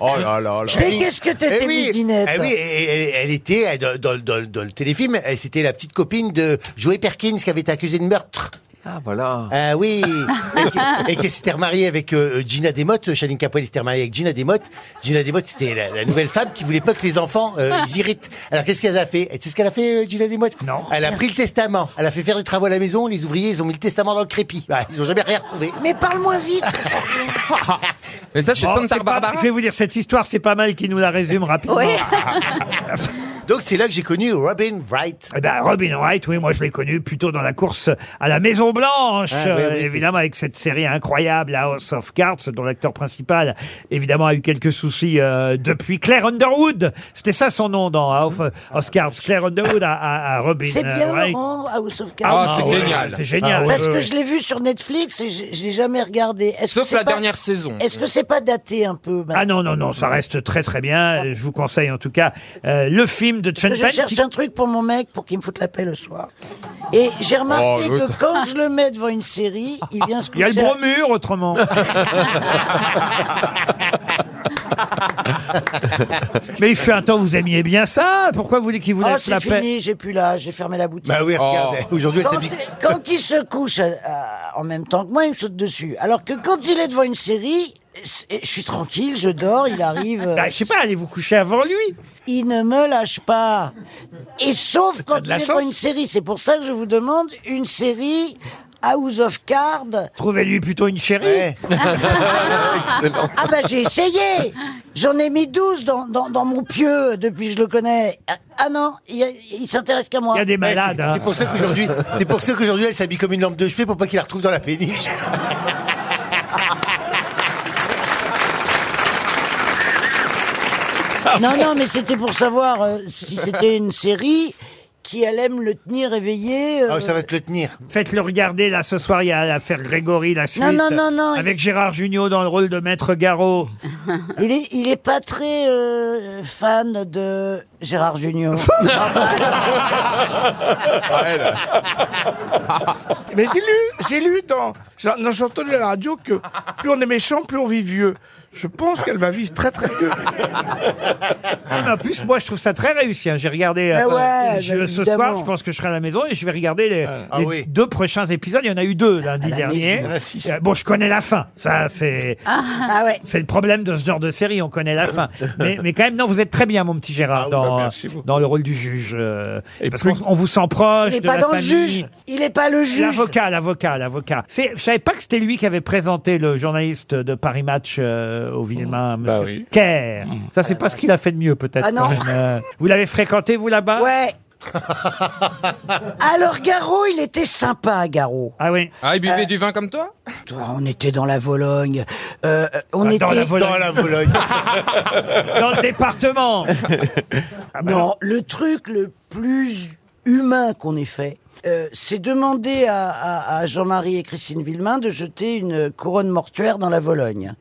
[SPEAKER 31] Oh là là là.
[SPEAKER 16] Mais
[SPEAKER 11] qu'est-ce que t'étais
[SPEAKER 16] eh oui,
[SPEAKER 11] bidinette.
[SPEAKER 16] eh oui, elle, elle- elle était elle, dans, dans- dans- dans le téléfilm, elle c'était la petite copine de Joey Perkins qui avait été accusée de meurtre.
[SPEAKER 11] Ah voilà.
[SPEAKER 16] Ah oui, et qui,
[SPEAKER 1] *laughs*
[SPEAKER 16] et qui s'était remariée avec euh, Gina Demotte, Channing Capwell s'était remariée avec Gina Demotte. Gina Demotte, c'était la, la nouvelle femme qui voulait pas que les enfants euh,
[SPEAKER 1] Ah.
[SPEAKER 16] ils irritent. Alors qu'est-ce qu'elle a fait Et Tu sais ce qu'elle a fait, euh, Gina Demotte Non. Elle a pris le testament, elle a fait faire des travaux à la maison, les ouvriers, ils ont mis le testament dans le crépi. Bah, ils ont jamais rien retrouvé.
[SPEAKER 11] Mais parle-moi
[SPEAKER 16] *laughs*
[SPEAKER 11] vite.
[SPEAKER 31] Mais ça, c'est
[SPEAKER 1] Oh,
[SPEAKER 31] Santa
[SPEAKER 1] pas-
[SPEAKER 31] Barbara.
[SPEAKER 1] je vais vous dire, cette histoire, c'est pas mal qui nous la résume rapidement. *laughs*
[SPEAKER 11] Oui.
[SPEAKER 15] *laughs*
[SPEAKER 16] Donc c'est là que j'ai connu Robin Wright.
[SPEAKER 1] Eh ben, Robin Wright, oui, moi je l'ai connu plutôt dans la course à la Maison Blanche,
[SPEAKER 16] Ah, oui,
[SPEAKER 1] euh,
[SPEAKER 16] oui, oui.
[SPEAKER 1] évidemment avec cette série incroyable, la House of Cards, dont l'acteur principal, évidemment, a eu quelques soucis euh, depuis. Claire Underwood, c'était ça son nom dans House of Cards, Claire Underwood à, à- à Robin
[SPEAKER 11] C'est bien
[SPEAKER 1] euh, Wright.
[SPEAKER 11] Laurent House of Cards.
[SPEAKER 1] Ah, Ah, c'est ouais, génial. c'est génial, Ah ouais,
[SPEAKER 11] Parce
[SPEAKER 1] ouais,
[SPEAKER 11] que
[SPEAKER 1] ouais.
[SPEAKER 11] je l'ai vu sur Netflix et je, je l'ai jamais regardé. Est-ce
[SPEAKER 31] Sauf
[SPEAKER 11] que c'est
[SPEAKER 31] la
[SPEAKER 11] pas-
[SPEAKER 31] dernière saison.
[SPEAKER 11] Est-ce que c'est pas daté un peu ben. maintenant
[SPEAKER 1] Ah non, non, non, ça reste très très bien. Je vous conseille en tout cas euh, le film de Chen
[SPEAKER 11] Je cherche un truc pour mon mec pour qu'il me foute la paix le soir. Et j'ai remarqué
[SPEAKER 1] Oh, le-
[SPEAKER 11] que quand je le mets devant une série, il vient se
[SPEAKER 1] Il y a le
[SPEAKER 11] coucher à-
[SPEAKER 1] bromure
[SPEAKER 11] *laughs*
[SPEAKER 1] autrement. *laughs* Mais il fait un temps, vous aimiez bien ça. Pourquoi vous voulez qu'il vous
[SPEAKER 11] Ah,
[SPEAKER 1] laisse
[SPEAKER 11] c'est
[SPEAKER 1] la paix
[SPEAKER 11] fini, j'ai plus là, j'ai fermé la boutique.
[SPEAKER 16] Bah oui, regarde, Oh. aujourd'hui, elle
[SPEAKER 11] quand,
[SPEAKER 16] s'habille-
[SPEAKER 11] quand il se couche à- à- en même temps que moi, il me saute dessus. Alors que quand il est devant une série, c'est- je suis tranquille, je dors, il arrive. euh,
[SPEAKER 1] Bah, Je sais pas, allez vous coucher avant lui.
[SPEAKER 11] Il ne me lâche pas. Et sauf quand
[SPEAKER 1] de
[SPEAKER 11] il
[SPEAKER 1] la
[SPEAKER 11] est devant
[SPEAKER 1] chance.
[SPEAKER 11] une série. C'est pour ça que je vous demande une série House of Cards.
[SPEAKER 1] Trouvez-lui plutôt une chérie. *laughs*
[SPEAKER 11] Ah bah j'ai essayé J'en ai mis 12 dans, dans, dans mon pieu depuis que je le connais. Ah, Ah non, il, y a- il s'intéresse qu'à moi.
[SPEAKER 16] Ouais, c'est-
[SPEAKER 1] hein.
[SPEAKER 16] C'est
[SPEAKER 11] hein.
[SPEAKER 16] pour ça qu'aujourd'hui, c'est pour ça qu'aujourd'hui, elle s'habille comme une lampe de chevet pour pas qu'il la retrouve dans la péniche.
[SPEAKER 1] *laughs*
[SPEAKER 11] Non, non, mais c'était pour savoir euh, si c'était une série qui- qui elle aime le tenir éveillé. euh,
[SPEAKER 1] le tenir. Faites-le regarder, là, ce soir, il y a l'affaire Grégory, la suite.
[SPEAKER 11] non, non, non,
[SPEAKER 1] Avec Gérard Jugnot dans le rôle de Maître Garot.
[SPEAKER 11] Il est, il est pas très euh, fan de Gérard
[SPEAKER 1] *laughs*
[SPEAKER 11] Junior.
[SPEAKER 4] Mais j'ai lu, j'ai lu dans, j'ai non, j'ai entendu à la radio que plus on est méchant, plus on vit vieux. Je pense qu'elle va vivre très très vieux.
[SPEAKER 1] Ah, mais en plus, moi, je trouve ça très réussi. hein. J'ai regardé
[SPEAKER 4] Ah
[SPEAKER 1] euh,
[SPEAKER 4] ouais,
[SPEAKER 1] je-
[SPEAKER 4] bah,
[SPEAKER 1] ce
[SPEAKER 4] évidemment.
[SPEAKER 1] soir, je pense que je serai à la maison et je vais regarder les, les
[SPEAKER 4] Ah. oui.
[SPEAKER 1] deux prochains épisodes. Il y en a eu deux lundi
[SPEAKER 4] la
[SPEAKER 1] dernier.
[SPEAKER 4] maison. Ah, si, si.
[SPEAKER 1] Euh, Bon, je connais la fin. Ça, c'est
[SPEAKER 11] Ah, ouais.
[SPEAKER 1] c'est le problème de ce genre de série. On connaît la fin. mais, mais quand même, non, vous êtes très bien, mon petit Gérard, dans, dans le rôle du juge. euh, parce qu'on on vous sent proche.
[SPEAKER 11] Il est
[SPEAKER 1] de
[SPEAKER 11] pas
[SPEAKER 1] la
[SPEAKER 11] dans le
[SPEAKER 1] famille.
[SPEAKER 11] juge. Il est pas le juge.
[SPEAKER 1] L'avocat, l'avocat, l'avocat. C'est, je savais pas que c'était lui qui avait présenté le journaliste de Paris Match euh, au Villemain, Monsieur Kerr. Ça, c'est pas ce qu'il a fait de mieux, peut-être.
[SPEAKER 11] Ah non.
[SPEAKER 1] quand même, euh. vous l'avez fréquenté, vous, là-bas
[SPEAKER 11] Ouais. Alors Garot, il était sympa, Garot.
[SPEAKER 1] Ah oui.
[SPEAKER 15] Ah, il buvait
[SPEAKER 11] Euh,
[SPEAKER 15] du vin comme toi
[SPEAKER 11] Toi, on était dans la Vologne. Euh, euh, on
[SPEAKER 15] Ah,
[SPEAKER 11] était
[SPEAKER 15] dans la Vologne. Ah, Dans la *laughs* Vologne.
[SPEAKER 1] Dans le département.
[SPEAKER 15] bah
[SPEAKER 11] non, le truc le plus humain qu'on ait fait, euh, c'est demander à, à- à Jean-Marie et Christine Villemain de jeter une couronne mortuaire dans la Vologne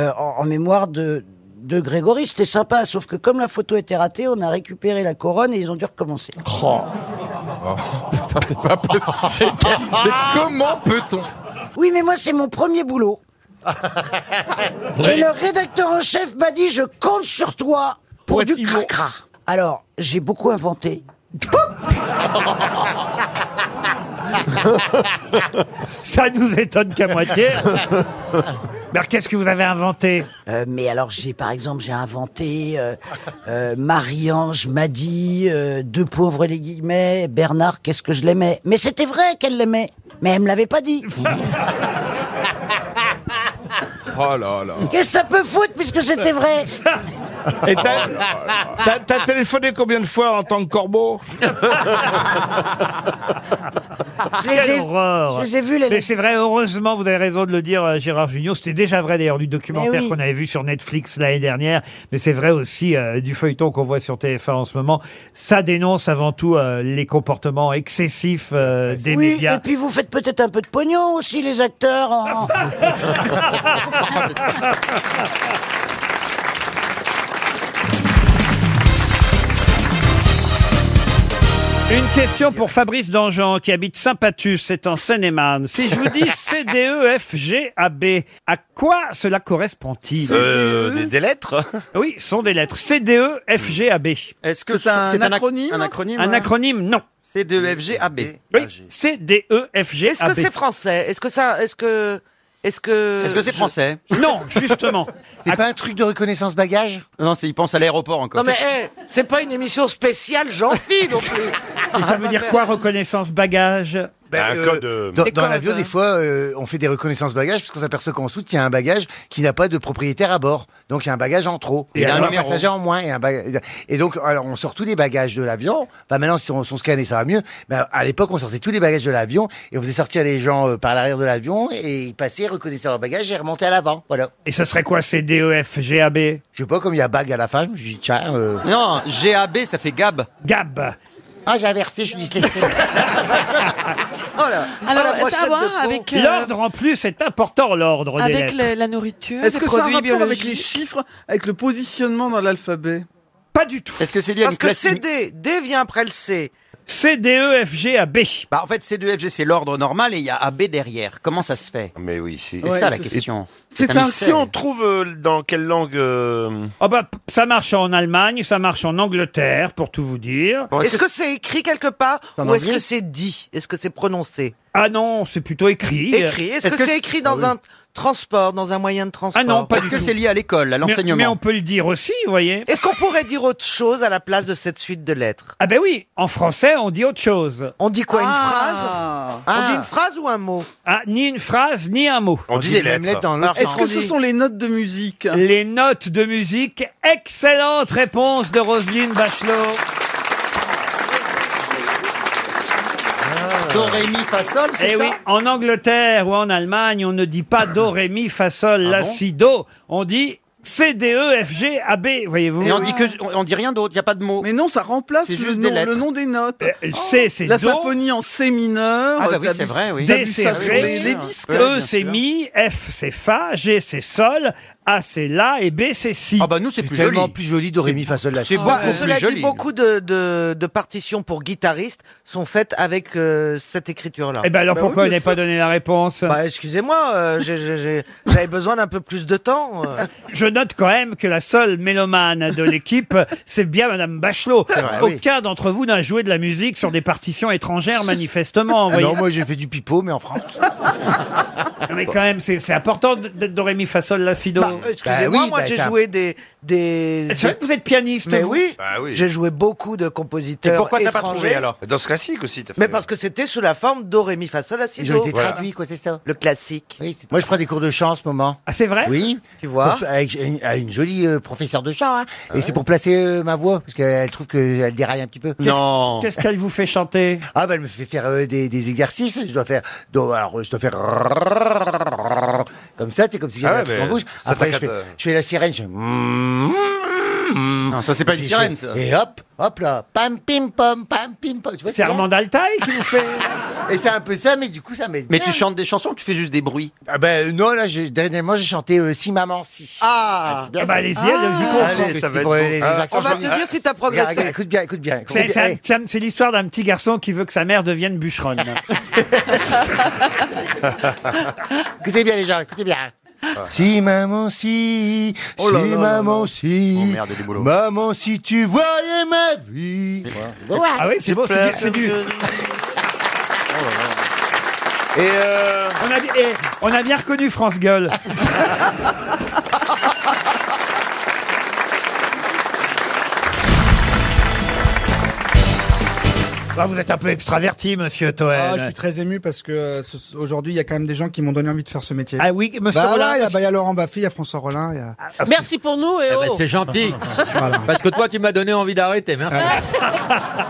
[SPEAKER 11] euh, en, en mémoire de de Grégory, c'était sympa, sauf que comme la photo était ratée, on a récupéré la couronne et ils ont dû recommencer.
[SPEAKER 15] Oh. Putain, c'est pas possible. Mais comment peut-on
[SPEAKER 11] Oui, mais moi, c'est mon premier
[SPEAKER 1] *laughs*
[SPEAKER 11] boulot. Et le rédacteur en chef m'a dit Je compte sur toi pour du cracra. Alors, j'ai beaucoup inventé.
[SPEAKER 1] *laughs* Ça nous étonne
[SPEAKER 11] *laughs*
[SPEAKER 1] qu'à moitié. Mais alors, qu'est-ce que vous avez inventé
[SPEAKER 11] Euh, Mais alors, j'ai par exemple, j'ai inventé euh, euh, Marie-Ange m'a dit euh, Deux pauvres les guillemets, Bernard, qu'est-ce que je l'aimais. Mais c'était vrai qu'elle l'aimait, mais elle me l'avait pas
[SPEAKER 1] *laughs*
[SPEAKER 11] dit.
[SPEAKER 15] Oh là là.
[SPEAKER 11] qu'est-ce que ça peut foutre puisque c'était vrai
[SPEAKER 4] Et t'as, t'as- t'as téléphoné combien de fois en tant que corbeau
[SPEAKER 6] Ah,
[SPEAKER 11] Je les ai-
[SPEAKER 1] Ah, Quelle horreur
[SPEAKER 11] je les ai vus, les-
[SPEAKER 1] Mais c'est vrai, heureusement, vous avez raison de le dire, euh, Gérard Junior. C'était déjà vrai d'ailleurs du
[SPEAKER 11] Mais
[SPEAKER 1] documentaire
[SPEAKER 11] Eh oui.
[SPEAKER 1] qu'on avait vu sur Netflix l'année dernière, mais c'est vrai aussi euh, du feuilleton qu'on voit sur TF1 en ce moment. Ça dénonce avant tout euh, les comportements excessifs euh, des
[SPEAKER 11] oui,
[SPEAKER 1] médias.
[SPEAKER 11] et puis vous faites peut-être un peu de pognon aussi, les acteurs. en-
[SPEAKER 16] Ah
[SPEAKER 1] Une question pour Fabrice Dangean qui habite Saint-Patus, c'est en Seine-et-Marne. Si je
[SPEAKER 11] *laughs*
[SPEAKER 1] vous dis E C-D-E-F-G-A-B, à quoi cela correspond-il
[SPEAKER 12] Euh, des-
[SPEAKER 1] lettres Oui, ce sont des lettres. E C-D-E-F-G-A-B. Est-ce
[SPEAKER 12] que C'est un c'est un- acronyme un acronyme,
[SPEAKER 1] Un
[SPEAKER 12] hein
[SPEAKER 1] acronyme, non.
[SPEAKER 12] C-D-E-F-G-A-B.
[SPEAKER 1] Oui, E C-D-E-F-G-A-B.
[SPEAKER 9] Est-ce que c'est français Est-ce que ça. Est-ce que. Est-ce que.
[SPEAKER 12] Est-ce que c'est
[SPEAKER 9] Je-
[SPEAKER 12] français
[SPEAKER 1] Non, justement.
[SPEAKER 12] C'est pas un truc de reconnaissance bagage Non, c'est il pense à l'aéroport encore.
[SPEAKER 9] Non mais hey, c'est pas une émission spéciale Jean-Philippe non plus.
[SPEAKER 1] *laughs* Et ça veut dire quoi, reconnaissance bagage
[SPEAKER 16] Ben, euh, Dans, dans l'avion, des fois, euh, on fait des reconnaissances bagages parce qu'on s'aperçoit qu'en soute, il y a un bagage qui n'a pas de propriétaire à bord. Donc, il y a un bagage en trop.
[SPEAKER 12] Et il y a un
[SPEAKER 16] un
[SPEAKER 12] numéro.
[SPEAKER 16] passager en moins. Et, un baga- et donc, alors, on sort tous les bagages de l'avion. Enfin, maintenant, si on, si on scanne, ça va mieux. Mais à l'époque, on sortait tous les bagages de l'avion et on faisait sortir les gens euh, par l'arrière de l'avion et ils passaient, reconnaissaient leur bagage et remontaient à l'avant. Voilà.
[SPEAKER 1] Et ce serait quoi ces E DEF-GAB
[SPEAKER 16] Je sais pas, comme il y a bag à la fin, je me dis, tiens. euh,
[SPEAKER 12] Non, G-A-B, ça fait Gab.
[SPEAKER 1] Gab.
[SPEAKER 16] Ah, j'ai inversé, je suis dyslexique.
[SPEAKER 9] Oh là,
[SPEAKER 27] Alors,
[SPEAKER 9] oh la
[SPEAKER 27] ça a
[SPEAKER 9] brochette
[SPEAKER 27] à voir
[SPEAKER 9] de peau.
[SPEAKER 27] avec, euh,
[SPEAKER 1] L'ordre en plus est important, l'ordre des
[SPEAKER 27] Avec
[SPEAKER 1] lettres.
[SPEAKER 27] la, la nourriture,
[SPEAKER 32] Est-ce
[SPEAKER 27] les
[SPEAKER 32] que ça a un
[SPEAKER 27] produits
[SPEAKER 32] rapport avec
[SPEAKER 27] biologiques.
[SPEAKER 32] les chiffres, avec le positionnement dans l'alphabet
[SPEAKER 1] Pas du tout.
[SPEAKER 12] Est-ce que c'est lié à
[SPEAKER 32] Parce
[SPEAKER 12] une
[SPEAKER 32] que
[SPEAKER 12] classe
[SPEAKER 32] c'est
[SPEAKER 9] D, D vient après le C.
[SPEAKER 1] C, D, E, F, G, A, B.
[SPEAKER 12] Bah, en fait, C, D, E, F, G, c'est l'ordre normal et il y a A, B derrière. Comment ça se fait Mais oui, c'est
[SPEAKER 1] Ouais,
[SPEAKER 12] ça la
[SPEAKER 1] c'est-
[SPEAKER 12] question.
[SPEAKER 1] c'est un
[SPEAKER 12] mystère.
[SPEAKER 1] si on
[SPEAKER 33] trouve euh, dans quelle langue euh,
[SPEAKER 1] Ah bah, p- ça marche en Allemagne, ça marche en Angleterre, pour tout vous dire.
[SPEAKER 9] Est-ce que c'est écrit quelque part
[SPEAKER 1] C'est en
[SPEAKER 9] ou est-ce
[SPEAKER 1] anglais
[SPEAKER 9] que c'est dit Est-ce que c'est prononcé
[SPEAKER 1] Ah non, c'est plutôt écrit.
[SPEAKER 9] Écrit. Est-ce que, c'est écrit dans
[SPEAKER 1] Ah oui.
[SPEAKER 9] un transport, dans un moyen de transport
[SPEAKER 1] Ah non, pas du tout.
[SPEAKER 12] l'école, à
[SPEAKER 1] Mais-
[SPEAKER 12] l'enseignement
[SPEAKER 1] Mais on peut le dire aussi, vous voyez.
[SPEAKER 9] Est-ce qu'on pourrait dire autre chose à la place de cette suite de lettres
[SPEAKER 1] Ah ben oui, en français, on dit autre chose.
[SPEAKER 9] On dit quoi, une
[SPEAKER 32] Ah.
[SPEAKER 9] phrase On dit une phrase ou un mot
[SPEAKER 1] Ah, ni une phrase, ni un mot.
[SPEAKER 32] On dit dit des les lettres. lettres dans l'autre Est-ce que sens. ce sont
[SPEAKER 1] les notes de musique Les notes de musique. Excellente réponse de Roselyne Bachelot.
[SPEAKER 12] Do, Ré, Mi, Fa, Sol, Ah. c'est
[SPEAKER 1] Eh
[SPEAKER 12] ça
[SPEAKER 1] oui, en
[SPEAKER 32] Ah
[SPEAKER 1] Angleterre ou en Allemagne, on ne dit pas do, ré, mi, fa, sol, la,
[SPEAKER 12] bon
[SPEAKER 1] si, do. On dit C, D, E, F, G, A, B, voyez-vous.
[SPEAKER 8] Et on dit, que, on on dit rien d'autre, il n'y a pas de mots. Mais non, ça remplace
[SPEAKER 19] le nom, le nom des notes.
[SPEAKER 1] Euh, C, c'est
[SPEAKER 19] La
[SPEAKER 1] do.
[SPEAKER 19] symphonie en C mineur.
[SPEAKER 8] Ah bah oui,
[SPEAKER 19] t'as
[SPEAKER 8] c'est
[SPEAKER 19] vu-
[SPEAKER 8] vrai, oui.
[SPEAKER 19] t'as
[SPEAKER 1] D
[SPEAKER 19] vu
[SPEAKER 1] c'est
[SPEAKER 19] ça sur
[SPEAKER 1] ré,
[SPEAKER 19] les, les disques.
[SPEAKER 1] E c'est mi, F c'est fa, G c'est sol, A c'est la et B c'est si. Ah
[SPEAKER 8] bah nous c'est
[SPEAKER 1] plus
[SPEAKER 16] tellement joli. plus joli de Rémi Fa Sol La Si.
[SPEAKER 1] beaucoup
[SPEAKER 16] Ouais.
[SPEAKER 1] plus
[SPEAKER 9] Ah. Cela
[SPEAKER 1] joli.
[SPEAKER 9] dit, beaucoup de, de- de partitions pour guitaristes sont faites avec euh, cette écriture-là.
[SPEAKER 1] Eh ben alors pourquoi on n'est pas donné la réponse
[SPEAKER 9] Bah, excusez-moi, euh, j'ai- j'ai- j'ai- j'avais besoin d'un peu plus de temps. euh.
[SPEAKER 1] *laughs* Je note quand même que la seule mélomane de l'équipe, *laughs* c'est bien Madame Bachelot.
[SPEAKER 16] vrai, oui.
[SPEAKER 1] Aucun d'entre vous n'a joué de la musique sur des partitions étrangères, manifestement. vous
[SPEAKER 16] Ah non,
[SPEAKER 1] voyez.
[SPEAKER 16] moi j'ai fait du pipeau, mais en France.
[SPEAKER 1] Non, mais quand même, c'est c'est important d'être do, ré, mi, fa, sol, la, si, do.
[SPEAKER 9] Bah, excusez-moi, moi j'ai joué des. des
[SPEAKER 1] C'est vrai que vous êtes pianiste.
[SPEAKER 9] Mais
[SPEAKER 1] vous
[SPEAKER 9] oui,
[SPEAKER 1] Bah oui.
[SPEAKER 9] j'ai joué beaucoup de compositeurs. étrangers.
[SPEAKER 27] Dans ce classique aussi, t'as fait.
[SPEAKER 9] Mais parce que c'était sous la forme do, ré, mi, fa, sol, la, si,
[SPEAKER 16] Ils ont
[SPEAKER 9] do.
[SPEAKER 16] été
[SPEAKER 9] Voilà.
[SPEAKER 16] traduits, quoi, c'est ça
[SPEAKER 9] Le classique. *laughs*
[SPEAKER 16] *laughs* Moi, je prends des cours de chant en ce moment.
[SPEAKER 1] Ah, c'est vrai
[SPEAKER 16] Oui.
[SPEAKER 9] Tu vois
[SPEAKER 16] Pour- Avec une, à une jolie euh, professeure de chant. hein. Et c'est pour placer euh, ma voix, parce qu'elle trouve qu'elle déraille un petit peu.
[SPEAKER 1] Qu'est-ce- Non. qu'est-ce qu'elle vous fait chanter
[SPEAKER 16] Ah, bah, elle me fait faire euh, des, des exercices. Je dois faire. do- alors, je dois faire. Comme ça, c'est comme si j'avais
[SPEAKER 27] Ah ouais,
[SPEAKER 16] un truc
[SPEAKER 27] mais
[SPEAKER 16] en bouche.
[SPEAKER 27] ça
[SPEAKER 16] Après, je
[SPEAKER 27] t'inquiète,
[SPEAKER 16] fais,
[SPEAKER 27] euh.
[SPEAKER 16] je fais la sirène. Je fais. Non,
[SPEAKER 8] ça, c'est pas une sirène, ça.
[SPEAKER 16] Et hop, hop là. Pam, pim, pom, pam, pim, pom. Tu vois,
[SPEAKER 8] C'est Armand
[SPEAKER 1] Altaï qui vous fait.
[SPEAKER 16] Et c'est un peu ça, mais du coup, ça m'aide.
[SPEAKER 8] *laughs* Mais
[SPEAKER 16] bien.
[SPEAKER 8] tu chantes des chansons ou tu fais juste des bruits
[SPEAKER 16] Ah ben non, là, j'ai- dernièrement, j'ai chanté euh, Si Maman, Si.
[SPEAKER 8] Ah,
[SPEAKER 16] bien,
[SPEAKER 8] Ah bah,
[SPEAKER 16] ça.
[SPEAKER 8] allez-y, allez-y, qu'on
[SPEAKER 16] Allez,
[SPEAKER 8] comprend.
[SPEAKER 16] ça va
[SPEAKER 8] C'est
[SPEAKER 16] être
[SPEAKER 8] pour
[SPEAKER 16] beau.
[SPEAKER 8] les- les
[SPEAKER 16] Ah,
[SPEAKER 8] accents.
[SPEAKER 16] on va te dire si t'as progressé.
[SPEAKER 1] Regarde, regarde,
[SPEAKER 16] écoute bien, écoute bien.
[SPEAKER 1] C'est- C'est un- c'est un- c'est l'histoire d'un petit garçon qui veut que sa mère devienne bûcheronne.
[SPEAKER 16] écoutez bien les gens, écoutez bien. Si maman si,
[SPEAKER 34] Oh là là
[SPEAKER 16] si
[SPEAKER 34] là
[SPEAKER 16] maman si, maman si tu voyais ma vie.
[SPEAKER 1] Ah oui, c'est beau, c'est du- c'est du.
[SPEAKER 27] Et euh,
[SPEAKER 1] on, a, et on a bien reconnu France Gueule. Ah, vous êtes un peu extraverti, monsieur Toen.
[SPEAKER 12] Ah, je suis très ému parce que euh, ce- aujourd'hui, il y a quand même des gens qui m'ont donné envie de faire ce métier.
[SPEAKER 1] Ah oui, monsieur
[SPEAKER 12] bah,
[SPEAKER 1] Rollin, Ah,
[SPEAKER 12] là, Il y a-
[SPEAKER 1] monsieur-
[SPEAKER 12] bah, il y a Laurent Baffy, il y a François Rollin. il Y a...
[SPEAKER 15] Ah,
[SPEAKER 35] Merci pour nous et
[SPEAKER 12] Eh ben,
[SPEAKER 35] oh.
[SPEAKER 12] c'est
[SPEAKER 35] gentil. *laughs*
[SPEAKER 12] Parce
[SPEAKER 35] que toi, tu m'as donné envie d'arrêter. Merci.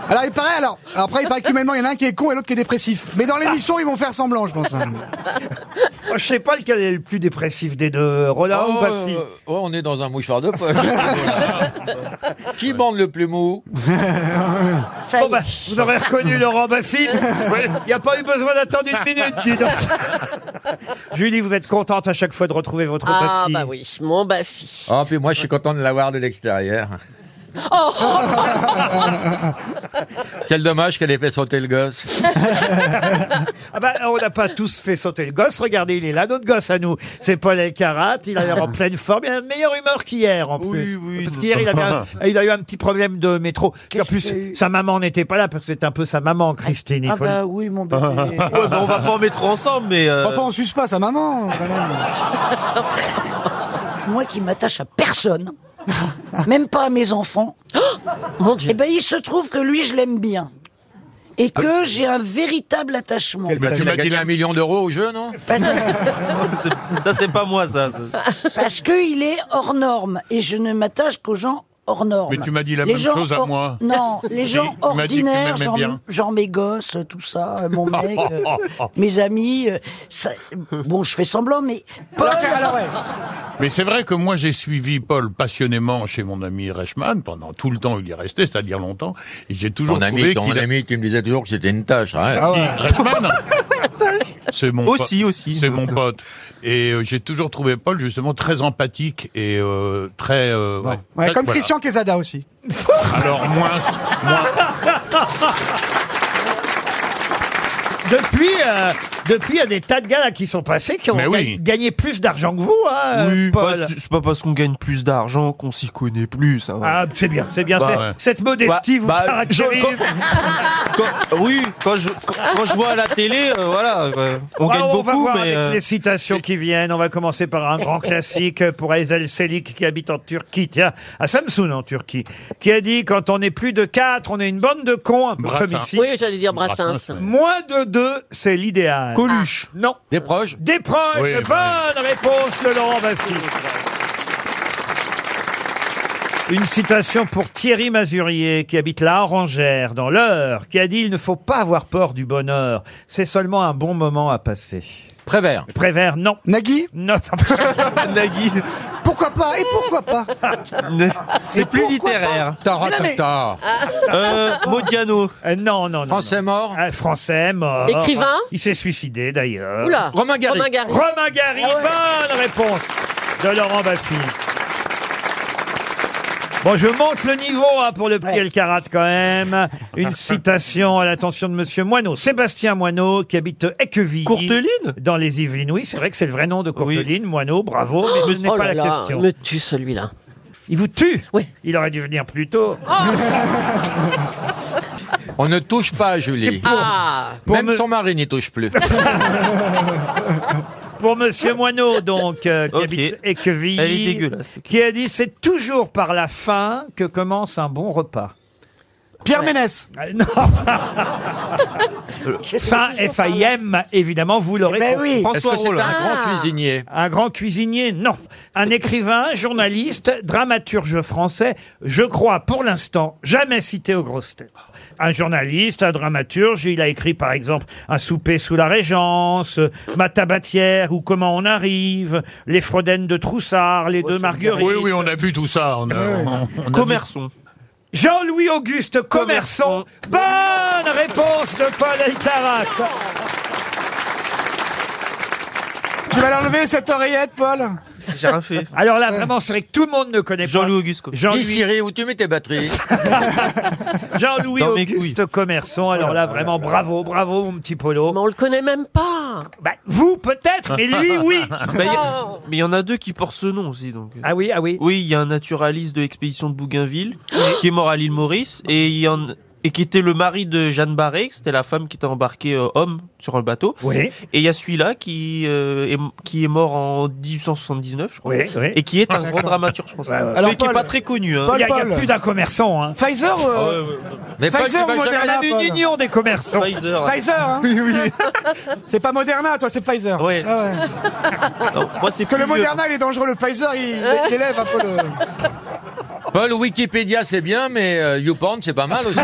[SPEAKER 12] Alors, il paraît, alors, après, il paraît qu'humainement, il y en a un qui est con et l'autre qui est dépressif. Mais dans l'émission, ils vont faire semblant, je pense. hein.
[SPEAKER 1] Moi, Oh, je sais pas lequel est le plus dépressif des deux, Roland ou
[SPEAKER 12] Oh,
[SPEAKER 1] Baffy.
[SPEAKER 12] euh,
[SPEAKER 27] oh, on est dans un mouchoir
[SPEAKER 35] *laughs*
[SPEAKER 27] de poche.
[SPEAKER 15] Qui bande le plus mou
[SPEAKER 1] *laughs* Bon, bah, vous aurez reconnu
[SPEAKER 12] *laughs*
[SPEAKER 1] Laurent *laughs* Baffy. Il n'y a pas eu besoin d'attendre une minute, dis donc. Julie, vous êtes contente à chaque fois de retrouver votre
[SPEAKER 35] Ah
[SPEAKER 1] Baffy.
[SPEAKER 35] bah oui, mon Bafi.
[SPEAKER 15] Oh, puis moi, je suis content de l'avoir de l'extérieur.
[SPEAKER 16] *laughs*
[SPEAKER 35] Oh
[SPEAKER 15] Quel dommage qu'elle ait fait sauter le gosse.
[SPEAKER 1] Ah bah, on n'a pas tous fait sauter le gosse. Regardez, il est là, notre gosse à nous. C'est Paul Elkarat. Il a l'air en pleine forme. Il a la meilleure humeur qu'hier, en plus. parce qu'hier, il, avait un- il a eu un petit problème de métro. Et en plus, sa maman n'était pas là parce que c'est un peu sa maman, Christine. il
[SPEAKER 12] Ah
[SPEAKER 1] faut le-
[SPEAKER 12] bah oui, mon
[SPEAKER 1] *laughs*
[SPEAKER 12] bébé.
[SPEAKER 1] Ah.
[SPEAKER 12] Ouais, bah, on va pas
[SPEAKER 27] en métro ensemble, mais.
[SPEAKER 1] euh.
[SPEAKER 12] Papa, on suce pas sa maman. quand même.
[SPEAKER 11] *laughs* Moi qui m'attache à personne, même pas à mes enfants, *gasps* mon Dieu. Et ben il se trouve que lui, je l'aime bien. Et que j'ai un véritable attachement.
[SPEAKER 15] Bah, tu m'as gagné un million d'euros au jeu, non
[SPEAKER 27] ça, c'est pas moi, ça.
[SPEAKER 11] Parce qu'il est hors norme et je ne m'attache qu'aux gens hors normes.
[SPEAKER 10] Mais tu m'as dit la
[SPEAKER 11] Les
[SPEAKER 10] même
[SPEAKER 11] gens
[SPEAKER 10] chose à
[SPEAKER 11] hors-
[SPEAKER 10] moi.
[SPEAKER 11] Non, les
[SPEAKER 10] *laughs* Tu-
[SPEAKER 11] gens
[SPEAKER 10] tu m'as dit que tu
[SPEAKER 11] ordinaires,
[SPEAKER 10] m'aimais
[SPEAKER 11] genre,
[SPEAKER 10] bien.
[SPEAKER 11] genre mes gosses, tout ça, euh, mon mec, euh,
[SPEAKER 10] *laughs*
[SPEAKER 11] mes amis. euh, ça- bon, je fais semblant, mais Paul,
[SPEAKER 10] Mais c'est vrai que moi, j'ai suivi Paul passionnément chez mon ami Reichmann pendant tout le temps où il est resté, c'est-à-dire longtemps. Et j'ai toujours
[SPEAKER 15] Mon
[SPEAKER 10] trouvé
[SPEAKER 15] ami, ton
[SPEAKER 10] qu'il a-
[SPEAKER 15] ami, tu me disais toujours que c'était une tâche. hein.
[SPEAKER 10] Ah ouais. Reichmann, C'est mon
[SPEAKER 15] Aussi,
[SPEAKER 10] pote. C'est mon pote. Et euh, j'ai toujours trouvé Paul justement très empathique et euh, très. euh, ouais.
[SPEAKER 12] Ouais,
[SPEAKER 10] Très-
[SPEAKER 12] comme
[SPEAKER 10] voilà.
[SPEAKER 12] Christian Quesada aussi.
[SPEAKER 10] Alors moins.
[SPEAKER 1] Depuis, euh, depuis, il y a des tas de gars là, qui sont passés qui ont
[SPEAKER 27] Mais oui.
[SPEAKER 1] ga- gagné plus d'argent que *laughs* vous, hein,
[SPEAKER 27] Oui,
[SPEAKER 1] Paul.
[SPEAKER 27] bah, c'est c'est pas parce qu'on gagne plus d'argent qu'on s'y connaît plus. hein.
[SPEAKER 1] Ah, c'est bien, c'est bien.
[SPEAKER 27] Bah,
[SPEAKER 1] c'est-
[SPEAKER 27] ouais.
[SPEAKER 1] Cette modestie
[SPEAKER 27] Bah,
[SPEAKER 1] vous
[SPEAKER 27] bah, je-
[SPEAKER 1] caractérise.
[SPEAKER 27] *laughs* quand- quand- oui, quand je, quand, quand je vois à la télé, euh, voilà, euh, on
[SPEAKER 1] Ah,
[SPEAKER 27] gagne
[SPEAKER 1] va
[SPEAKER 27] beaucoup,
[SPEAKER 1] voir
[SPEAKER 27] mais.
[SPEAKER 1] avec
[SPEAKER 27] euh,
[SPEAKER 1] les citations qui viennent, on va commencer par
[SPEAKER 27] *laughs*
[SPEAKER 1] un grand classique pour Ezel Selik qui habite en Turquie, tiens, à Samsun en Turquie, qui a dit quand on est plus de quatre, on est une bande de cons, un peu
[SPEAKER 35] Brassens.
[SPEAKER 1] comme ici.
[SPEAKER 35] Oui, j'allais dire Brassens. Brassens, ouais.
[SPEAKER 1] Moins de deux, c'est l'idéal. Ah,
[SPEAKER 27] Coluche.
[SPEAKER 1] Non.
[SPEAKER 15] Des proches.
[SPEAKER 1] Des proches.
[SPEAKER 27] Oui,
[SPEAKER 1] bonne réponse de Laurent Baffy. Une citation pour Thierry Mazurier, qui habite la Orangère, dans l'Eure, qui a dit « Il ne faut pas avoir peur du bonheur, c'est seulement un bon moment à passer. »
[SPEAKER 15] Prévert.
[SPEAKER 1] Prévert, non. *laughs*
[SPEAKER 12] Nagui
[SPEAKER 1] Non. Nagui.
[SPEAKER 36] Pourquoi pas Et pourquoi
[SPEAKER 1] *laughs*
[SPEAKER 36] pas
[SPEAKER 12] C'est plus littéraire.
[SPEAKER 1] Tara,
[SPEAKER 36] Mais Ah. non, mais-
[SPEAKER 1] tara.
[SPEAKER 12] Modiano.
[SPEAKER 1] Euh, non, non, non. Français
[SPEAKER 12] mort.
[SPEAKER 1] français mort.
[SPEAKER 15] Écrivain
[SPEAKER 1] Il s'est suicidé d'ailleurs.
[SPEAKER 15] Oula. Romain Gary. Romain Gary. Ah
[SPEAKER 1] Romain Gary, bonne réponse de Laurent Baffy. Bon, je monte le niveau hein, pour le petit Elkarat quand
[SPEAKER 15] *laughs*
[SPEAKER 1] même. Une citation à l'attention de Monsieur Moineau. Sébastien Moineau, qui habite Équevilly. Courteline Dans les Yvelines, oui, c'est vrai que c'est le vrai nom de Courteline. Moineau, bravo, mais je n'ai
[SPEAKER 15] Oh
[SPEAKER 1] pas
[SPEAKER 15] là
[SPEAKER 1] la
[SPEAKER 15] là,
[SPEAKER 1] question.
[SPEAKER 15] il me tue celui-là.
[SPEAKER 1] Il vous tue Oui. Il aurait dû venir plus tôt.
[SPEAKER 15] Oh
[SPEAKER 12] On ne touche pas à Julie.
[SPEAKER 15] Ah.
[SPEAKER 12] Même son mari n'y touche plus.
[SPEAKER 1] *laughs* Pour Monsieur Moineau, donc, euh, qui habite Équevilly,
[SPEAKER 12] Elle est dégueulasse,
[SPEAKER 1] qui a dit c'est toujours par la faim que commence un bon repas. Pierre Ménès. Ah,
[SPEAKER 12] *laughs*
[SPEAKER 1] Non. Faim, F-A-I-M, évidemment, vous l'aurez
[SPEAKER 12] ben
[SPEAKER 1] compris.
[SPEAKER 12] oui. François Est-ce que c'est Hollande. un grand cuisinier
[SPEAKER 1] Un grand cuisinier, non. Un écrivain, journaliste, dramaturge français, je crois, pour l'instant, jamais cité aux grosses têtes. Un journaliste, un dramaturge, il a écrit, par exemple, Un souper sous la Régence, Ma tabatière ou Comment on arrive, Les Frodaines de Troussard, Les Deux Marguerites.
[SPEAKER 10] Oui, oui, on a vu tout ça. On a,
[SPEAKER 1] Euh, Commerçon. Jean-Louis Auguste Commerçon. Bonne réponse de Paul Elkarat.
[SPEAKER 36] Tu vas l'enlever cette oreillette, Paul
[SPEAKER 12] J'ai rien fait.
[SPEAKER 1] Alors là, vraiment, c'est vrai que tout le monde ne connaît pas.
[SPEAKER 12] Jean-Louis Auguste.
[SPEAKER 1] Jean-Louis-
[SPEAKER 12] Dis, Siri, où tu mets tes batteries
[SPEAKER 1] *laughs* Jean-Louis
[SPEAKER 12] Dans mes
[SPEAKER 1] Auguste Commerçon. Alors là, vraiment, bravo, bravo, mon petit Polo.
[SPEAKER 15] Mais on le connaît même pas. Oh.
[SPEAKER 1] Bah, vous, peut-être, *laughs* mais lui, oui. Oh.
[SPEAKER 12] Mais il Bah, y a- mais il y en a deux qui portent ce nom aussi. Donc. euh.
[SPEAKER 1] Ah oui, ah oui.
[SPEAKER 12] Oui, il y a un naturaliste de l'expédition de
[SPEAKER 1] *gasps*
[SPEAKER 12] Bougainville qui est mort à l'île Maurice et, il y en- et qui était le mari de Jeanne Barré, c'était la femme qui était embarquée euh, homme sur le bateau.
[SPEAKER 1] Oui.
[SPEAKER 12] Et il y a celui-là qui, euh, est, qui est mort en 1879, je crois.
[SPEAKER 1] Oui, oui.
[SPEAKER 12] Et qui est
[SPEAKER 36] Ah,
[SPEAKER 12] un grand
[SPEAKER 1] D'accord.
[SPEAKER 12] dramaturge français.
[SPEAKER 1] Ouais, ouais.
[SPEAKER 12] Mais
[SPEAKER 1] Alors,
[SPEAKER 12] qui n'est
[SPEAKER 1] Paul-
[SPEAKER 12] pas très connu. Hein. Ah,
[SPEAKER 1] il y a, il y a plus d'un commerçant. Hein.
[SPEAKER 36] Pfizer euh,
[SPEAKER 12] Mais Paul,
[SPEAKER 36] Pfizer
[SPEAKER 12] tu vas
[SPEAKER 36] ou
[SPEAKER 12] jamais
[SPEAKER 36] Moderna
[SPEAKER 12] la
[SPEAKER 36] Paul
[SPEAKER 1] Une union des commerçants.
[SPEAKER 36] Pfizer, hein Oui, oui. C'est pas Moderna, toi, c'est Pfizer.
[SPEAKER 12] Ouais.
[SPEAKER 36] Ah ouais.
[SPEAKER 12] Moi, c'est
[SPEAKER 36] Parce que le
[SPEAKER 12] plus, euh,
[SPEAKER 36] Moderna, il est dangereux. Le Pfizer, il, il élève un peu le...
[SPEAKER 12] Paul, Wikipédia c'est bien, mais
[SPEAKER 15] euh,
[SPEAKER 12] YouPorn c'est pas
[SPEAKER 15] *laughs*
[SPEAKER 12] mal aussi.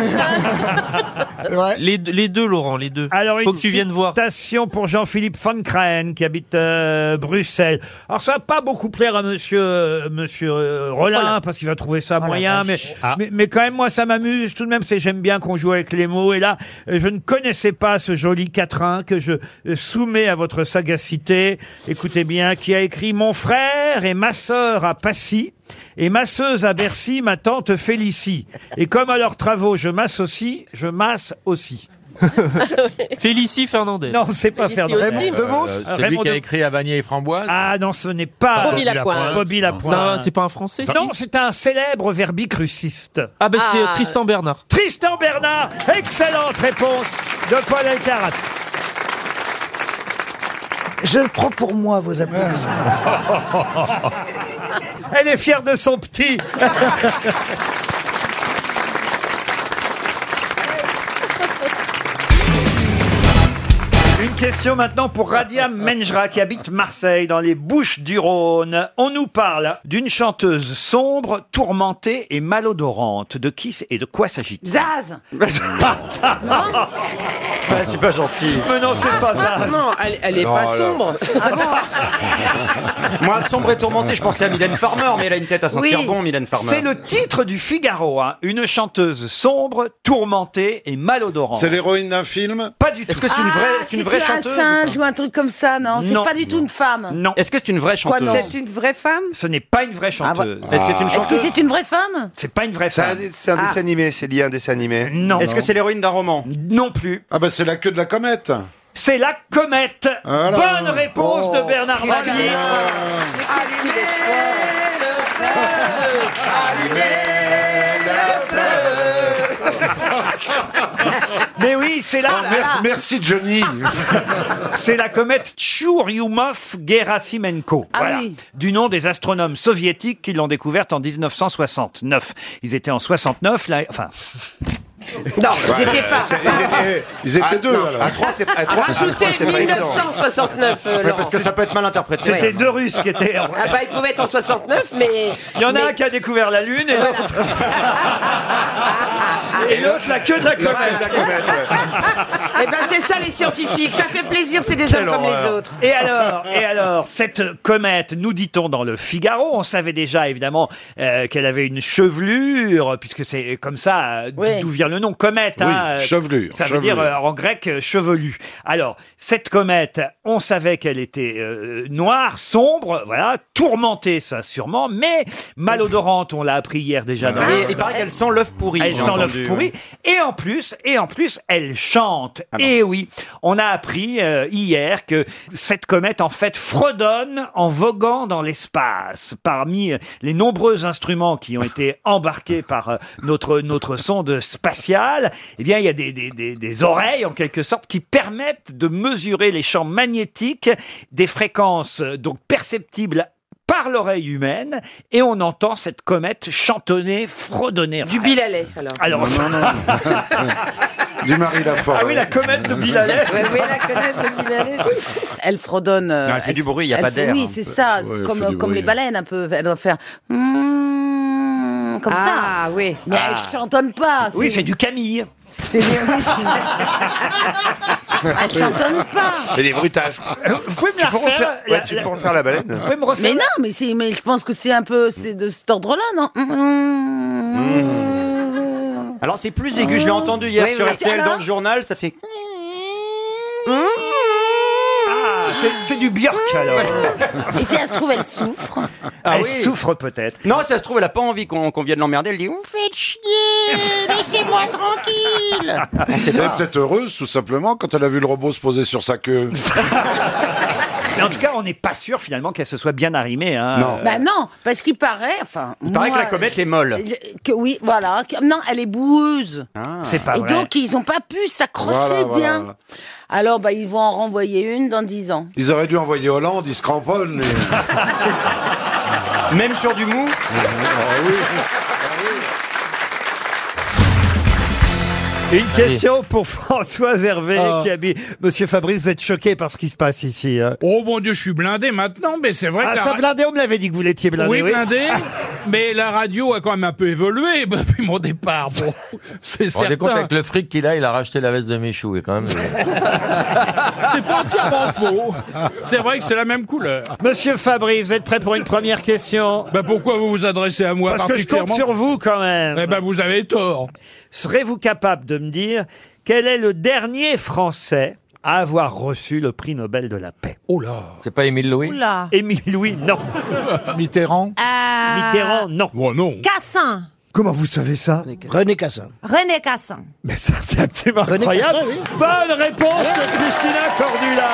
[SPEAKER 12] les, deux- les deux, Laurent, les deux.
[SPEAKER 1] Alors,
[SPEAKER 12] Faut
[SPEAKER 1] une
[SPEAKER 12] que tu viennes voir.
[SPEAKER 1] citation pour Jean-Philippe Van Kraen, qui habite euh, Bruxelles. Alors, ça va pas beaucoup plaire à monsieur, euh, monsieur euh, Rollin,
[SPEAKER 12] Oh
[SPEAKER 1] parce qu'il va trouver ça moyen, mais,
[SPEAKER 12] Ah.
[SPEAKER 1] mais, mais quand même, moi, ça m'amuse. Tout de même, c'est j'aime bien qu'on joue avec les mots. Et là, euh, je ne connaissais pas ce joli quatrain que je euh, soumets à votre sagacité. Écoutez bien, qui a écrit « Mon frère et ma sœur à Passy ». Et masseuse à Bercy, ma tante Félicie. Et comme à leurs travaux, je m'associe, je masse aussi.
[SPEAKER 12] *laughs* Félicie Fernandez.
[SPEAKER 1] Non, c'est pas Félicie Fernandez. aussi. Raymond Devos
[SPEAKER 12] Euh, c'est lui
[SPEAKER 1] Raymond
[SPEAKER 12] qui a
[SPEAKER 1] De-
[SPEAKER 12] écrit Avanier et Framboise.
[SPEAKER 1] Ah non, ce n'est pas
[SPEAKER 12] Bobby Lapointe.
[SPEAKER 1] Bobby Lapointe.
[SPEAKER 12] Ça, c'est pas un Français,
[SPEAKER 1] Non,
[SPEAKER 12] si
[SPEAKER 1] c'est un célèbre verbicruciste.
[SPEAKER 12] Ah, ben, c'est Ah. Tristan Bernard.
[SPEAKER 1] Tristan Bernard, excellente réponse de Paul Elkarat.
[SPEAKER 37] Je le prends pour moi, vos applaudissements.
[SPEAKER 1] *laughs* Elle est fière de son petit. Une question maintenant pour Radia Menjra qui habite Marseille dans les Bouches du Rhône. On nous parle d'une chanteuse sombre, tourmentée et malodorante. De qui et de quoi s'agit-il
[SPEAKER 19] Zaz
[SPEAKER 12] c'est pas gentil.
[SPEAKER 1] Mais non, c'est pas ça.
[SPEAKER 8] Non, Ah, elle, elle est
[SPEAKER 12] Non,
[SPEAKER 8] pas
[SPEAKER 12] là.
[SPEAKER 8] sombre.
[SPEAKER 11] Ah,
[SPEAKER 12] Moi, sombre et tourmenté, je pensais à Mylène Farmer, mais elle a une tête à
[SPEAKER 8] sentir Oui. bon, Mylène Farmer.
[SPEAKER 1] C'est le titre du Figaro, hein. une chanteuse sombre, tourmentée et malodorante.
[SPEAKER 9] C'est l'héroïne d'un film
[SPEAKER 1] Pas du tout.
[SPEAKER 9] Est-ce que c'est une vraie,
[SPEAKER 19] Ah,
[SPEAKER 9] c'est une vraie chanteuse
[SPEAKER 19] un singe ou un truc comme ça, non C'est
[SPEAKER 1] Non.
[SPEAKER 19] pas du tout une femme.
[SPEAKER 1] Non. Est-ce que c'est une vraie
[SPEAKER 19] Quoi, non C'est une vraie femme
[SPEAKER 1] Ce n'est pas une vraie chanteuse.
[SPEAKER 9] Ah. Est-ce que c'est une
[SPEAKER 19] Est-ce que c'est une vraie femme
[SPEAKER 1] C'est pas une vraie
[SPEAKER 9] C'est un,
[SPEAKER 1] femme.
[SPEAKER 9] c'est un dessin animé, c'est lié à un dessin animé.
[SPEAKER 1] Non. Est-ce que c'est
[SPEAKER 9] l'héroïne d'un roman
[SPEAKER 1] Non plus.
[SPEAKER 9] Ah bah c'est la queue de la comète. Ah,
[SPEAKER 1] C'est la comète.
[SPEAKER 9] Voilà.
[SPEAKER 1] Bonne réponse de Bernard Barbier.
[SPEAKER 9] *laughs*
[SPEAKER 1] *laughs* Mais oui, c'est là.
[SPEAKER 9] merci, Johnny.
[SPEAKER 1] *laughs* c'est la comète Churyumov-Gerasimenko.
[SPEAKER 9] Ah
[SPEAKER 1] voilà.
[SPEAKER 9] oui.
[SPEAKER 1] Du nom des astronomes soviétiques qui l'ont découverte en 1969. Ils étaient en 69, là, enfin.
[SPEAKER 6] Non,
[SPEAKER 14] Ouais,
[SPEAKER 6] ils étaient
[SPEAKER 14] euh,
[SPEAKER 6] pas.
[SPEAKER 14] c'est- ils étaient- Ils étaient
[SPEAKER 6] Ah,
[SPEAKER 14] deux,
[SPEAKER 6] non,
[SPEAKER 14] alors.
[SPEAKER 6] à trois, c'est- à trois, à Rajoutez trois, c'est pas évident. 1969, euh,
[SPEAKER 14] Ouais, Parce
[SPEAKER 6] Laurent.
[SPEAKER 14] que ça peut être mal interprété.
[SPEAKER 1] C'était deux Russes qui étaient.
[SPEAKER 6] Ah bah, ils pouvaient être en 69, mais.
[SPEAKER 1] Il y en a un qui a découvert la Lune
[SPEAKER 6] *laughs*
[SPEAKER 1] et l'autre. et l'autre la queue de la comète.
[SPEAKER 6] Eh ben, c'est ça, les scientifiques. Ça fait plaisir, c'est des hommes
[SPEAKER 1] Quelle
[SPEAKER 6] comme les
[SPEAKER 1] horreur.
[SPEAKER 6] autres.
[SPEAKER 1] Et alors, et alors, cette comète, nous dit-on dans le Figaro, on savait déjà évidemment euh, qu'elle avait une chevelure, puisque c'est comme ça euh, d'o- d'où vient le nom, comète.
[SPEAKER 14] Oui,
[SPEAKER 1] hein, euh,
[SPEAKER 14] chevelure,
[SPEAKER 1] Ça veut
[SPEAKER 14] chevelure.
[SPEAKER 1] dire euh, en grec euh, chevelu. Alors, cette comète, on savait qu'elle était euh, noire, sombre, voilà, tourmentée, ça sûrement, mais malodorante, on l'a appris hier déjà. dans
[SPEAKER 5] Et
[SPEAKER 1] le-
[SPEAKER 5] Ah, il paraît qu'elle sent l'œuf pourri.
[SPEAKER 1] elle
[SPEAKER 5] j'ai
[SPEAKER 1] sent l'œuf
[SPEAKER 5] entendu,
[SPEAKER 1] pourri.
[SPEAKER 5] ouais.
[SPEAKER 1] Et en plus, et en plus, elle chante. Et oui, on a appris euh, hier que cette comète en fait fredonne en voguant dans l'espace. Parmi euh, les nombreux instruments qui ont été embarqués par euh, notre notre sonde spatiale, eh bien, il y a des, des, des, des oreilles en quelque sorte qui permettent de mesurer les champs magnétiques des fréquences euh, donc perceptibles par l'oreille humaine et on entend cette comète chantonner, fredonner.
[SPEAKER 6] Du Bilalais, alors.
[SPEAKER 1] Alors,
[SPEAKER 14] Non,
[SPEAKER 1] *laughs*
[SPEAKER 14] non, Du Marie Lafort.
[SPEAKER 1] Ah oui, la comète de Bilalès.
[SPEAKER 11] Ouais, oui, la comète de Bilalais. Elle fredonne. euh,
[SPEAKER 5] Non, elle fait du bruit, il y a
[SPEAKER 11] elle
[SPEAKER 5] pas
[SPEAKER 11] fait-
[SPEAKER 5] d'air,
[SPEAKER 11] Oui,
[SPEAKER 5] hein.
[SPEAKER 11] c'est ça,
[SPEAKER 5] Ouais, elle
[SPEAKER 14] *laughs*
[SPEAKER 11] comme,
[SPEAKER 5] fait du
[SPEAKER 11] comme
[SPEAKER 5] bruit.
[SPEAKER 11] les baleines un peu. Elle doit faire. hmm, comme ça. Ah oui. Mais
[SPEAKER 1] Ah.
[SPEAKER 11] elle chantonne pas.
[SPEAKER 1] Oui, c'est du Camille.
[SPEAKER 11] C'est du- oui, c'est- elle chantonne pas.
[SPEAKER 14] Et des brutages.
[SPEAKER 1] Vous pouvez
[SPEAKER 14] me la refaire Ouais, tu peux refaire la baleine.
[SPEAKER 1] Vous pouvez me refaire
[SPEAKER 11] Mais non, mais, c'est- mais je pense que c'est un peu c'est de cet ordre-là, non Mmh.
[SPEAKER 5] Alors c'est plus aigu, je l'ai entendu hier
[SPEAKER 11] Oh. Oui,
[SPEAKER 5] sur
[SPEAKER 11] oui.
[SPEAKER 5] RTL dans
[SPEAKER 11] Alors
[SPEAKER 5] le journal, ça fait.
[SPEAKER 1] Ah, c'est- c'est du Björk alors.
[SPEAKER 11] Et si elle se trouve, elle souffre.
[SPEAKER 1] Ah Elle souffre peut-être.
[SPEAKER 5] Ah Non, ça se trouve, elle a pas envie qu'on qu'on vienne l'emmerder. Elle dit
[SPEAKER 11] Vous faites chier Laissez-moi tranquille
[SPEAKER 8] Ah, *laughs*
[SPEAKER 14] Elle est peut-être heureuse, tout simplement, quand elle a vu le robot se poser sur sa queue.
[SPEAKER 1] *laughs* Mais en tout cas, on n'est pas sûr finalement qu'elle se soit bien arrimée. Hein.
[SPEAKER 14] Non.
[SPEAKER 11] Bah non, parce qu'il paraît, enfin.
[SPEAKER 1] Il paraît
[SPEAKER 11] moi,
[SPEAKER 1] que la comète est molle.
[SPEAKER 11] Que oui, voilà. que- non, elle est boueuse.
[SPEAKER 1] C'est pas
[SPEAKER 11] Et
[SPEAKER 1] vrai.
[SPEAKER 11] donc ils n'ont pas pu s'accrocher
[SPEAKER 14] Voilà, voilà,
[SPEAKER 11] bien.
[SPEAKER 14] voilà.
[SPEAKER 11] Alors bah ils vont en renvoyer une dans 10 ans.
[SPEAKER 14] Ils auraient dû envoyer Hollande, ils se cramponnent.
[SPEAKER 8] *laughs*
[SPEAKER 5] Même sur du mou
[SPEAKER 15] Ah
[SPEAKER 12] *laughs*
[SPEAKER 1] Une question pour Françoise Hervé
[SPEAKER 28] Ah.
[SPEAKER 1] qui a mis Monsieur Fabrice, vous êtes choqué par ce qui se passe ici. hein.
[SPEAKER 28] Oh mon Dieu, je suis blindé maintenant, mais c'est vrai
[SPEAKER 1] Ah,
[SPEAKER 28] que la
[SPEAKER 1] ça
[SPEAKER 28] ra-
[SPEAKER 1] blindé, on me l'avait dit que vous l'étiez blindé.
[SPEAKER 28] oui,
[SPEAKER 1] *laughs*
[SPEAKER 28] blindé, mais la radio a quand même un peu évolué *laughs* depuis mon départ. Bon, c'est
[SPEAKER 2] Vous vous rendez
[SPEAKER 28] certain.
[SPEAKER 2] compte, avec le fric qu'il a, il a racheté la veste de Michou, et quand même.
[SPEAKER 12] Ah
[SPEAKER 28] C'est pas
[SPEAKER 2] *laughs*
[SPEAKER 28] entièrement faux. C'est vrai que c'est la même couleur.
[SPEAKER 1] Monsieur Fabrice, vous êtes prêt pour une première question
[SPEAKER 28] Bah pourquoi vous vous adressez à moi
[SPEAKER 1] Parce que je compte
[SPEAKER 28] particulièrement
[SPEAKER 1] sur vous quand même.
[SPEAKER 28] Eh ben vous avez tort.
[SPEAKER 1] Serez-vous capable de me dire quel est le dernier Français à avoir reçu le prix Nobel de la paix
[SPEAKER 28] Oh là
[SPEAKER 2] C'est pas Émile Louis
[SPEAKER 11] Oula.
[SPEAKER 1] Émile Louis, non.
[SPEAKER 8] Ah. *laughs*
[SPEAKER 1] Euh,
[SPEAKER 8] Mitterrand
[SPEAKER 1] Mitterrand, non.
[SPEAKER 28] Bon, non.
[SPEAKER 19] Cassin.
[SPEAKER 1] Comment vous savez ça
[SPEAKER 8] René Cassin.
[SPEAKER 19] René Cassin.
[SPEAKER 1] Mais ça, c'est absolument incroyable.
[SPEAKER 8] Cassin, oui.
[SPEAKER 1] Bonne réponse de Christina Cordula.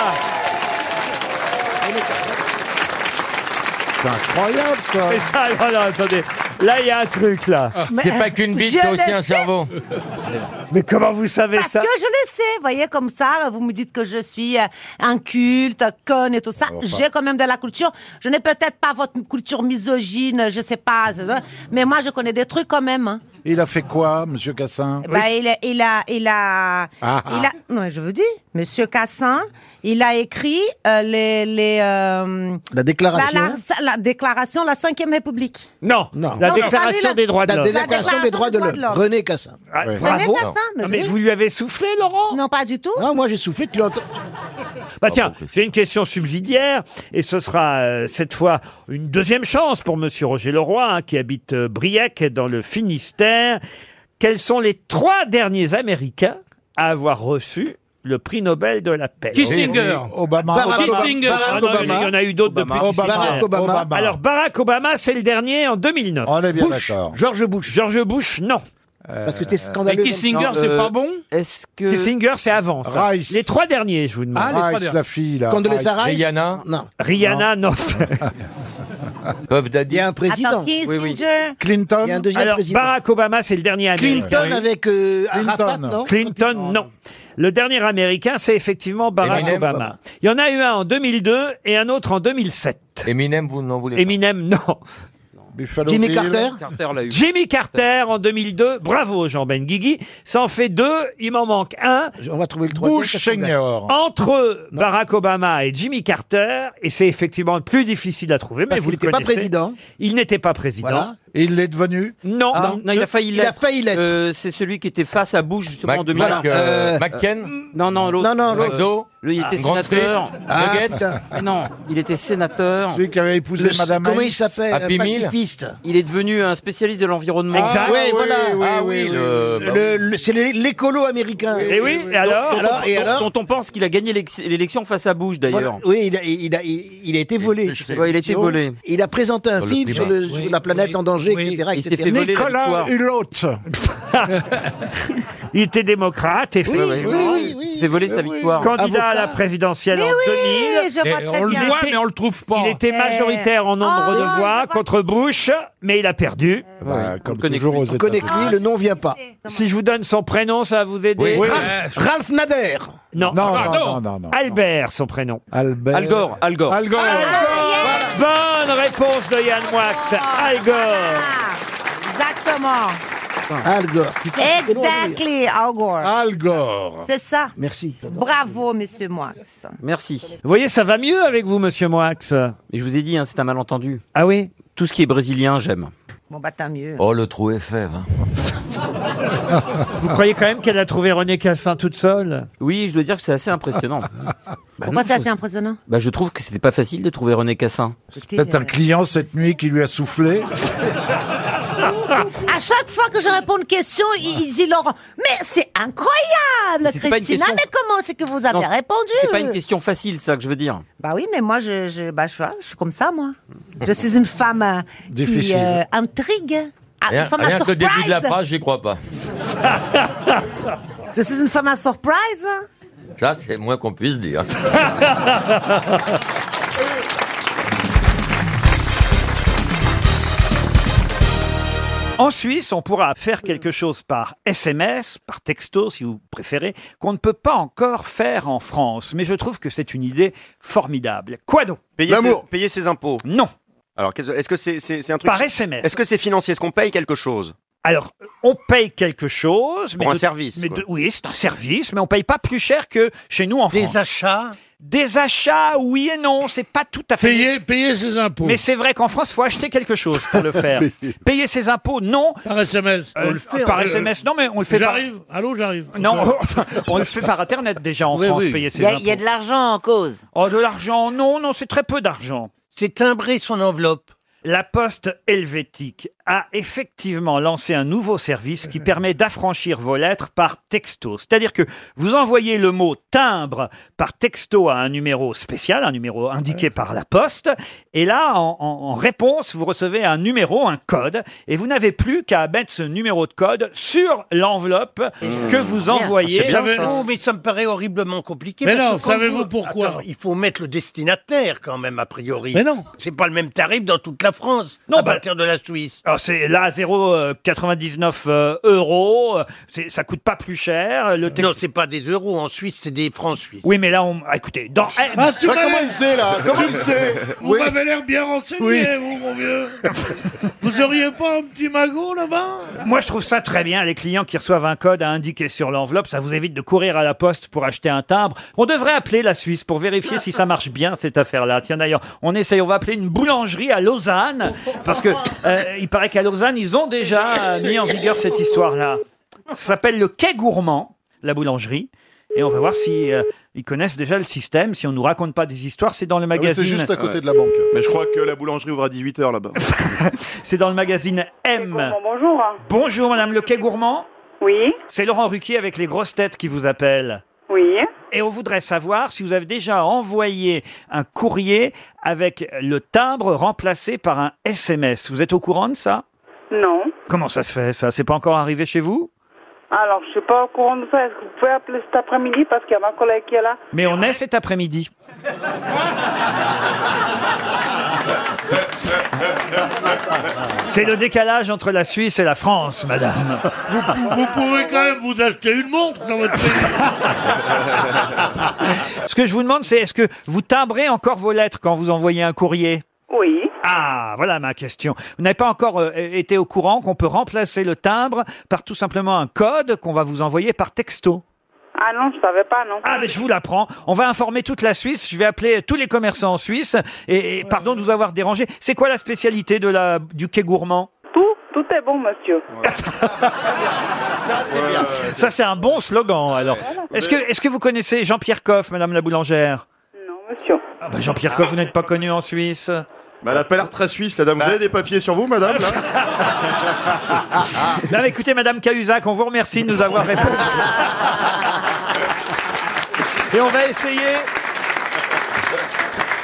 [SPEAKER 8] C'est incroyable ça.
[SPEAKER 1] Mais *laughs* ça, alors là, attendez. Là, il y a un truc, là.
[SPEAKER 2] Ah. C'est pas qu'une bite, c'est aussi un cerveau.
[SPEAKER 1] Mais comment vous savez
[SPEAKER 19] Parce
[SPEAKER 1] ça
[SPEAKER 19] que je le sais, vous voyez, comme ça, vous me dites que je suis euh, inculte, conne et tout ça.
[SPEAKER 1] Alors, pas.
[SPEAKER 19] J'ai quand même de la culture. Je n'ai peut-être pas votre culture misogyne, je sais pas, euh, mais moi, je connais des trucs quand même. hein.
[SPEAKER 8] *laughs* Il a fait quoi, Monsieur Cassin
[SPEAKER 19] Bah, il, a- il a, il a,
[SPEAKER 8] Ah,
[SPEAKER 19] il a, Ouais, je vous dis, Monsieur Cassin, il a écrit euh, les, les, euh,
[SPEAKER 8] La déclaration.
[SPEAKER 19] la, la- la déclaration de la Cinquième République.
[SPEAKER 1] Non. La
[SPEAKER 19] Bah, Non,
[SPEAKER 1] déclaration
[SPEAKER 19] salut, la-
[SPEAKER 1] des droits de
[SPEAKER 19] la
[SPEAKER 1] l'homme.
[SPEAKER 19] Déclaration des droits de l'homme.
[SPEAKER 8] René Cassin.
[SPEAKER 1] Ah,
[SPEAKER 8] Ouais.
[SPEAKER 1] Bravo.
[SPEAKER 19] René Cassin, mais je
[SPEAKER 1] Non, Ah, mais
[SPEAKER 19] l'ai.
[SPEAKER 1] vous lui avez soufflé, Laurent
[SPEAKER 19] Non, pas du tout.
[SPEAKER 8] Non, moi j'ai soufflé, tu l'entends.
[SPEAKER 1] Bah tiens, j'ai une question subsidiaire et ce sera euh, cette fois une deuxième chance pour Monsieur Roger Leroy hein, qui habite euh, Briec dans le Finistère. Quels sont les trois derniers Américains à avoir reçu le prix Nobel de la paix
[SPEAKER 28] Kissinger.
[SPEAKER 8] Obama.
[SPEAKER 1] Barack Obama.
[SPEAKER 28] Kissinger.
[SPEAKER 1] Ah non, Il y en a eu d'autres depuis
[SPEAKER 8] Obama.
[SPEAKER 1] Kissinger.
[SPEAKER 8] Barack Obama. Obama.
[SPEAKER 1] Alors Barack Obama, c'est le dernier en 2009.
[SPEAKER 8] On est bien
[SPEAKER 1] Bush.
[SPEAKER 8] d'accord. George Bush.
[SPEAKER 1] George Bush, non.
[SPEAKER 8] Parce que t'es scandaleux.
[SPEAKER 28] Euh, Kissinger, c'est pas bon
[SPEAKER 1] Est-ce que Kissinger, c'est avant ça.
[SPEAKER 8] Rice.
[SPEAKER 1] Les trois derniers, je vous demande.
[SPEAKER 8] Ah, les trois Rice, la fille, là.
[SPEAKER 1] Condoleezza
[SPEAKER 8] Rice.
[SPEAKER 2] Rihanna
[SPEAKER 8] Non.
[SPEAKER 1] Rihanna, non. *laughs*
[SPEAKER 2] Puff Daddy.
[SPEAKER 8] Il y a un président.
[SPEAKER 19] Attends, Kissinger.
[SPEAKER 8] Clinton. Il y a un deuxième
[SPEAKER 1] Alors,
[SPEAKER 8] président.
[SPEAKER 1] Barack Obama, c'est le dernier américain.
[SPEAKER 8] Clinton avec euh, Arafat,
[SPEAKER 1] Clinton.
[SPEAKER 8] non
[SPEAKER 1] Clinton, non. Le dernier américain, c'est effectivement Barack
[SPEAKER 2] Eminem.
[SPEAKER 1] Obama. Il y en a eu un en 2002 et un autre en 2007.
[SPEAKER 2] Eminem, vous n'en voulez pas.
[SPEAKER 1] Eminem, non.
[SPEAKER 15] Buffalo
[SPEAKER 1] Jimmy
[SPEAKER 15] Bill.
[SPEAKER 1] Carter
[SPEAKER 15] euh, Carter l'a eu.
[SPEAKER 1] Jimmy Carter en 2002. Bravo Jean Benguigui. Ça en fait deux. Il m'en manque un.
[SPEAKER 15] On va trouver le
[SPEAKER 1] troisième.
[SPEAKER 15] Bush senior.
[SPEAKER 1] Entre Barack Obama et Jimmy Carter, et c'est effectivement le plus difficile à trouver, mais
[SPEAKER 15] Parce
[SPEAKER 1] vous
[SPEAKER 15] qu'il
[SPEAKER 1] le
[SPEAKER 15] n'était pas
[SPEAKER 1] connaissez.
[SPEAKER 15] président.
[SPEAKER 1] Il n'était pas président.
[SPEAKER 15] Voilà. Et il l'est devenu
[SPEAKER 1] Non.
[SPEAKER 15] Ah,
[SPEAKER 1] non.
[SPEAKER 12] Non, il a failli
[SPEAKER 15] Il a
[SPEAKER 12] l'être.
[SPEAKER 15] failli l'être.
[SPEAKER 12] Euh, c'est celui qui était face à Bush justement
[SPEAKER 15] Mac-
[SPEAKER 12] en 2000.
[SPEAKER 15] Mac- euh,
[SPEAKER 12] Euh,
[SPEAKER 15] McCain
[SPEAKER 12] Non, non, l'autre.
[SPEAKER 15] Non, non, l'autre.
[SPEAKER 12] Euh, lui, il
[SPEAKER 15] Ah,
[SPEAKER 12] était
[SPEAKER 15] Grand
[SPEAKER 12] sénateur.
[SPEAKER 15] Prix. Ah,
[SPEAKER 12] Nuggets.
[SPEAKER 15] putain.
[SPEAKER 12] Mais non, il était sénateur.
[SPEAKER 15] Celui qui avait épousé Le- Madame comment Hayes. il s'appelle,
[SPEAKER 12] Happy
[SPEAKER 15] euh,
[SPEAKER 12] Meal.
[SPEAKER 15] pacifiste.
[SPEAKER 12] Il est devenu un spécialiste de l'environnement.
[SPEAKER 15] Exact.
[SPEAKER 12] Ah,
[SPEAKER 15] Oui, voilà.
[SPEAKER 12] Ah oui, le-
[SPEAKER 15] Le- bah le- c'est le- l'écolo américain.
[SPEAKER 12] Eh dont,
[SPEAKER 15] alors, et
[SPEAKER 12] dont-
[SPEAKER 15] alors
[SPEAKER 12] dont on pense qu'il a gagné l'ex- l'élection face à Bush d'ailleurs.
[SPEAKER 15] Voilà. Oui, il a, il, a, il, il a été volé.
[SPEAKER 12] Ouais, il a été volé.
[SPEAKER 15] Il a présenté un
[SPEAKER 12] Sur le
[SPEAKER 15] film sur,
[SPEAKER 12] climat.
[SPEAKER 15] le- sur la planète en danger, etc.
[SPEAKER 12] Il s'est
[SPEAKER 15] etc.
[SPEAKER 12] fait voler la Nicolas victoire.
[SPEAKER 15] Hulot.
[SPEAKER 1] Il était démocrate, effectivement.
[SPEAKER 12] Il s'est fait voler sa victoire.
[SPEAKER 1] Candidat à la présidentielle en 2000.
[SPEAKER 12] je vois Et très on le bien. voit, mais on le
[SPEAKER 1] trouve pas. Il était majoritaire en nombre de voix contre Bush, mais il a perdu.
[SPEAKER 15] Bah, comme toujours aux États-Unis.
[SPEAKER 1] lui, le nom vient pas. Si je vous donne son prénom, ça va vous aider.
[SPEAKER 15] Oui.
[SPEAKER 1] Ralph-
[SPEAKER 15] Ralph Nader.
[SPEAKER 1] Non.
[SPEAKER 15] Non, Ah, non, non. non, non, non.
[SPEAKER 1] Albert, son prénom.
[SPEAKER 15] Albert.
[SPEAKER 12] Al Gore, Al Gore.
[SPEAKER 15] Al Gore.
[SPEAKER 1] Bonne réponse de Yann Wax. Al Gore.
[SPEAKER 19] Exactement.
[SPEAKER 15] Al Gore.
[SPEAKER 19] Exactly, Al Gore.
[SPEAKER 15] Al Gore.
[SPEAKER 19] C'est ça.
[SPEAKER 15] Merci.
[SPEAKER 19] Bravo, monsieur Moix.
[SPEAKER 12] Merci.
[SPEAKER 1] Vous voyez, ça va mieux avec vous, monsieur Moix.
[SPEAKER 12] Mais je vous ai dit, hein, c'est un malentendu.
[SPEAKER 1] Ah oui
[SPEAKER 12] Tout ce qui est brésilien, j'aime.
[SPEAKER 19] Bon, bah, tant mieux.
[SPEAKER 12] Oh, le trou est fève. *laughs*
[SPEAKER 1] Vous croyez quand même qu'elle a trouvé René Cassin toute seule
[SPEAKER 12] Oui, je dois dire que c'est assez impressionnant. *laughs* Bah non,
[SPEAKER 19] Pourquoi c'est assez impressionnant
[SPEAKER 12] bah, je trouve que c'était pas facile de trouver René Cassin.
[SPEAKER 19] C'est peut-être un
[SPEAKER 12] client cette nuit qui lui a soufflé.
[SPEAKER 19] *laughs* À chaque fois que je réponds une question, il, il dit Laurent, mais c'est incroyable,
[SPEAKER 12] c'était pas une
[SPEAKER 19] Christina,
[SPEAKER 12] question.
[SPEAKER 19] mais comment c'est que vous avez
[SPEAKER 12] Non, c'est-
[SPEAKER 19] répondu
[SPEAKER 12] C'est pas une question facile, ça que je veux dire.
[SPEAKER 19] Bah oui, mais moi, je, je, bah, je, suis- je suis comme ça, moi. Je suis une femme euh, qui
[SPEAKER 12] Difficile.
[SPEAKER 19] euh, intrigue. Ah,
[SPEAKER 38] Rien,
[SPEAKER 19] une femme à
[SPEAKER 38] rien que le début de la
[SPEAKER 19] surprise.
[SPEAKER 38] phrase, j'y crois pas.
[SPEAKER 19] *laughs* Je suis une femme à surprise.
[SPEAKER 38] Ça, c'est moins qu'on puisse dire.
[SPEAKER 1] En Suisse, on pourra faire quelque chose par SMS, par texto si vous préférez, qu'on ne peut pas encore faire en France. Mais je trouve que c'est une idée formidable. Quoi donc
[SPEAKER 39] Payer ses, payer ses impôts.
[SPEAKER 1] Non.
[SPEAKER 39] Alors, qu'est-ce- est-ce que c'est c'est- c'est un truc
[SPEAKER 1] Par SMS.
[SPEAKER 39] Est-ce que c'est financier Est-ce qu'on paye quelque chose
[SPEAKER 1] Alors, on paye quelque chose.
[SPEAKER 39] Pour un
[SPEAKER 1] de-
[SPEAKER 39] service,
[SPEAKER 1] mais
[SPEAKER 39] quoi.
[SPEAKER 1] de- oui, c'est un service, mais on paye pas plus cher que chez nous en France. Des achats Des achats, oui et non. C'est pas tout à fait. Payer, payer ses impôts. Mais c'est vrai qu'en France, faut acheter quelque chose
[SPEAKER 4] *laughs*
[SPEAKER 1] pour le faire. payer ses impôts, non. Par SMS.
[SPEAKER 4] On le fait,
[SPEAKER 1] par
[SPEAKER 4] on-
[SPEAKER 1] SMS, non, mais on le fait par-
[SPEAKER 4] J'arrive. Allô, j'arrive. *laughs*
[SPEAKER 1] Non, on le fait par Internet déjà en
[SPEAKER 4] Oui,
[SPEAKER 1] France,
[SPEAKER 4] oui.
[SPEAKER 1] payer ses
[SPEAKER 16] Il y a-
[SPEAKER 1] impôts.
[SPEAKER 16] il y a de l'argent en cause.
[SPEAKER 1] Oh, de l'argent, non, non, c'est très peu d'argent.
[SPEAKER 16] C'est timbré son enveloppe.
[SPEAKER 1] La Poste helvétique a effectivement lancé un nouveau service qui permet d'affranchir vos lettres par texto. C'est-à-dire que vous envoyez le mot timbre par texto à un numéro spécial, un numéro indiqué par la Poste, et là, en, en- en réponse, vous recevez un numéro, un code, et vous n'avez plus qu'à mettre ce numéro de code sur l'enveloppe que vous envoyez.
[SPEAKER 16] Oh, mais ça me paraît horriblement compliqué.
[SPEAKER 4] Mais
[SPEAKER 16] parce
[SPEAKER 4] non,
[SPEAKER 16] que quand
[SPEAKER 4] savez-vous
[SPEAKER 16] vous-
[SPEAKER 4] pourquoi
[SPEAKER 16] Attends, Il faut mettre le destinataire quand même, a priori.
[SPEAKER 4] Mais non.
[SPEAKER 16] C'est pas le même tarif dans toute la France,
[SPEAKER 1] Non,
[SPEAKER 16] à
[SPEAKER 1] bah-
[SPEAKER 16] partir de la Suisse.
[SPEAKER 1] Alors c'est là 0,99 euh, euros, euh, c'est- ça coûte pas plus cher. Le texte...
[SPEAKER 16] Non, c'est pas des euros en Suisse, c'est des francs suisses.
[SPEAKER 1] Oui, mais là, on... ah, écoutez, dans... Eh,
[SPEAKER 16] Ah, tu Ah, m'as comment il laissé, sait, là Comment il sait
[SPEAKER 4] Vous
[SPEAKER 16] Oui.
[SPEAKER 4] m'avez l'air bien renseigné,
[SPEAKER 1] Oui.
[SPEAKER 4] vous, mon vieux. vous auriez pas un petit magot là-bas
[SPEAKER 1] Moi, je trouve ça très bien, les clients qui reçoivent un code à indiquer sur l'enveloppe, ça vous évite de courir à la poste pour acheter un timbre. On devrait appeler la Suisse pour vérifier si ça marche bien, cette affaire-là. Tiens, d'ailleurs, on essaye, on va appeler une boulangerie à Lausanne, parce que euh, il paraît qu'à Lausanne, ils ont déjà euh, mis en vigueur cette histoire-là. Ça s'appelle le Quai Gourmand, la boulangerie. Et on va voir si euh, ils connaissent déjà le système, si on nous raconte pas des histoires. C'est dans le
[SPEAKER 10] Ah
[SPEAKER 1] magazine.
[SPEAKER 10] Mais je crois que la boulangerie ouvre à 18h là-bas.
[SPEAKER 1] C'est dans le magazine M.
[SPEAKER 27] Bonjour.
[SPEAKER 1] Bonjour Madame Le Quai Gourmand.
[SPEAKER 27] Oui.
[SPEAKER 1] C'est Laurent Ruquier avec les grosses têtes qui vous appelle.
[SPEAKER 27] Oui.
[SPEAKER 1] Et on voudrait savoir si vous avez déjà envoyé un courrier avec le timbre remplacé par un SMS. Vous êtes au courant de ça
[SPEAKER 27] Non.
[SPEAKER 1] Comment ça se fait ça C'est pas encore arrivé chez vous
[SPEAKER 27] Alors, je suis pas au courant de ça. Est-ce que vous pouvez appeler cet après-midi parce qu'il y a ma collègue qui est là
[SPEAKER 1] Mais on est cet après-midi. C'est le décalage entre la Suisse et la France, madame.
[SPEAKER 4] vous, pou- vous pouvez quand même vous acheter une montre dans votre pays.
[SPEAKER 1] Ce que je vous demande, c'est est-ce que vous timbrez encore vos lettres quand vous envoyez un courrier
[SPEAKER 27] Oui.
[SPEAKER 1] Ah, voilà ma question. Vous n'avez pas encore euh, été au courant qu'on peut remplacer le timbre par tout simplement un code qu'on va vous envoyer par texto.
[SPEAKER 17] Ah non, je savais pas, non.
[SPEAKER 1] Ah, mais je vous l'apprends. On va informer toute la Suisse. Je vais appeler tous les commerçants en Suisse. Et, et pardon de vous avoir dérangé. C'est quoi la spécialité de la, du quai gourmand
[SPEAKER 17] Tout, tout est bon, monsieur.
[SPEAKER 1] Ça, c'est bien. Ça, c'est un bon slogan, alors. Est-ce que, est que vous connaissez Jean-Pierre Coff, madame la boulangère
[SPEAKER 17] Non, monsieur.
[SPEAKER 1] Ah, bah, Jean-Pierre Coff, vous n'êtes pas connu en Suisse Bah.
[SPEAKER 40] Bah, elle a pas l'air très suisse, la dame. Vous avez des papiers sur vous, madame
[SPEAKER 1] *laughs* Non, mais écoutez, Madame Cahuzac, on vous remercie de nous
[SPEAKER 40] *laughs*
[SPEAKER 1] avoir répondu. Et on va essayer.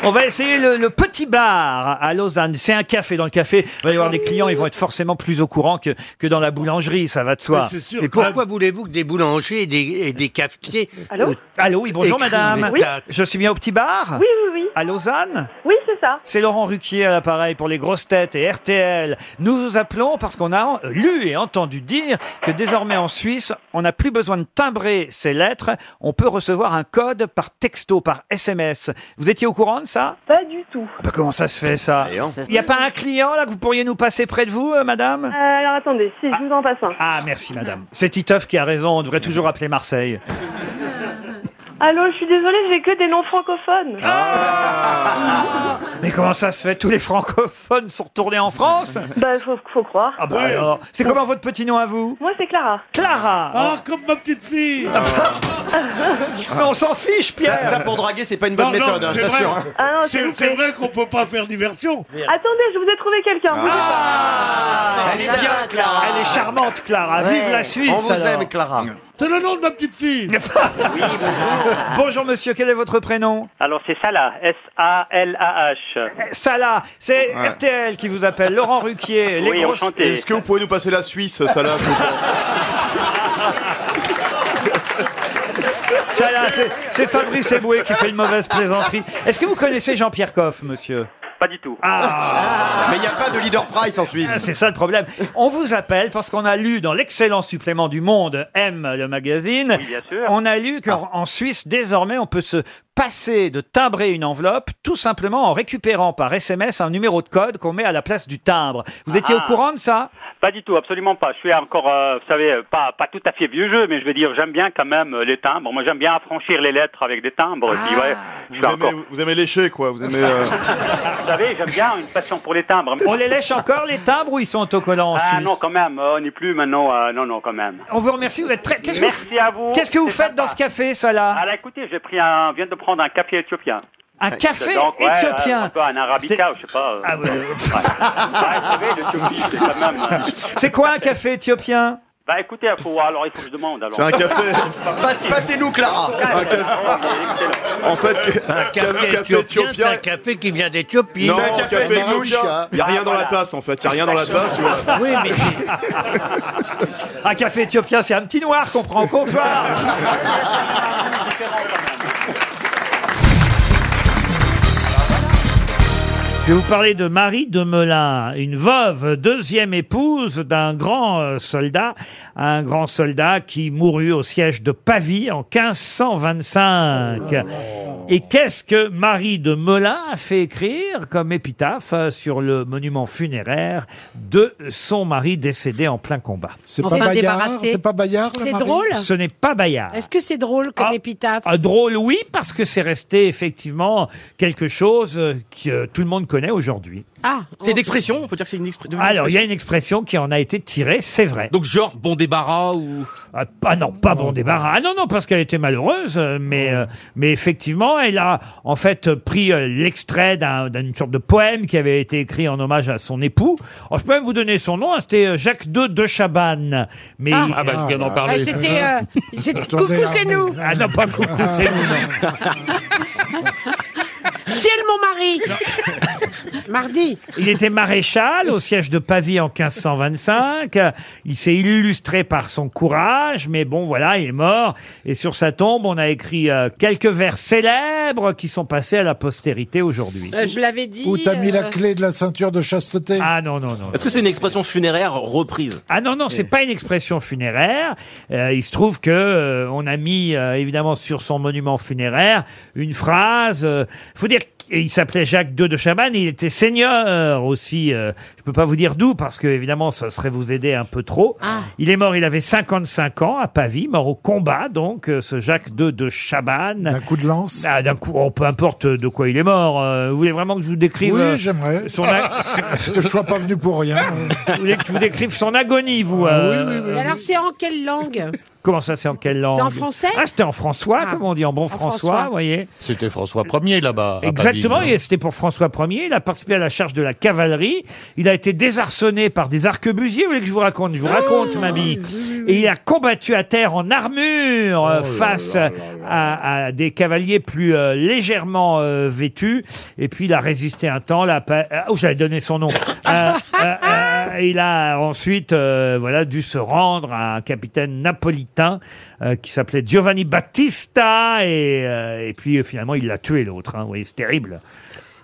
[SPEAKER 1] On va essayer le, le petit bar à Lausanne. C'est un café dans le café. Il va y avoir des clients, ils vont être forcément plus au courant que, que dans la boulangerie, ça va de soi.
[SPEAKER 27] Mais c'est sûr. Et pourquoi voulez-vous que des boulangers et des, et des cafetiers. euh, Allô
[SPEAKER 1] Allô, oui, bonjour
[SPEAKER 27] Écrivez
[SPEAKER 1] madame.
[SPEAKER 27] Oui.
[SPEAKER 1] Je suis bien au petit bar
[SPEAKER 27] Oui,
[SPEAKER 17] oui, oui.
[SPEAKER 1] À Lausanne
[SPEAKER 17] Oui, c'est ça.
[SPEAKER 1] C'est Laurent Ruquier à l'appareil pour les grosses têtes et RTL. Nous vous appelons parce qu'on a euh, lu et entendu dire que désormais en Suisse, on n'a plus besoin de timbrer ses lettres. On peut recevoir un code par texto, par SMS. Vous étiez au courant de ça
[SPEAKER 17] Pas du tout.
[SPEAKER 1] Ah bah, Comment ça se fait ça Il n'y a pas un client là que vous pourriez nous passer près de vous, euh, madame
[SPEAKER 17] alors attendez, si, je vous en passe un.
[SPEAKER 1] Ah, merci madame. C'est Titoff qui a raison, on devrait toujours appeler Marseille.
[SPEAKER 17] Allô, je suis désolée, j'ai que des noms francophones.
[SPEAKER 16] Ah.
[SPEAKER 1] Mais comment ça se fait Tous les francophones sont retournés en France
[SPEAKER 17] Bah, faut, faut croire.
[SPEAKER 1] Ah bah alors, c'est comment votre petit nom à vous
[SPEAKER 17] Moi, c'est Clara.
[SPEAKER 1] Clara
[SPEAKER 17] Ah,
[SPEAKER 1] comme ma petite fille Mais Ah, on s'en fiche, Pierre
[SPEAKER 40] Ça, ça, pour draguer, c'est pas une bonne
[SPEAKER 22] Non, non,
[SPEAKER 40] méthode, hein,
[SPEAKER 22] c'est
[SPEAKER 40] bien
[SPEAKER 22] vrai.
[SPEAKER 40] sûr. hein.
[SPEAKER 17] Ah non, s'il
[SPEAKER 22] C'est
[SPEAKER 17] vous
[SPEAKER 22] c'est
[SPEAKER 17] plaît.
[SPEAKER 22] vrai qu'on peut pas faire diversion.
[SPEAKER 17] Attendez, je vous ai trouvé quelqu'un. bougez
[SPEAKER 16] Ah.
[SPEAKER 17] pas.
[SPEAKER 1] Elle est bien, Clara Elle est charmante, Clara
[SPEAKER 17] Ouais.
[SPEAKER 1] Ah, Vive la Suisse
[SPEAKER 40] On vous
[SPEAKER 1] alors.
[SPEAKER 40] aime, Clara.
[SPEAKER 22] C'est le nom de ma petite fille.
[SPEAKER 1] Bonjour monsieur, quel est votre prénom
[SPEAKER 3] Alors c'est Salah, S-A-L-A-H.
[SPEAKER 1] Salah, c'est
[SPEAKER 40] Ouais.
[SPEAKER 1] RTL qui vous appelle, Laurent Ruquier, les grosses-
[SPEAKER 40] Est-ce que vous pouvez nous passer la Suisse, ça là s'il vous plaît
[SPEAKER 1] Salah, c'est- c'est Fabrice Eboué qui fait une mauvaise plaisanterie. Est-ce que vous connaissez Jean-Pierre Coff, monsieur
[SPEAKER 3] Pas du tout.
[SPEAKER 40] Ah. Mais il n'y a pas de leader price en Suisse.
[SPEAKER 1] Ah, C'est ça le problème. On vous appelle parce qu'on a lu dans l'excellent supplément du Monde M, le magazine, on a lu qu'en en Suisse, désormais, on peut se passer de timbrer une enveloppe tout simplement en récupérant par SMS un numéro de code qu'on met à la place du timbre. Vous étiez
[SPEAKER 3] Ah.
[SPEAKER 1] au courant de ça
[SPEAKER 3] Pas du tout, absolument pas. Je suis encore, euh, vous savez, pas, pas tout à fait vieux jeu, mais je veux dire, j'aime bien quand même euh, les timbres. Moi, j'aime bien affranchir les lettres avec des timbres. Je
[SPEAKER 1] Ah.
[SPEAKER 3] dis, ouais, je suis
[SPEAKER 40] Vous aimez,
[SPEAKER 3] encore-
[SPEAKER 40] vous aimez lécher, quoi. Vous aimez. euh,
[SPEAKER 3] Vous savez, j'aime bien une passion pour les timbres.
[SPEAKER 1] On les lèche encore, les timbres, ou ils sont autocollants en
[SPEAKER 3] Ah
[SPEAKER 1] Suisse
[SPEAKER 3] non, quand même, euh, on n'est plus maintenant. euh, non, non, quand même.
[SPEAKER 1] On vous remercie, vous êtes très... Qu'est-ce que vous,
[SPEAKER 3] Merci à vous.
[SPEAKER 1] qu'est-ce que vous
[SPEAKER 3] C'est
[SPEAKER 1] faites dans ce café, Salah
[SPEAKER 3] Alors écoutez, j'ai pris un, viens de prendre un café éthiopien.
[SPEAKER 1] Un café
[SPEAKER 3] Donc, ouais,
[SPEAKER 1] éthiopien
[SPEAKER 3] un peu un arabica, je sais pas. Ah
[SPEAKER 1] ouais.
[SPEAKER 3] ouais, vous savez, l'Éthiopie, c'est quand même. euh,
[SPEAKER 1] C'est quoi un café éthiopien
[SPEAKER 3] Bah écoutez, faut, alors il faut que je demande alors.
[SPEAKER 40] C'est un café. Passe- Passez-nous, Clara. C'est un café. En fait,
[SPEAKER 27] Un café, éthiopien, c'est un café qui vient d'Éthiopie.
[SPEAKER 40] Non, un café éthiopien. Il n'y a
[SPEAKER 3] Ah,
[SPEAKER 40] rien dans la tasse, en fait. Il n'y a rien dans la tasse. voilà.
[SPEAKER 27] Oui, mais
[SPEAKER 1] Un café éthiopien, c'est un petit noir qu'on prend au comptoir. Je vais vous parler de Marie de Melun, une veuve, deuxième épouse d'un grand euh, soldat, un grand soldat qui mourut au siège de Pavie en 1525. Et qu'est-ce que Marie de Melun a fait écrire comme épitaphe euh, sur le monument funéraire de son mari décédé en plein combat
[SPEAKER 9] pas Enfin Bayard, débarrassé. c'est pas Bayard, la C'est Marie drôle.
[SPEAKER 1] Ce n'est pas Bayard.
[SPEAKER 9] Est-ce que c'est drôle comme épitaphe
[SPEAKER 1] Ah, drôle, oui, parce que c'est resté effectivement quelque chose euh, que euh, tout le monde connaît aujourd'hui.
[SPEAKER 9] Ah,
[SPEAKER 41] C'est une expression, on peut dire que c'est une expression.
[SPEAKER 1] Alors, il y a une expression qui en a été tirée, c'est vrai.
[SPEAKER 41] Donc genre bon débarras ou...
[SPEAKER 1] Ah, pas- non, pas bon débarras. Ah non, non, parce qu'elle était malheureuse, euh, mais, euh, mais effectivement, elle a en fait euh, pris euh, l'extrait d'un- d'une sorte de poème qui avait été écrit en hommage à son époux. Oh, je peux même vous donner son nom, hein, c'était euh, Jacques II de Chabannes. Mais
[SPEAKER 41] Ah. Ah, bah, je viens d'en Ah, parler. c'était, euh, *laughs*
[SPEAKER 9] c'était
[SPEAKER 1] Coucou, c'est nous Ah non, pas Coucou, c'est nous, non.
[SPEAKER 9] ciel mon mari Mardi
[SPEAKER 1] Il était maréchal au siège de Pavie en 1525. Il s'est illustré par son courage, mais bon, voilà, il est mort. Et sur sa tombe, on a écrit euh, quelques vers célèbres. célèbres qui sont passés à la postérité aujourd'hui.
[SPEAKER 6] Euh, je l'avais dit.
[SPEAKER 1] Où t'as mis la
[SPEAKER 6] euh,
[SPEAKER 1] clé de la ceinture de chasteté Ah non, non, non.
[SPEAKER 15] Est-ce que c'est une expression funéraire reprise
[SPEAKER 1] Ah non, non, c'est pas une expression funéraire. Euh, il se trouve que euh, on a mis euh, évidemment sur son monument funéraire une phrase. euh, faut dire qu'il s'appelait Jacques II de Chabannes, il était seigneur aussi. euh, je peux pas vous dire d'où parce que évidemment ça serait vous aider un peu trop. Il est mort, il avait 55 ans à Pavie, mort au combat donc euh, ce Jacques II de Chabannes. D'un coup de lance. Ah, d'un coup, oh, peu importe de quoi il est mort. Euh, vous voulez vraiment que je vous décrive euh,
[SPEAKER 42] Oui, j'aimerais.
[SPEAKER 1] son *laughs* a-
[SPEAKER 42] que je sois pas venu pour rien. Ah
[SPEAKER 1] Vous voulez que je vous décrive son agonie, vous euh,
[SPEAKER 6] Mais alors, c'est en quelle langue
[SPEAKER 1] Comment ça, c'est en quelle langue
[SPEAKER 6] en français
[SPEAKER 1] Ah, c'était en François,
[SPEAKER 6] Ah.
[SPEAKER 1] comme on dit, en bon
[SPEAKER 6] En
[SPEAKER 1] François,
[SPEAKER 6] François.
[SPEAKER 1] vous voyez.
[SPEAKER 10] C'était François Ier là-bas. à
[SPEAKER 1] Exactement,
[SPEAKER 10] Pavie.
[SPEAKER 1] et c'était pour François Ier. Il a participé à la charge de la cavalerie. Il a été désarçonné par des arquebusiers. Vous voulez que je vous raconte Je vous raconte, mamie. Et il a combattu à terre en armure euh, face À, à des cavaliers plus euh, légèrement euh, vêtus. Et puis, il a résisté un temps. Là, à Pa- ah, oh, j'avais donné son nom. Euh, euh, euh, il a ensuite euh, voilà, dû se rendre à un capitaine napolitain euh, qui s'appelait Giovanni Battista. Et, euh, et puis, euh, finalement, il l'a tué, l'autre. hein. Vous voyez, c'est terrible.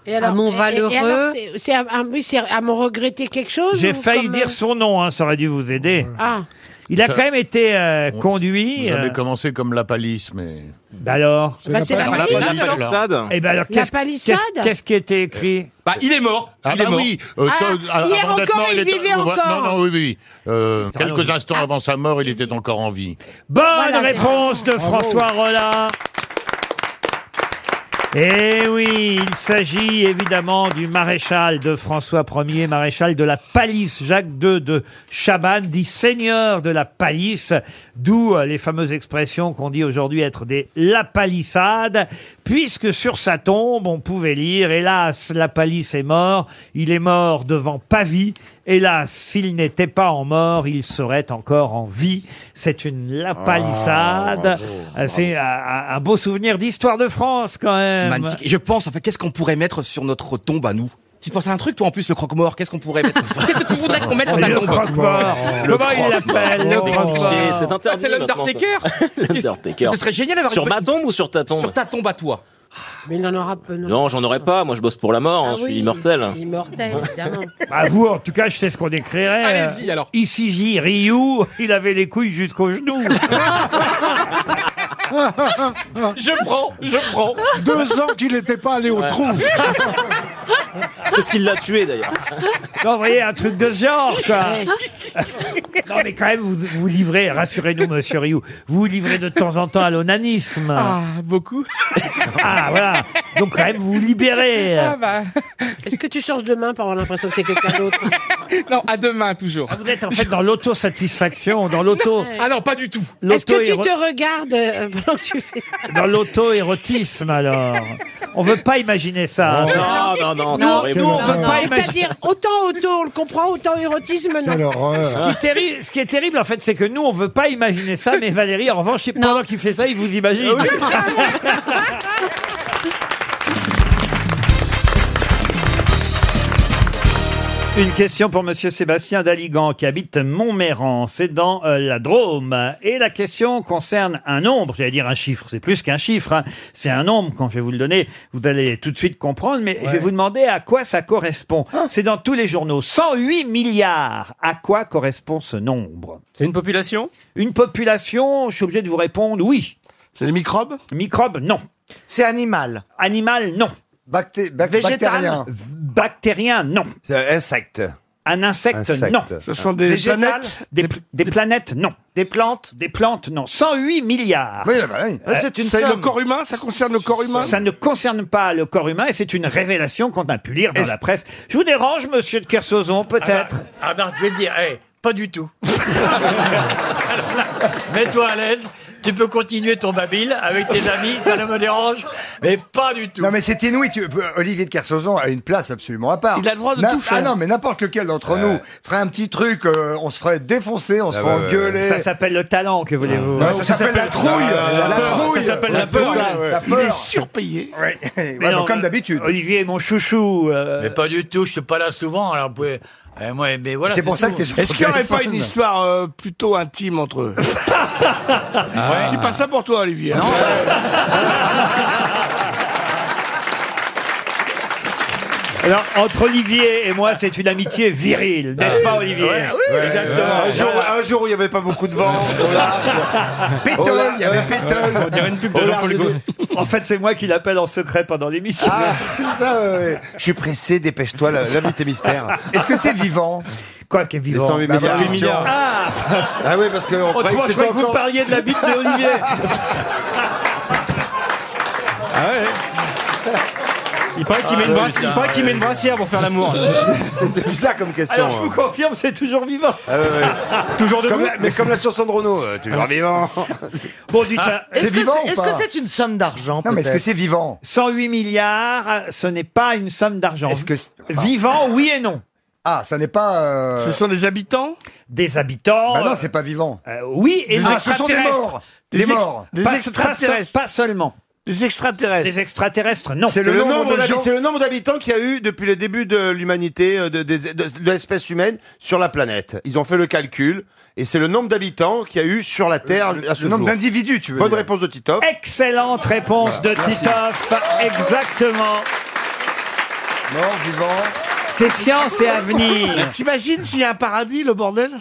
[SPEAKER 6] Et alors,
[SPEAKER 19] À mon
[SPEAKER 6] et- Et, alors,
[SPEAKER 19] valeureux.
[SPEAKER 6] c'est- c'est à, à- oui, c'est à mon regretter quelque chose
[SPEAKER 1] J'ai
[SPEAKER 6] ou
[SPEAKER 1] failli
[SPEAKER 6] comme- euh,
[SPEAKER 1] dire son nom, hein, ça aurait dû vous aider.
[SPEAKER 6] Ah,
[SPEAKER 1] Il a
[SPEAKER 10] Ça-
[SPEAKER 1] quand même été euh, conduit.
[SPEAKER 10] Vous avez
[SPEAKER 1] euh,
[SPEAKER 10] commencé comme la palisse, mais.
[SPEAKER 1] alors
[SPEAKER 10] Bah, c'est la La palisse. palisse. La palissade.
[SPEAKER 1] Et ben alors,
[SPEAKER 10] La
[SPEAKER 1] qu'est-ce-
[SPEAKER 10] palissade.
[SPEAKER 1] qu'est-ce qu'est-ce qui était écrit
[SPEAKER 10] Bah, il est mort. Ah,
[SPEAKER 1] Il
[SPEAKER 10] bah
[SPEAKER 1] est mort.
[SPEAKER 10] oui. euh,
[SPEAKER 1] Ah,
[SPEAKER 10] quand- a-
[SPEAKER 1] hier
[SPEAKER 10] avant d'être
[SPEAKER 1] encore,
[SPEAKER 10] mort,
[SPEAKER 1] il
[SPEAKER 10] était-
[SPEAKER 1] vivait
[SPEAKER 10] Ouais,
[SPEAKER 1] encore.
[SPEAKER 10] Non, non, oui, oui.
[SPEAKER 1] Ah,
[SPEAKER 10] Euh, quelques
[SPEAKER 1] raison.
[SPEAKER 10] instants avant sa mort, il était encore en vie.
[SPEAKER 1] Bonne réponse de François Rollin. Eh oui, il s'agit évidemment du maréchal de François Ier, maréchal de la Palisse, Jacques II de Chabannes, dit seigneur de la Palisse, d'où euh, les fameuses expressions qu'on dit aujourd'hui être des la palissade, puisque sur sa tombe, on pouvait lire, hélas, la Palisse est mort, il est mort devant Pavie, hélas, s'il n'était pas en mort, il serait encore en vie. C'est une la palissade. Euh, C'est un- un un beau souvenir d'histoire de France quand même.
[SPEAKER 9] Magnifique. Et je pense, enfin, qu'est-ce qu'on pourrait mettre sur notre tombe à nous tu penses à un truc, toi, en plus, le croque-mort, qu'est-ce qu'on pourrait *laughs* mettre Qu'est-ce que tu voudrais qu'on mette dans ta
[SPEAKER 1] Le
[SPEAKER 9] tombe
[SPEAKER 1] croque-mort.
[SPEAKER 9] Le
[SPEAKER 1] Comment il
[SPEAKER 9] croque-mort.
[SPEAKER 1] l'appelle, le
[SPEAKER 9] Oh.
[SPEAKER 1] croque-mort
[SPEAKER 9] Ah,
[SPEAKER 1] C'est interdit
[SPEAKER 9] C'est
[SPEAKER 1] maintenant,
[SPEAKER 9] l'Undertaker
[SPEAKER 15] *laughs* L'Undertaker.
[SPEAKER 9] Ce serait génial d'avoir
[SPEAKER 15] Sur
[SPEAKER 9] une
[SPEAKER 15] ma
[SPEAKER 9] petite-
[SPEAKER 15] tombe ou sur ta tombe
[SPEAKER 9] Sur ta tombe à toi.
[SPEAKER 6] mais il en aura peu.
[SPEAKER 15] Non, j'en aurais pas. Moi, je bosse pour la mort.
[SPEAKER 6] Ah
[SPEAKER 15] hein, je suis
[SPEAKER 6] oui,
[SPEAKER 15] immortel.
[SPEAKER 19] *laughs*
[SPEAKER 6] Immortel, évidemment.
[SPEAKER 1] *laughs* Bah, vous, en tout cas, je sais ce qu'on écrirait.
[SPEAKER 9] Allez-y, alors.
[SPEAKER 1] Ici, Ryu, il avait les couilles jusqu'aux genoux.
[SPEAKER 9] je prends, je prends.
[SPEAKER 42] Deux ans qu'il n'était pas allé au
[SPEAKER 1] Ouais.
[SPEAKER 42] trou.
[SPEAKER 1] Qu'est-ce qu'il l'a tué d'ailleurs Non, vous voyez, un truc de ce genre, quoi. non, mais quand même, vous vous livrez, rassurez-nous, monsieur Rioux, vous vous livrez de temps en temps à l'onanisme.
[SPEAKER 9] Ah, beaucoup.
[SPEAKER 1] Ah, voilà. Donc, quand même, vous vous libérez.
[SPEAKER 6] Ah bah. Est-ce que tu changes de main pour avoir l'impression que c'est quelqu'un d'autre
[SPEAKER 9] Non, à demain, toujours.
[SPEAKER 1] Ah, Vous êtes en fait dans l'auto-satisfaction, dans l'auto.
[SPEAKER 9] Ah non, pas du tout.
[SPEAKER 6] Est-ce que tu
[SPEAKER 1] L'auto-éro-
[SPEAKER 6] te regardes euh, *laughs* pendant que tu fais ça
[SPEAKER 1] *laughs* Dans l'auto-érotisme, alors. On veut pas imaginer ça.
[SPEAKER 15] Oh,
[SPEAKER 1] hein.
[SPEAKER 15] non, non, non, c'est
[SPEAKER 1] Nous,
[SPEAKER 15] horrible.
[SPEAKER 1] nous, on
[SPEAKER 15] Non,
[SPEAKER 1] veut
[SPEAKER 15] non.
[SPEAKER 1] pas imaginer.
[SPEAKER 6] C'est-à-dire, autant auto, on le comprend, autant érotisme, non. *laughs*
[SPEAKER 1] Ce qui, est terri- ce qui est terrible, en fait, c'est que nous, on veut pas imaginer ça, mais Valérie, en revanche, pendant qu'il fait ça, il vous imagine. *laughs* Une question pour Monsieur Sébastien Daligan qui habite Montméran, c'est dans euh, la Drôme. Et la question concerne un nombre, j'allais dire un chiffre, c'est plus qu'un chiffre, hein. c'est un nombre, quand je vais vous le donner, vous allez tout de suite comprendre, mais je vais vous demander à quoi ça correspond. C'est dans tous les journaux, 108 milliards, à quoi correspond ce nombre C'est une population Une population, je suis obligé de vous répondre oui. C'est des microbes Microbes, non. C'est animal Animal, non.
[SPEAKER 8] Végétal. bactérien.
[SPEAKER 1] Bactérien, non. Insecte. Un insecte,
[SPEAKER 8] Insecte.
[SPEAKER 1] non.
[SPEAKER 8] Ce sont des Végétal. planètes
[SPEAKER 1] des, pl- des planètes, non. Des plantes Des plantes, non. 108 milliards.
[SPEAKER 8] Oui, bah oui. Ouais, c'est une C'est somme. le corps
[SPEAKER 1] humain Ça concerne le corps humain Ça ne concerne pas le corps humain et c'est une révélation qu'on a pu lire dans la presse. Je vous dérange, monsieur de Kersozon, peut-être
[SPEAKER 8] bah,
[SPEAKER 12] Ah non, je vais te dire, eh, pas du tout. *laughs* Alors là, Mets-toi à l'aise. Tu peux continuer ton babil avec tes amis, ça ne me dérange, mais pas du tout.
[SPEAKER 8] Non mais c'est inouï, tu- euh, Olivier de Kersauzon a une place absolument à part.
[SPEAKER 12] Il a le droit de
[SPEAKER 8] Na-
[SPEAKER 12] tout faire.
[SPEAKER 8] Ah non, mais n'importe lequel d'entre
[SPEAKER 12] Ouais.
[SPEAKER 8] nous ferait un petit truc, euh, on se ferait défoncer, on se
[SPEAKER 1] Euh. Ah
[SPEAKER 8] ferait
[SPEAKER 1] ouais, ouais,
[SPEAKER 8] engueuler.
[SPEAKER 1] ouais. Ça s'appelle le talent, que voulez-vous
[SPEAKER 8] Ouais, ça s'appelle la trouille.
[SPEAKER 1] Ah,
[SPEAKER 8] La
[SPEAKER 1] peur.
[SPEAKER 8] trouille.
[SPEAKER 1] Ça s'appelle
[SPEAKER 8] Ouais,
[SPEAKER 1] la
[SPEAKER 8] c'est
[SPEAKER 1] peur.
[SPEAKER 8] ça, ouais.
[SPEAKER 1] La
[SPEAKER 8] Il est
[SPEAKER 1] peur.
[SPEAKER 8] surpayé.
[SPEAKER 4] *laughs*
[SPEAKER 8] Ouais. Ouais,
[SPEAKER 12] Mais
[SPEAKER 8] bah,
[SPEAKER 12] non,
[SPEAKER 8] comme
[SPEAKER 12] euh,
[SPEAKER 8] d'habitude.
[SPEAKER 1] Olivier est mon chouchou.
[SPEAKER 12] Mais pas du tout, je suis pas là souvent, alors vous pouvez... eh, moi, mais voilà,
[SPEAKER 8] C'est pour ça que t'es sur ton
[SPEAKER 12] Est-ce qu'il y aurait pas
[SPEAKER 8] *laughs* téléphone.
[SPEAKER 12] une histoire
[SPEAKER 4] Histoire euh, plutôt intime
[SPEAKER 8] *laughs*
[SPEAKER 4] entre eux. Tu passes ça pour toi, Olivier. hein.
[SPEAKER 1] Alors, entre Olivier et moi, c'est une amitié virile, n'est-ce
[SPEAKER 8] Euh,
[SPEAKER 1] pas, Olivier
[SPEAKER 43] Ouais, oui, exactement. Un jour- un
[SPEAKER 1] où il n'y avait pas beaucoup de *laughs* vent.
[SPEAKER 43] Pétole, il y avait
[SPEAKER 1] pétole. On dirait une pub de Jean-Paul En fait, c'est moi qui l'appelle en secret pendant l'émission.
[SPEAKER 8] Je suis pressé, dépêche-toi, la- l'invité mystère. euh. Est-ce que c'est vivant
[SPEAKER 1] *laughs* Quoi qui est
[SPEAKER 8] vivant 108
[SPEAKER 1] Bah,
[SPEAKER 8] milliards.
[SPEAKER 1] bah, les milliards. Ah
[SPEAKER 8] Ah oui, parce que on croyait
[SPEAKER 1] Autrement,
[SPEAKER 8] que c'était
[SPEAKER 1] je croyais que vous
[SPEAKER 8] encore-
[SPEAKER 1] parliez de la bite d'Olivier.
[SPEAKER 8] *laughs*
[SPEAKER 27] Il paraît qu'il met, une
[SPEAKER 1] Ah,
[SPEAKER 27] brasse-
[SPEAKER 1] putain,
[SPEAKER 27] il paraît qu'il met
[SPEAKER 1] ouais.
[SPEAKER 27] une brassière pour faire
[SPEAKER 12] *laughs*
[SPEAKER 27] l'amour.
[SPEAKER 8] C'était bizarre comme question.
[SPEAKER 1] Alors, je vous
[SPEAKER 12] hein.
[SPEAKER 1] confirme, c'est toujours vivant.
[SPEAKER 12] Ah,
[SPEAKER 27] *laughs* Toujours
[SPEAKER 8] Comme
[SPEAKER 27] debout Ah.
[SPEAKER 8] la- Mais comme la chanson de Renaud, euh, toujours
[SPEAKER 27] *laughs*
[SPEAKER 8] vivant.
[SPEAKER 1] Bon,
[SPEAKER 12] Ah,
[SPEAKER 1] dites ça.
[SPEAKER 8] C'est vivant ou pas
[SPEAKER 1] une somme d'argent
[SPEAKER 8] Non, mais est-ce que c'est vivant
[SPEAKER 1] 108 milliards, ce n'est pas une somme d'argent. Vivant, oui et non.
[SPEAKER 8] Ah, ça n'est pas. euh,
[SPEAKER 1] Ce sont des habitants Des habitants.
[SPEAKER 8] Bah non,
[SPEAKER 1] euh,
[SPEAKER 8] c'est pas vivant.
[SPEAKER 1] euh, oui, et
[SPEAKER 8] Des
[SPEAKER 1] non.
[SPEAKER 8] Ah, ce sont des morts. Des
[SPEAKER 1] ex-
[SPEAKER 8] morts. Des
[SPEAKER 1] pas-
[SPEAKER 8] extraterrestres.
[SPEAKER 1] Pas, pas seulement. Des extraterrestres. Des extraterrestres, non.
[SPEAKER 12] C'est le, nombre d'habi- c'est le nombre d'habitants qu'il y a eu depuis le début de l'humanité, euh, de, des- de- de l'espèce humaine sur la planète. Ils ont fait le calcul et c'est le nombre d'habitants qu'il y a eu sur la Terre à ce
[SPEAKER 8] le nombre
[SPEAKER 12] jour.
[SPEAKER 8] d'individus, tu veux
[SPEAKER 12] Bonne
[SPEAKER 8] dire.
[SPEAKER 12] réponse de Titoff.
[SPEAKER 1] Excellente réponse
[SPEAKER 12] Voilà,
[SPEAKER 1] de
[SPEAKER 12] merci.
[SPEAKER 1] Titoff. Exactement.
[SPEAKER 8] Mort, vivant.
[SPEAKER 1] C'est science et avenir.
[SPEAKER 4] T'imagines s'il y a un paradis, le bordel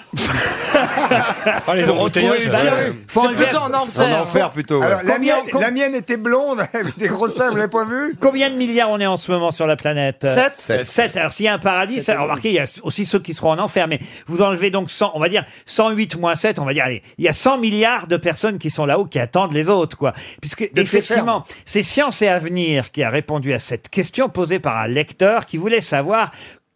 [SPEAKER 27] Ah, les embouteillages.
[SPEAKER 8] C'est plutôt en enfer.
[SPEAKER 12] En enfer plutôt. ouais.
[SPEAKER 8] Alors, la
[SPEAKER 1] Combien-
[SPEAKER 8] mienne, la mienne était blonde, avec des grosses seins, vous l'avez pas vu
[SPEAKER 1] Combien de milliards on est en ce moment sur la planète
[SPEAKER 8] Sept.
[SPEAKER 1] Sept. Sept. Alors s'il y a un paradis, ça, remarquez, il y a aussi ceux qui seront en enfer, mais vous enlevez donc 100, on va dire 108 moins 7, on va dire, allez, il y a 100 milliards de personnes qui sont là-haut, qui attendent les autres, quoi. Puisque,
[SPEAKER 8] pied
[SPEAKER 1] effectivement, c'est Science et Avenir qui a répondu à cette question posée par un lecteur qui voulait savoir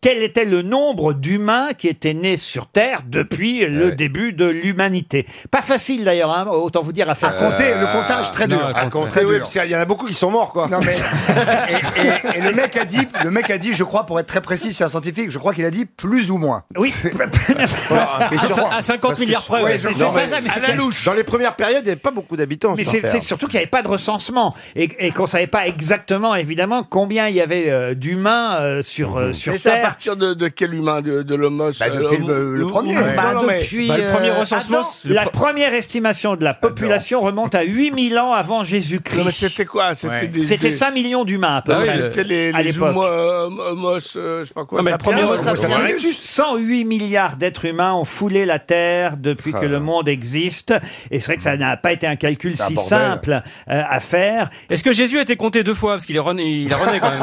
[SPEAKER 1] quel était le nombre d'humains qui étaient nés sur Terre depuis
[SPEAKER 8] Ah
[SPEAKER 1] le début de l'humanité. Pas facile d'ailleurs, hein, autant vous dire à faire
[SPEAKER 4] Euh,
[SPEAKER 12] Euh,
[SPEAKER 8] À compter, le comptage, très dur.
[SPEAKER 1] non, à
[SPEAKER 8] À
[SPEAKER 12] Ah,
[SPEAKER 1] compter.
[SPEAKER 8] compter,
[SPEAKER 1] Très
[SPEAKER 8] oui,
[SPEAKER 1] dur.
[SPEAKER 8] parce
[SPEAKER 12] qu'il y en a beaucoup qui sont morts, quoi.
[SPEAKER 8] Non,
[SPEAKER 12] *laughs*
[SPEAKER 8] mais. Et, et- et le, mec a dit, le mec a dit, je crois, pour être très précis, c'est un scientifique, je crois qu'il a dit plus ou moins. *laughs*
[SPEAKER 1] Oui.
[SPEAKER 8] mais
[SPEAKER 27] À
[SPEAKER 8] sur-
[SPEAKER 27] cin- à 50
[SPEAKER 8] parce que-
[SPEAKER 1] Ah
[SPEAKER 27] milliards près,
[SPEAKER 8] ouais,
[SPEAKER 27] ouais.
[SPEAKER 8] je-
[SPEAKER 27] Mais c'est
[SPEAKER 8] non,
[SPEAKER 27] pas
[SPEAKER 8] mais-
[SPEAKER 27] ça, mais
[SPEAKER 8] à
[SPEAKER 27] c'est
[SPEAKER 8] la
[SPEAKER 27] quel-
[SPEAKER 8] louche.
[SPEAKER 12] Dans les premières périodes, il n'y avait pas beaucoup d'habitants.
[SPEAKER 1] Mais
[SPEAKER 12] sur
[SPEAKER 1] c'est
[SPEAKER 12] Terre.
[SPEAKER 1] c'est surtout qu'il n'y avait pas de recensement et, et qu'on ne savait pas exactement, évidemment, combien il y avait euh, d'humains euh, sur, euh, sur
[SPEAKER 4] Mais c'est à
[SPEAKER 1] Terre.
[SPEAKER 4] partir de, de quel humain De, euh, de l'homo
[SPEAKER 1] Bah, depuis le- le premier. Bah, depuis, Bah, le premier euh, recensement, Adam. c'est le La pre- première estimation de la population remonte à 8000 ans avant Jésus-Christ.
[SPEAKER 4] Mais c'était quoi C'était
[SPEAKER 1] Ouais.
[SPEAKER 4] des-
[SPEAKER 1] C'était
[SPEAKER 4] des-
[SPEAKER 1] 5 millions d'humains, à peu
[SPEAKER 4] Ah oui,
[SPEAKER 1] près,
[SPEAKER 4] C'était les,
[SPEAKER 1] à
[SPEAKER 4] les
[SPEAKER 1] l'époque.
[SPEAKER 4] Homo, euh, homos, euh, je sais pas quoi.
[SPEAKER 1] Non, mais
[SPEAKER 4] ça
[SPEAKER 1] le premier
[SPEAKER 4] s'appelle-
[SPEAKER 1] homo sapiens. 108 milliards d'êtres humains ont foulé la Terre depuis que le monde existe. Et c'est vrai que ça n'a pas été un calcul
[SPEAKER 27] Ah. C'est un
[SPEAKER 1] si
[SPEAKER 27] bordel.
[SPEAKER 1] simple euh, à faire.
[SPEAKER 27] Est-ce que Jésus a été compté deux fois Parce qu'il est rené, il a rené quand même.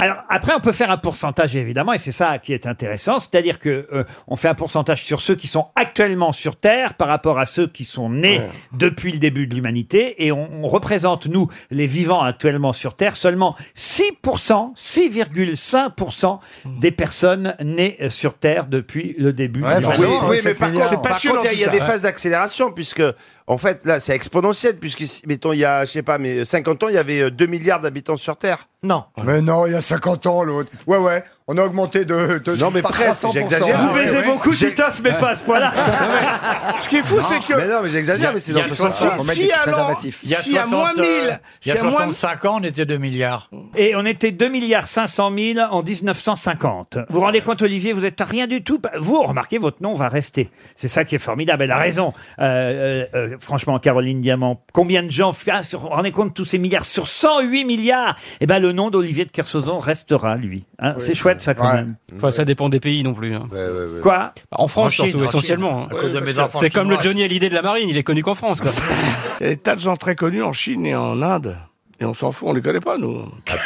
[SPEAKER 1] Alors après, on peut faire un pourcentage évidemment, et c'est ça qui est intéressant, c'est-à-dire que euh, on fait un pourcentage sur ceux qui sont actuellement sur Terre par rapport à ceux qui sont nés depuis le début de l'humanité, et on, on représente nous les vivants actuellement sur Terre seulement 6%, 6,5%
[SPEAKER 10] Hmm.
[SPEAKER 1] des personnes nées euh, sur Terre depuis le début. de
[SPEAKER 12] Oui,
[SPEAKER 1] l'humanité.
[SPEAKER 12] oui, mais par contre, par contre, il y a, il y a des
[SPEAKER 1] Ouais.
[SPEAKER 12] phases d'accélération, puisque, en fait, là, c'est exponentiel, puisque, si- mettons, *laughs* il y a, je sais pas, mais 50 ans, il y avait euh, 2 milliards d'habitants sur Terre.
[SPEAKER 8] Non. Mais non, il y a 50 ans, l'autre. Ouais, ouais, on a augmenté de. de
[SPEAKER 12] Non, mais
[SPEAKER 8] par
[SPEAKER 12] presque,
[SPEAKER 8] 300%.
[SPEAKER 12] j'exagère.
[SPEAKER 1] Vous baisez beaucoup, Titoff, mais pas à ce point-là.
[SPEAKER 4] *laughs* Ce qui est fou,
[SPEAKER 12] Non,
[SPEAKER 4] c'est que.
[SPEAKER 12] mais non, mais j'exagère,
[SPEAKER 4] Il y a-
[SPEAKER 12] mais c'est
[SPEAKER 4] il y a
[SPEAKER 12] dans ce
[SPEAKER 4] soixante-
[SPEAKER 12] sens-là. On met
[SPEAKER 4] Si,
[SPEAKER 12] des
[SPEAKER 4] alors,
[SPEAKER 12] préservatifs.
[SPEAKER 4] il y a si à moins
[SPEAKER 10] 60, euh,
[SPEAKER 4] 1000,
[SPEAKER 10] Il y a
[SPEAKER 4] si à moins
[SPEAKER 10] 65 ans, on était 2 milliards.
[SPEAKER 1] Et on était 2 milliards 500 000 en 1950. Vous vous rendez compte, Olivier, vous êtes à rien du tout. Bah, Vous, remarquez, votre nom va rester. C'est ça qui est formidable. Elle a raison. Euh, euh, euh, franchement, Caroline Diamant, combien de gens, ah, sur- vous vous rendez compte, tous ces milliards, sur 108 milliards, eh ben, le nom d'Olivier de Kersauzon restera, lui.
[SPEAKER 27] Ah,
[SPEAKER 1] Hein, C'est chouette, ça, quand même.
[SPEAKER 12] Mm.
[SPEAKER 27] Enfin, ça dépend des pays non plus. hein.
[SPEAKER 1] Quoi
[SPEAKER 27] Bah, En France,
[SPEAKER 1] En Chine,
[SPEAKER 27] surtout,
[SPEAKER 1] en Chine.
[SPEAKER 27] essentiellement. hein.
[SPEAKER 1] À cause de mes enfants
[SPEAKER 27] C'est comme le
[SPEAKER 1] chinois.
[SPEAKER 27] Johnny Hallyday de la marine, il est connu qu'en France. Quoi.
[SPEAKER 4] Il y a des tas de gens très connus en Chine et en Inde. Et on s'en fout, on les connaît pas, nous.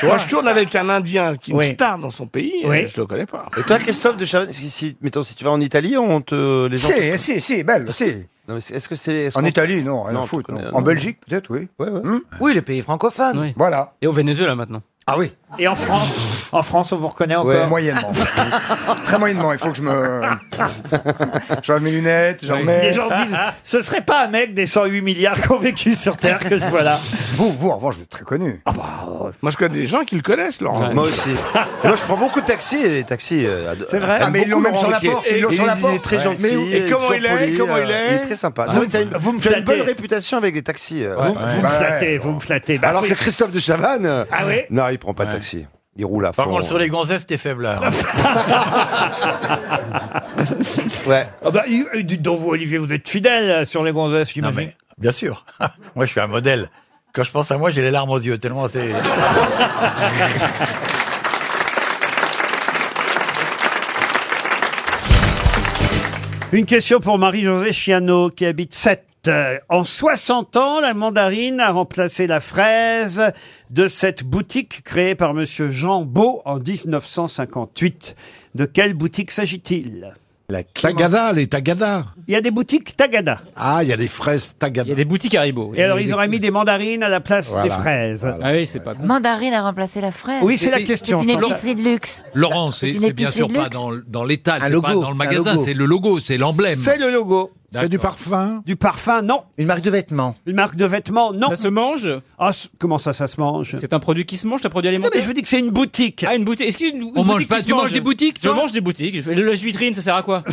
[SPEAKER 4] Moi, je tourne avec un Indien qui est une
[SPEAKER 12] Oui.
[SPEAKER 4] star dans son pays,
[SPEAKER 12] Oui.
[SPEAKER 4] et je le connais pas.
[SPEAKER 12] Et toi, Christophe de Chavannes, si, si- mettons, si tu vas en Italie, on te. Les gens
[SPEAKER 8] Si,
[SPEAKER 12] te-
[SPEAKER 8] si, si, belle, si.
[SPEAKER 12] Non, mais c'est- Est-ce que c'est. est-ce
[SPEAKER 8] En
[SPEAKER 12] qu'on-
[SPEAKER 8] Italie, non, rien
[SPEAKER 12] Non,
[SPEAKER 8] à foutre,
[SPEAKER 12] on te
[SPEAKER 8] non.
[SPEAKER 12] connaît,
[SPEAKER 8] En
[SPEAKER 12] non.
[SPEAKER 8] Belgique, peut-être, oui. Hmm
[SPEAKER 44] Oui, les pays francophones.
[SPEAKER 8] Voilà.
[SPEAKER 27] Et au Venezuela maintenant.
[SPEAKER 8] Ah oui.
[SPEAKER 1] Et en France En France, on vous reconnaît encore
[SPEAKER 8] Ouais, moyennement. Très moyennement, il faut que je me. J'enlève mes lunettes, j'en remets.
[SPEAKER 1] Les gens
[SPEAKER 12] *laughs*
[SPEAKER 8] *laughs*
[SPEAKER 1] disent, ce serait pas un mec des 108 milliards qu'on vécu sur Terre que je vois là.
[SPEAKER 8] Vous, vous, en revanche, vous êtes très connu.
[SPEAKER 4] Moi, je connais des gens qui le connaissent, Laurent.
[SPEAKER 12] Moi aussi. Moi, je prends beaucoup de taxis et les taxis. euh,
[SPEAKER 8] C'est vrai. Ah, mais ils l'ont même sur la porte, ils l'ont sur la
[SPEAKER 12] Il est
[SPEAKER 8] porte.
[SPEAKER 12] très
[SPEAKER 8] Ouais.
[SPEAKER 12] gentil.
[SPEAKER 8] Mais où- et
[SPEAKER 12] il
[SPEAKER 8] comment
[SPEAKER 12] toujours
[SPEAKER 8] il est,
[SPEAKER 12] poli,
[SPEAKER 8] comment
[SPEAKER 12] euh,
[SPEAKER 8] il est Ah,
[SPEAKER 12] Il est très sympa.
[SPEAKER 1] Vous-
[SPEAKER 12] C'est vrai, t'as une,
[SPEAKER 1] vous me
[SPEAKER 12] tu as une
[SPEAKER 1] flattez.
[SPEAKER 12] bonne réputation avec les taxis. euh,
[SPEAKER 1] Vous,
[SPEAKER 12] ouais.
[SPEAKER 1] vous me flattez, vous me flattez. Bah,
[SPEAKER 12] Alors
[SPEAKER 1] oui.
[SPEAKER 12] que Christophe de Chavannes. euh,
[SPEAKER 1] Ah oui
[SPEAKER 12] Non, il prend pas de taxi. Il roule à fond.
[SPEAKER 10] Par contre, sur les gonzesses, t'es
[SPEAKER 1] *laughs*
[SPEAKER 10] faiblard.
[SPEAKER 12] Ouais.
[SPEAKER 1] Ah bah, il- il- dites donc, vous, Olivier, vous êtes fidèle euh, sur les gonzesses,
[SPEAKER 10] Non, *laughs*
[SPEAKER 1] j'imagine.
[SPEAKER 10] mais bien sûr. Moi, je suis un modèle. Quand je pense à moi, j'ai les larmes aux yeux, tellement c'est.
[SPEAKER 1] Une question pour Marie-Josée Chiano qui habite 7. En 60 ans, la mandarine a remplacé la fraise de cette boutique créée par Monsieur Jean Beau en 1958. De quelle boutique s'agit-il La
[SPEAKER 45] Tagada, les Tagada.
[SPEAKER 1] Il y a des boutiques Tagada.
[SPEAKER 45] Ah, il y a des fraises Tagada. Il y a
[SPEAKER 12] des boutiques Haribo.
[SPEAKER 1] Et alors, ils auraient mis des mandarines à la place
[SPEAKER 45] Voilà,
[SPEAKER 1] des fraises.
[SPEAKER 12] Ah oui, c'est pas
[SPEAKER 16] Mandarine a remplacé la fraise.
[SPEAKER 1] Oui, c'est la question.
[SPEAKER 16] C'est une épicerie de luxe.
[SPEAKER 7] Laurent, c'est
[SPEAKER 16] une
[SPEAKER 7] c'est bien
[SPEAKER 16] épicerie
[SPEAKER 7] sûr
[SPEAKER 16] de
[SPEAKER 7] pas
[SPEAKER 16] luxe.
[SPEAKER 7] dans, l- dans l'étal,
[SPEAKER 1] Un
[SPEAKER 7] c'est pas
[SPEAKER 1] logo,
[SPEAKER 7] dans le
[SPEAKER 1] c'est un
[SPEAKER 7] magasin,
[SPEAKER 1] logo.
[SPEAKER 7] c'est le logo, c'est l'emblème.
[SPEAKER 1] C'est le logo.
[SPEAKER 7] C'est du
[SPEAKER 1] parfum Du parfum, non. Une marque de vêtements Une marque de vêtements, non. Ça se mange Comment ça, ça se mange
[SPEAKER 12] C'est un produit qui se mange, t'as produit alimentaire
[SPEAKER 1] mais je vous dis que c'est une boutique.
[SPEAKER 12] Ah, une boutique. Est-ce qu'une une
[SPEAKER 7] On mange
[SPEAKER 12] boutique
[SPEAKER 7] pas-
[SPEAKER 12] qui se
[SPEAKER 7] tu manges
[SPEAKER 12] mange
[SPEAKER 7] des boutiques,
[SPEAKER 12] Je
[SPEAKER 7] toi
[SPEAKER 12] mange des boutiques. Je fais Le lèche-vitrine, ça sert à quoi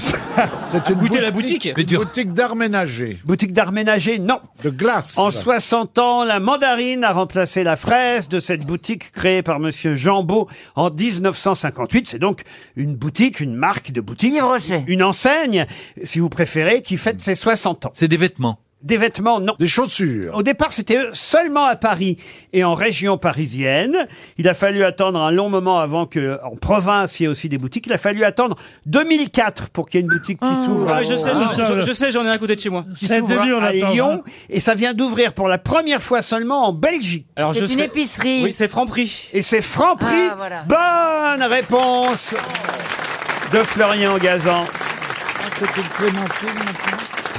[SPEAKER 45] C'est une
[SPEAKER 12] Goûter la boutique.
[SPEAKER 45] Une boutique d'art ménager.
[SPEAKER 1] Boutique d'art ménager, non.
[SPEAKER 45] De glace.
[SPEAKER 1] En 60 ans, la mandarine a remplacé la fraise de cette boutique créée par Monsieur Jambeau en 1958. C'est donc une boutique, une marque de boutique, une enseigne, si vous préférez, qui fête ses 60 ans.
[SPEAKER 7] C'est des vêtements.
[SPEAKER 1] Des vêtements, non. Des chaussures. Au départ, c'était seulement à Paris et en région parisienne. Il a fallu attendre un long moment avant que, en province, il y ait aussi des boutiques. Il a fallu attendre 2004 pour qu'il y ait une boutique qui s'ouvre.
[SPEAKER 12] Ah, je sais, j'en-
[SPEAKER 1] Ah.
[SPEAKER 12] je, je sais, j'en ai à côté de chez moi.
[SPEAKER 1] qui s'ouvre à Lyon
[SPEAKER 12] hein.
[SPEAKER 1] et ça vient d'ouvrir pour la première fois seulement en Belgique.
[SPEAKER 12] Alors, je C'est une sais- épicerie. Oui, c'est Franprix.
[SPEAKER 1] Et c'est Franprix.
[SPEAKER 12] Ah, voilà.
[SPEAKER 1] Bonne réponse de Florian Gazan.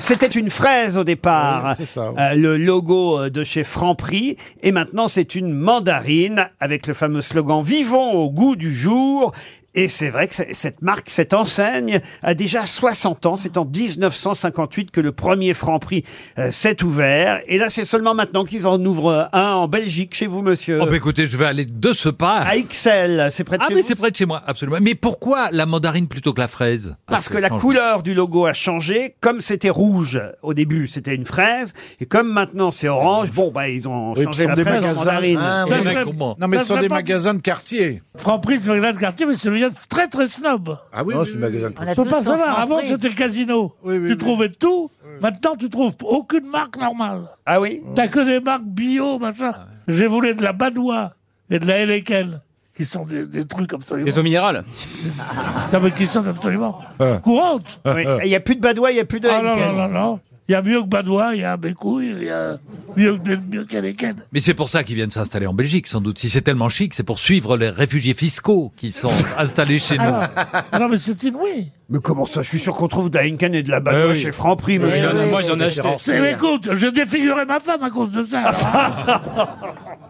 [SPEAKER 1] C'était une fraise au départ,
[SPEAKER 45] Oui, c'est ça, oui.
[SPEAKER 1] Euh, le logo euh, de chez Franprix, et maintenant c'est une mandarine avec le fameux slogan "Vivons au goût du jour". Et c'est vrai que c'est- cette marque, cette enseigne, a déjà 60 ans. C'est en 1958 que le premier Franprix euh, s'est ouvert. Et là, c'est seulement maintenant qu'ils en ouvrent euh, un en Belgique, chez vous, monsieur.
[SPEAKER 7] Oh, bah, écoutez, je vais aller de ce pas.
[SPEAKER 1] à Ixelles, c'est près de
[SPEAKER 7] Ah,
[SPEAKER 1] chez
[SPEAKER 7] mais
[SPEAKER 1] vous,
[SPEAKER 7] c'est près de chez moi, absolument. Mais pourquoi la mandarine plutôt que la fraise
[SPEAKER 1] Parce
[SPEAKER 7] Ah,
[SPEAKER 1] que la
[SPEAKER 7] change-
[SPEAKER 1] couleur du logo a changé, comme c'était rouge au début, c'était une fraise, et comme maintenant c'est orange, bon bah ils ont
[SPEAKER 45] Oui,
[SPEAKER 1] changé
[SPEAKER 45] puis
[SPEAKER 1] la
[SPEAKER 45] ce sont des
[SPEAKER 1] fraise en
[SPEAKER 45] magasins.
[SPEAKER 1] mandarine.
[SPEAKER 45] Ah, oui. Ça, ça- Non, mais ce sont des magasins de quartier.
[SPEAKER 4] Franprix, c'est un magasin de quartier, mais c'est devient très très snob.
[SPEAKER 45] Ah oui, Non, oui, c'est oui, un magasin de oui. quartier.
[SPEAKER 4] Faut
[SPEAKER 45] On a
[SPEAKER 4] pas
[SPEAKER 45] tous un
[SPEAKER 4] savoir.
[SPEAKER 45] Franprix.
[SPEAKER 4] Avant, c'était le casino. tu trouvais tout. Maintenant, tu trouves aucune marque normale.
[SPEAKER 1] Ah oui
[SPEAKER 4] T'as que des marques bio, machin.
[SPEAKER 45] Ah
[SPEAKER 4] J'ai voulu de la Badois et de la Helleken, qui sont des, des trucs absolument.
[SPEAKER 12] Des eaux minérales.
[SPEAKER 4] *laughs* Non, mais qui sont absolument courantes.
[SPEAKER 1] Oui, Il n'y a plus de Badois, il n'y a plus de
[SPEAKER 4] Ah non, non,
[SPEAKER 1] Heineken.
[SPEAKER 4] non, non. Il y a mieux que Badois, il y a mes couilles, il y a mieux que mieux qu'Helleken.
[SPEAKER 7] Mais c'est pour ça qu'ils viennent s'installer en Belgique, sans doute. Si c'est tellement chic, c'est pour suivre les réfugiés fiscaux qui
[SPEAKER 1] *laughs*
[SPEAKER 7] sont installés chez nous.
[SPEAKER 4] Alors,
[SPEAKER 7] Ah,
[SPEAKER 4] alors, mais c'est une oui.
[SPEAKER 1] Mais comment ça Je suis sûr qu'on trouve de la Heineken et de la Badois
[SPEAKER 7] Eh oui.
[SPEAKER 1] Bah, chez Franprix.
[SPEAKER 7] Oui,
[SPEAKER 1] monsieur.
[SPEAKER 7] il y en a- moi, j'en ai acheté.
[SPEAKER 4] C'est- mais écoute, je défigurais ma femme à cause de ça.
[SPEAKER 1] *laughs*
[SPEAKER 4] alors.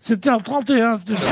[SPEAKER 4] C'était en 31. c'était-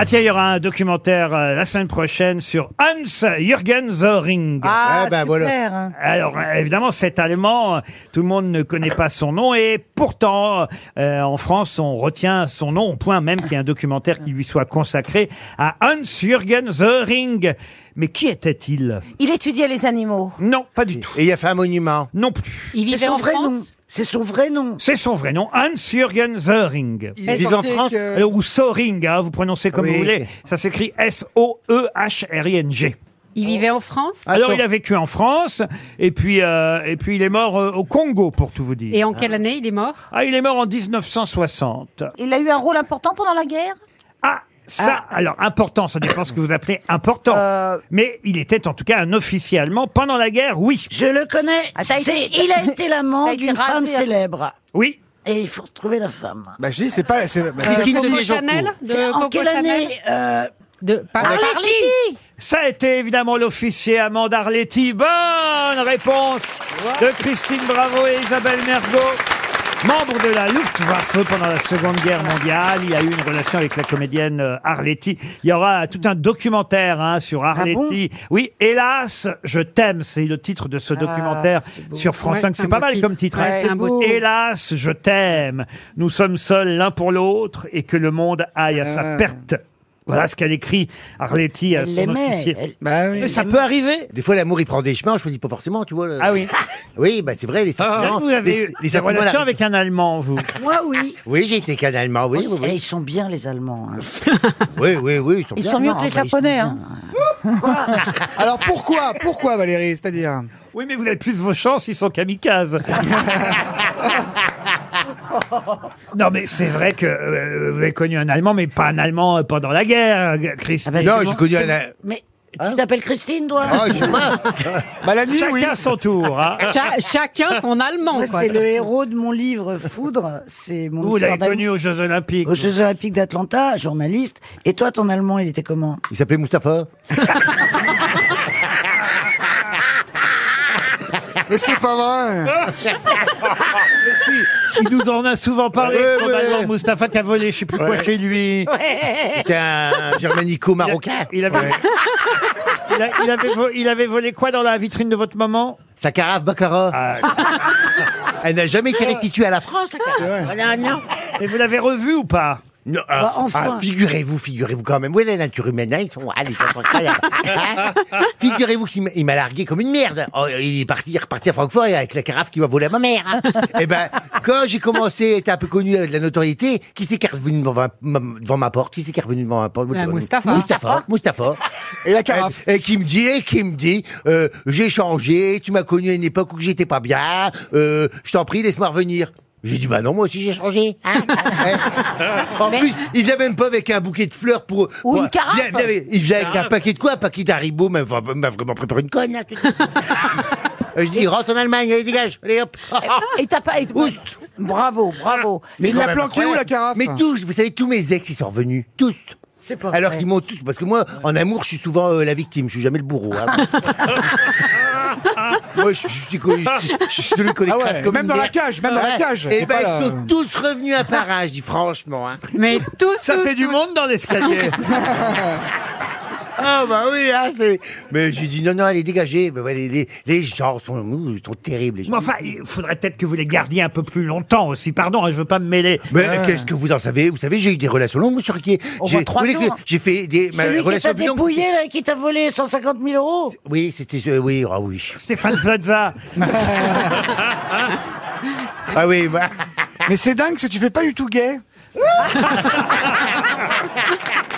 [SPEAKER 1] Ah tiens, il y aura un documentaire euh, la semaine prochaine sur Hans-Jürgen Zöring.
[SPEAKER 16] Ah, Ah, ben, super. voilà.
[SPEAKER 1] Alors euh, évidemment, cet Allemand, euh, tout le monde ne connaît pas son nom et pourtant, euh, en France, on retient son nom au point même qu'il y a un documentaire qui lui soit consacré à Hans-Jürgen Zöring. Mais qui était-il
[SPEAKER 16] Il étudiait les animaux.
[SPEAKER 1] Non, pas du tout. Et il a fait un monument Non plus.
[SPEAKER 16] Il vivait en France
[SPEAKER 1] C'est son vrai nom. C'est son vrai nom, Hans-Jürgen Söring.
[SPEAKER 4] Il vivait en France
[SPEAKER 1] Euh, Ou Söring, hein, vous prononcez comme
[SPEAKER 4] Oui.
[SPEAKER 1] vous voulez. Ça s'écrit E S-O-E-H-R-I-N-G.
[SPEAKER 19] Il vivait en France
[SPEAKER 11] Ah,
[SPEAKER 1] Alors, il a vécu en France, et puis, euh, et puis il est mort euh, au Congo, pour tout vous dire.
[SPEAKER 19] Et en quelle année il est mort
[SPEAKER 1] Ah, il est mort en 1960.
[SPEAKER 16] Il a eu un rôle important pendant la guerre
[SPEAKER 19] Ah,
[SPEAKER 1] Ça, alors, important, ça dépend ce que vous appelez important.
[SPEAKER 11] Euh.
[SPEAKER 1] Mais il était en tout cas un officier allemand pendant la guerre, oui. Je le connais.
[SPEAKER 16] Ah,
[SPEAKER 11] C'est- il Ah, a été *laughs*
[SPEAKER 16] *laughs*
[SPEAKER 11] l'amant d'une femme célèbre.
[SPEAKER 1] Oui.
[SPEAKER 11] Et il faut retrouver la femme.
[SPEAKER 46] Bah, je dis, c'est pas. c'est- bah,
[SPEAKER 11] Christine
[SPEAKER 46] Coco
[SPEAKER 11] de
[SPEAKER 46] Chanel
[SPEAKER 11] C'est en quelle année euh,
[SPEAKER 19] De
[SPEAKER 1] Arletty Ça a été évidemment l'officier Amand Arletty. Bonne réponse de Christine Bravo et Isabelle Mergo. Membre de la Luftwaffe pendant la Seconde Guerre mondiale, il a eu une relation avec la comédienne euh, Arletty. Il y aura tout un documentaire hein, sur
[SPEAKER 4] Ah
[SPEAKER 1] Arletty. oui, hélas, je t'aime, c'est le titre de ce documentaire sur France
[SPEAKER 4] Ouais,
[SPEAKER 1] 5. C'est
[SPEAKER 4] un Ah,
[SPEAKER 1] pas
[SPEAKER 4] beau
[SPEAKER 1] mal
[SPEAKER 4] titre.
[SPEAKER 1] comme titre.
[SPEAKER 4] Ouais,
[SPEAKER 1] hein.
[SPEAKER 4] c'est un beau titre.
[SPEAKER 1] Hélas, je t'aime. Nous sommes seuls l'un pour l'autre et que le monde aille à
[SPEAKER 4] Ah.
[SPEAKER 1] sa perte. Voilà ce qu'elle écrit, Arletty, à
[SPEAKER 4] Elle
[SPEAKER 1] son
[SPEAKER 4] l'aimait,
[SPEAKER 1] officier.
[SPEAKER 4] Bah elle-
[SPEAKER 1] Mais ça peut arriver.
[SPEAKER 4] Des fois, l'amour, il prend des chemins, on choisit pas forcément, tu vois.
[SPEAKER 1] Ah oui.
[SPEAKER 4] *laughs* oui, bah, c'est vrai, les
[SPEAKER 1] Ah, vous avez eu des relations avec un Allemand, vous
[SPEAKER 4] Moi, oui. Oui, j'ai été qu'un Allemand, oui. oui, oui.
[SPEAKER 11] Eh, Ils sont bien les Allemands. hein.
[SPEAKER 4] oui, oui, oui, ils sont
[SPEAKER 11] Ah, Ils
[SPEAKER 4] bien.
[SPEAKER 11] sont mieux que les bah, ils sont Japonais, bien. hein.
[SPEAKER 12] Alors pourquoi Pourquoi Valérie C'est-à-dire
[SPEAKER 1] Oui, mais vous avez plus vos chances, ils
[SPEAKER 4] *laughs*
[SPEAKER 1] sont kamikazes. non, mais c'est vrai que euh, vous avez connu un Allemand, mais pas un Allemand euh, pendant la guerre, euh,
[SPEAKER 4] Ah
[SPEAKER 1] Christine.
[SPEAKER 4] bah,
[SPEAKER 11] Mais tu t'appelles Christine, toi
[SPEAKER 1] Ah, je
[SPEAKER 47] *laughs*
[SPEAKER 1] sais pas. Chacun son tour. hein.
[SPEAKER 11] *laughs* Cha-
[SPEAKER 47] chacun son allemand,
[SPEAKER 11] Moi,
[SPEAKER 47] quoi.
[SPEAKER 11] C'est le héros de mon livre Foudre. C'est mon
[SPEAKER 1] Vous
[SPEAKER 11] histoire
[SPEAKER 1] l'avez
[SPEAKER 11] d'amour.
[SPEAKER 1] connu aux Jeux Olympiques.
[SPEAKER 11] Aux Jeux Olympiques d'Atlanta, journaliste. Et toi, ton allemand, il était comment
[SPEAKER 16] Il s'appelait Mustapha.
[SPEAKER 12] Mais c'est pas vrai
[SPEAKER 1] Il nous en a souvent parlé,
[SPEAKER 16] Ouais,
[SPEAKER 1] son
[SPEAKER 16] ouais.
[SPEAKER 1] Allemand Mustapha qui a volé, je sais plus quoi,
[SPEAKER 16] Ouais.
[SPEAKER 1] chez lui.
[SPEAKER 16] C'était un germanico-marocain.
[SPEAKER 1] Il, avait- *laughs* il a- il avait vo- il avait volé quoi dans la vitrine de votre maman
[SPEAKER 16] Sa carafe Baccarat.
[SPEAKER 1] Ah,
[SPEAKER 4] *laughs*
[SPEAKER 16] Elle n'a jamais été restituée à la France.
[SPEAKER 4] Ah,
[SPEAKER 16] Ah.
[SPEAKER 11] Voilà, non.
[SPEAKER 1] Et vous l'avez revu ou pas
[SPEAKER 16] Non, euh,
[SPEAKER 4] Bah,
[SPEAKER 11] enfin.
[SPEAKER 16] ah, figurez-vous, figurez-vous quand même. Vous voyez la nature humaine, hein, ils sont, ah, les gens sont incroyables. Hein *laughs* figurez-vous qu'il m'a- il m'a largué comme une merde. Oh, il est parti, il est reparti à Francfort et avec la carafe qui m'a volé à ma mère. hein. Eh ben, quand j'ai commencé à être un peu connu avec de la notoriété, qui c'est qui est revenu devant ma, ma- devant ma porte Qui c'est qui est revenu devant ma porte
[SPEAKER 47] Ben,
[SPEAKER 16] Devant-
[SPEAKER 47] Mustapha.
[SPEAKER 16] Mustapha, Mustapha. Et la carafe. Et, qui me dit, et qui me dit, euh, j'ai changé, tu m'as connu à une époque où j'étais pas bien, euh, je t'en prie, laisse-moi revenir. J'ai dit, bah non, moi aussi j'ai changé. hein. Eh. en plus, il vient même pas avec un bouquet de fleurs pour. Ou
[SPEAKER 11] une carafe.
[SPEAKER 16] Il vient, il vient avec un
[SPEAKER 11] Carafe.
[SPEAKER 16] paquet de quoi Un paquet d'haribo, même, enfin, m'a vraiment préparé une conne. hein, là, tout de *laughs* suite. Euh, Je dis, rentre en Allemagne, allez, dégage, allez, hop.
[SPEAKER 19] Et t'as pas. et- Bravo, bravo.
[SPEAKER 16] C'est quand même incroyable. Mais tous, vous savez, tous mes ex, ils sont revenus, tous.
[SPEAKER 11] C'est pas
[SPEAKER 16] Alors
[SPEAKER 11] vrai.
[SPEAKER 16] qu'ils m'ont tous, parce que moi, en amour, je suis souvent euh, la victime, je suis jamais le bourreau. hein. *laughs* moi, je, je suis connu, je suis celui qu'on
[SPEAKER 12] Ah ouais,
[SPEAKER 16] écrase comme
[SPEAKER 12] même
[SPEAKER 16] une
[SPEAKER 12] dans la
[SPEAKER 16] merde.
[SPEAKER 12] cage, même dans la cage.
[SPEAKER 16] Et
[SPEAKER 12] C'est
[SPEAKER 16] ben,
[SPEAKER 12] pas la-
[SPEAKER 16] ils sont tous revenus à parage, je dis franchement. hein.
[SPEAKER 47] Mais tous,
[SPEAKER 1] Ça
[SPEAKER 47] tous,
[SPEAKER 1] fait du
[SPEAKER 47] tous.
[SPEAKER 1] monde dans l'escalier.
[SPEAKER 16] Ah bah oui, hein, c'est... Mais j'ai dit non, non, allez, dégagez. Mais Bah, ouais, les, les, les gens sont, ouh, ils sont terribles. Les gens.
[SPEAKER 1] Mais enfin, il faudrait peut-être que vous les gardiez un peu plus longtemps aussi. Pardon, hein, je veux pas me mêler.
[SPEAKER 16] Mais qu'est-ce que vous en savez Vous savez, j'ai eu des relations longues, monsieur Riquier.
[SPEAKER 11] On
[SPEAKER 16] J'ai-
[SPEAKER 11] voit trois
[SPEAKER 16] vous voulez
[SPEAKER 11] jours,
[SPEAKER 16] que
[SPEAKER 11] hein.
[SPEAKER 16] J'ai fait des ma
[SPEAKER 11] Celui qui
[SPEAKER 16] relation
[SPEAKER 11] t'a
[SPEAKER 16] plus longue-
[SPEAKER 11] dépouillé, là, qui t'a volé 150 000 euros
[SPEAKER 16] Oui, c'était... euh, oui, ah oui.
[SPEAKER 1] Stéphane Plaza.
[SPEAKER 16] Ah oui, bah... *laughs*
[SPEAKER 12] Mais c'est dingue, si tu fais pas du tout gay.
[SPEAKER 1] *laughs*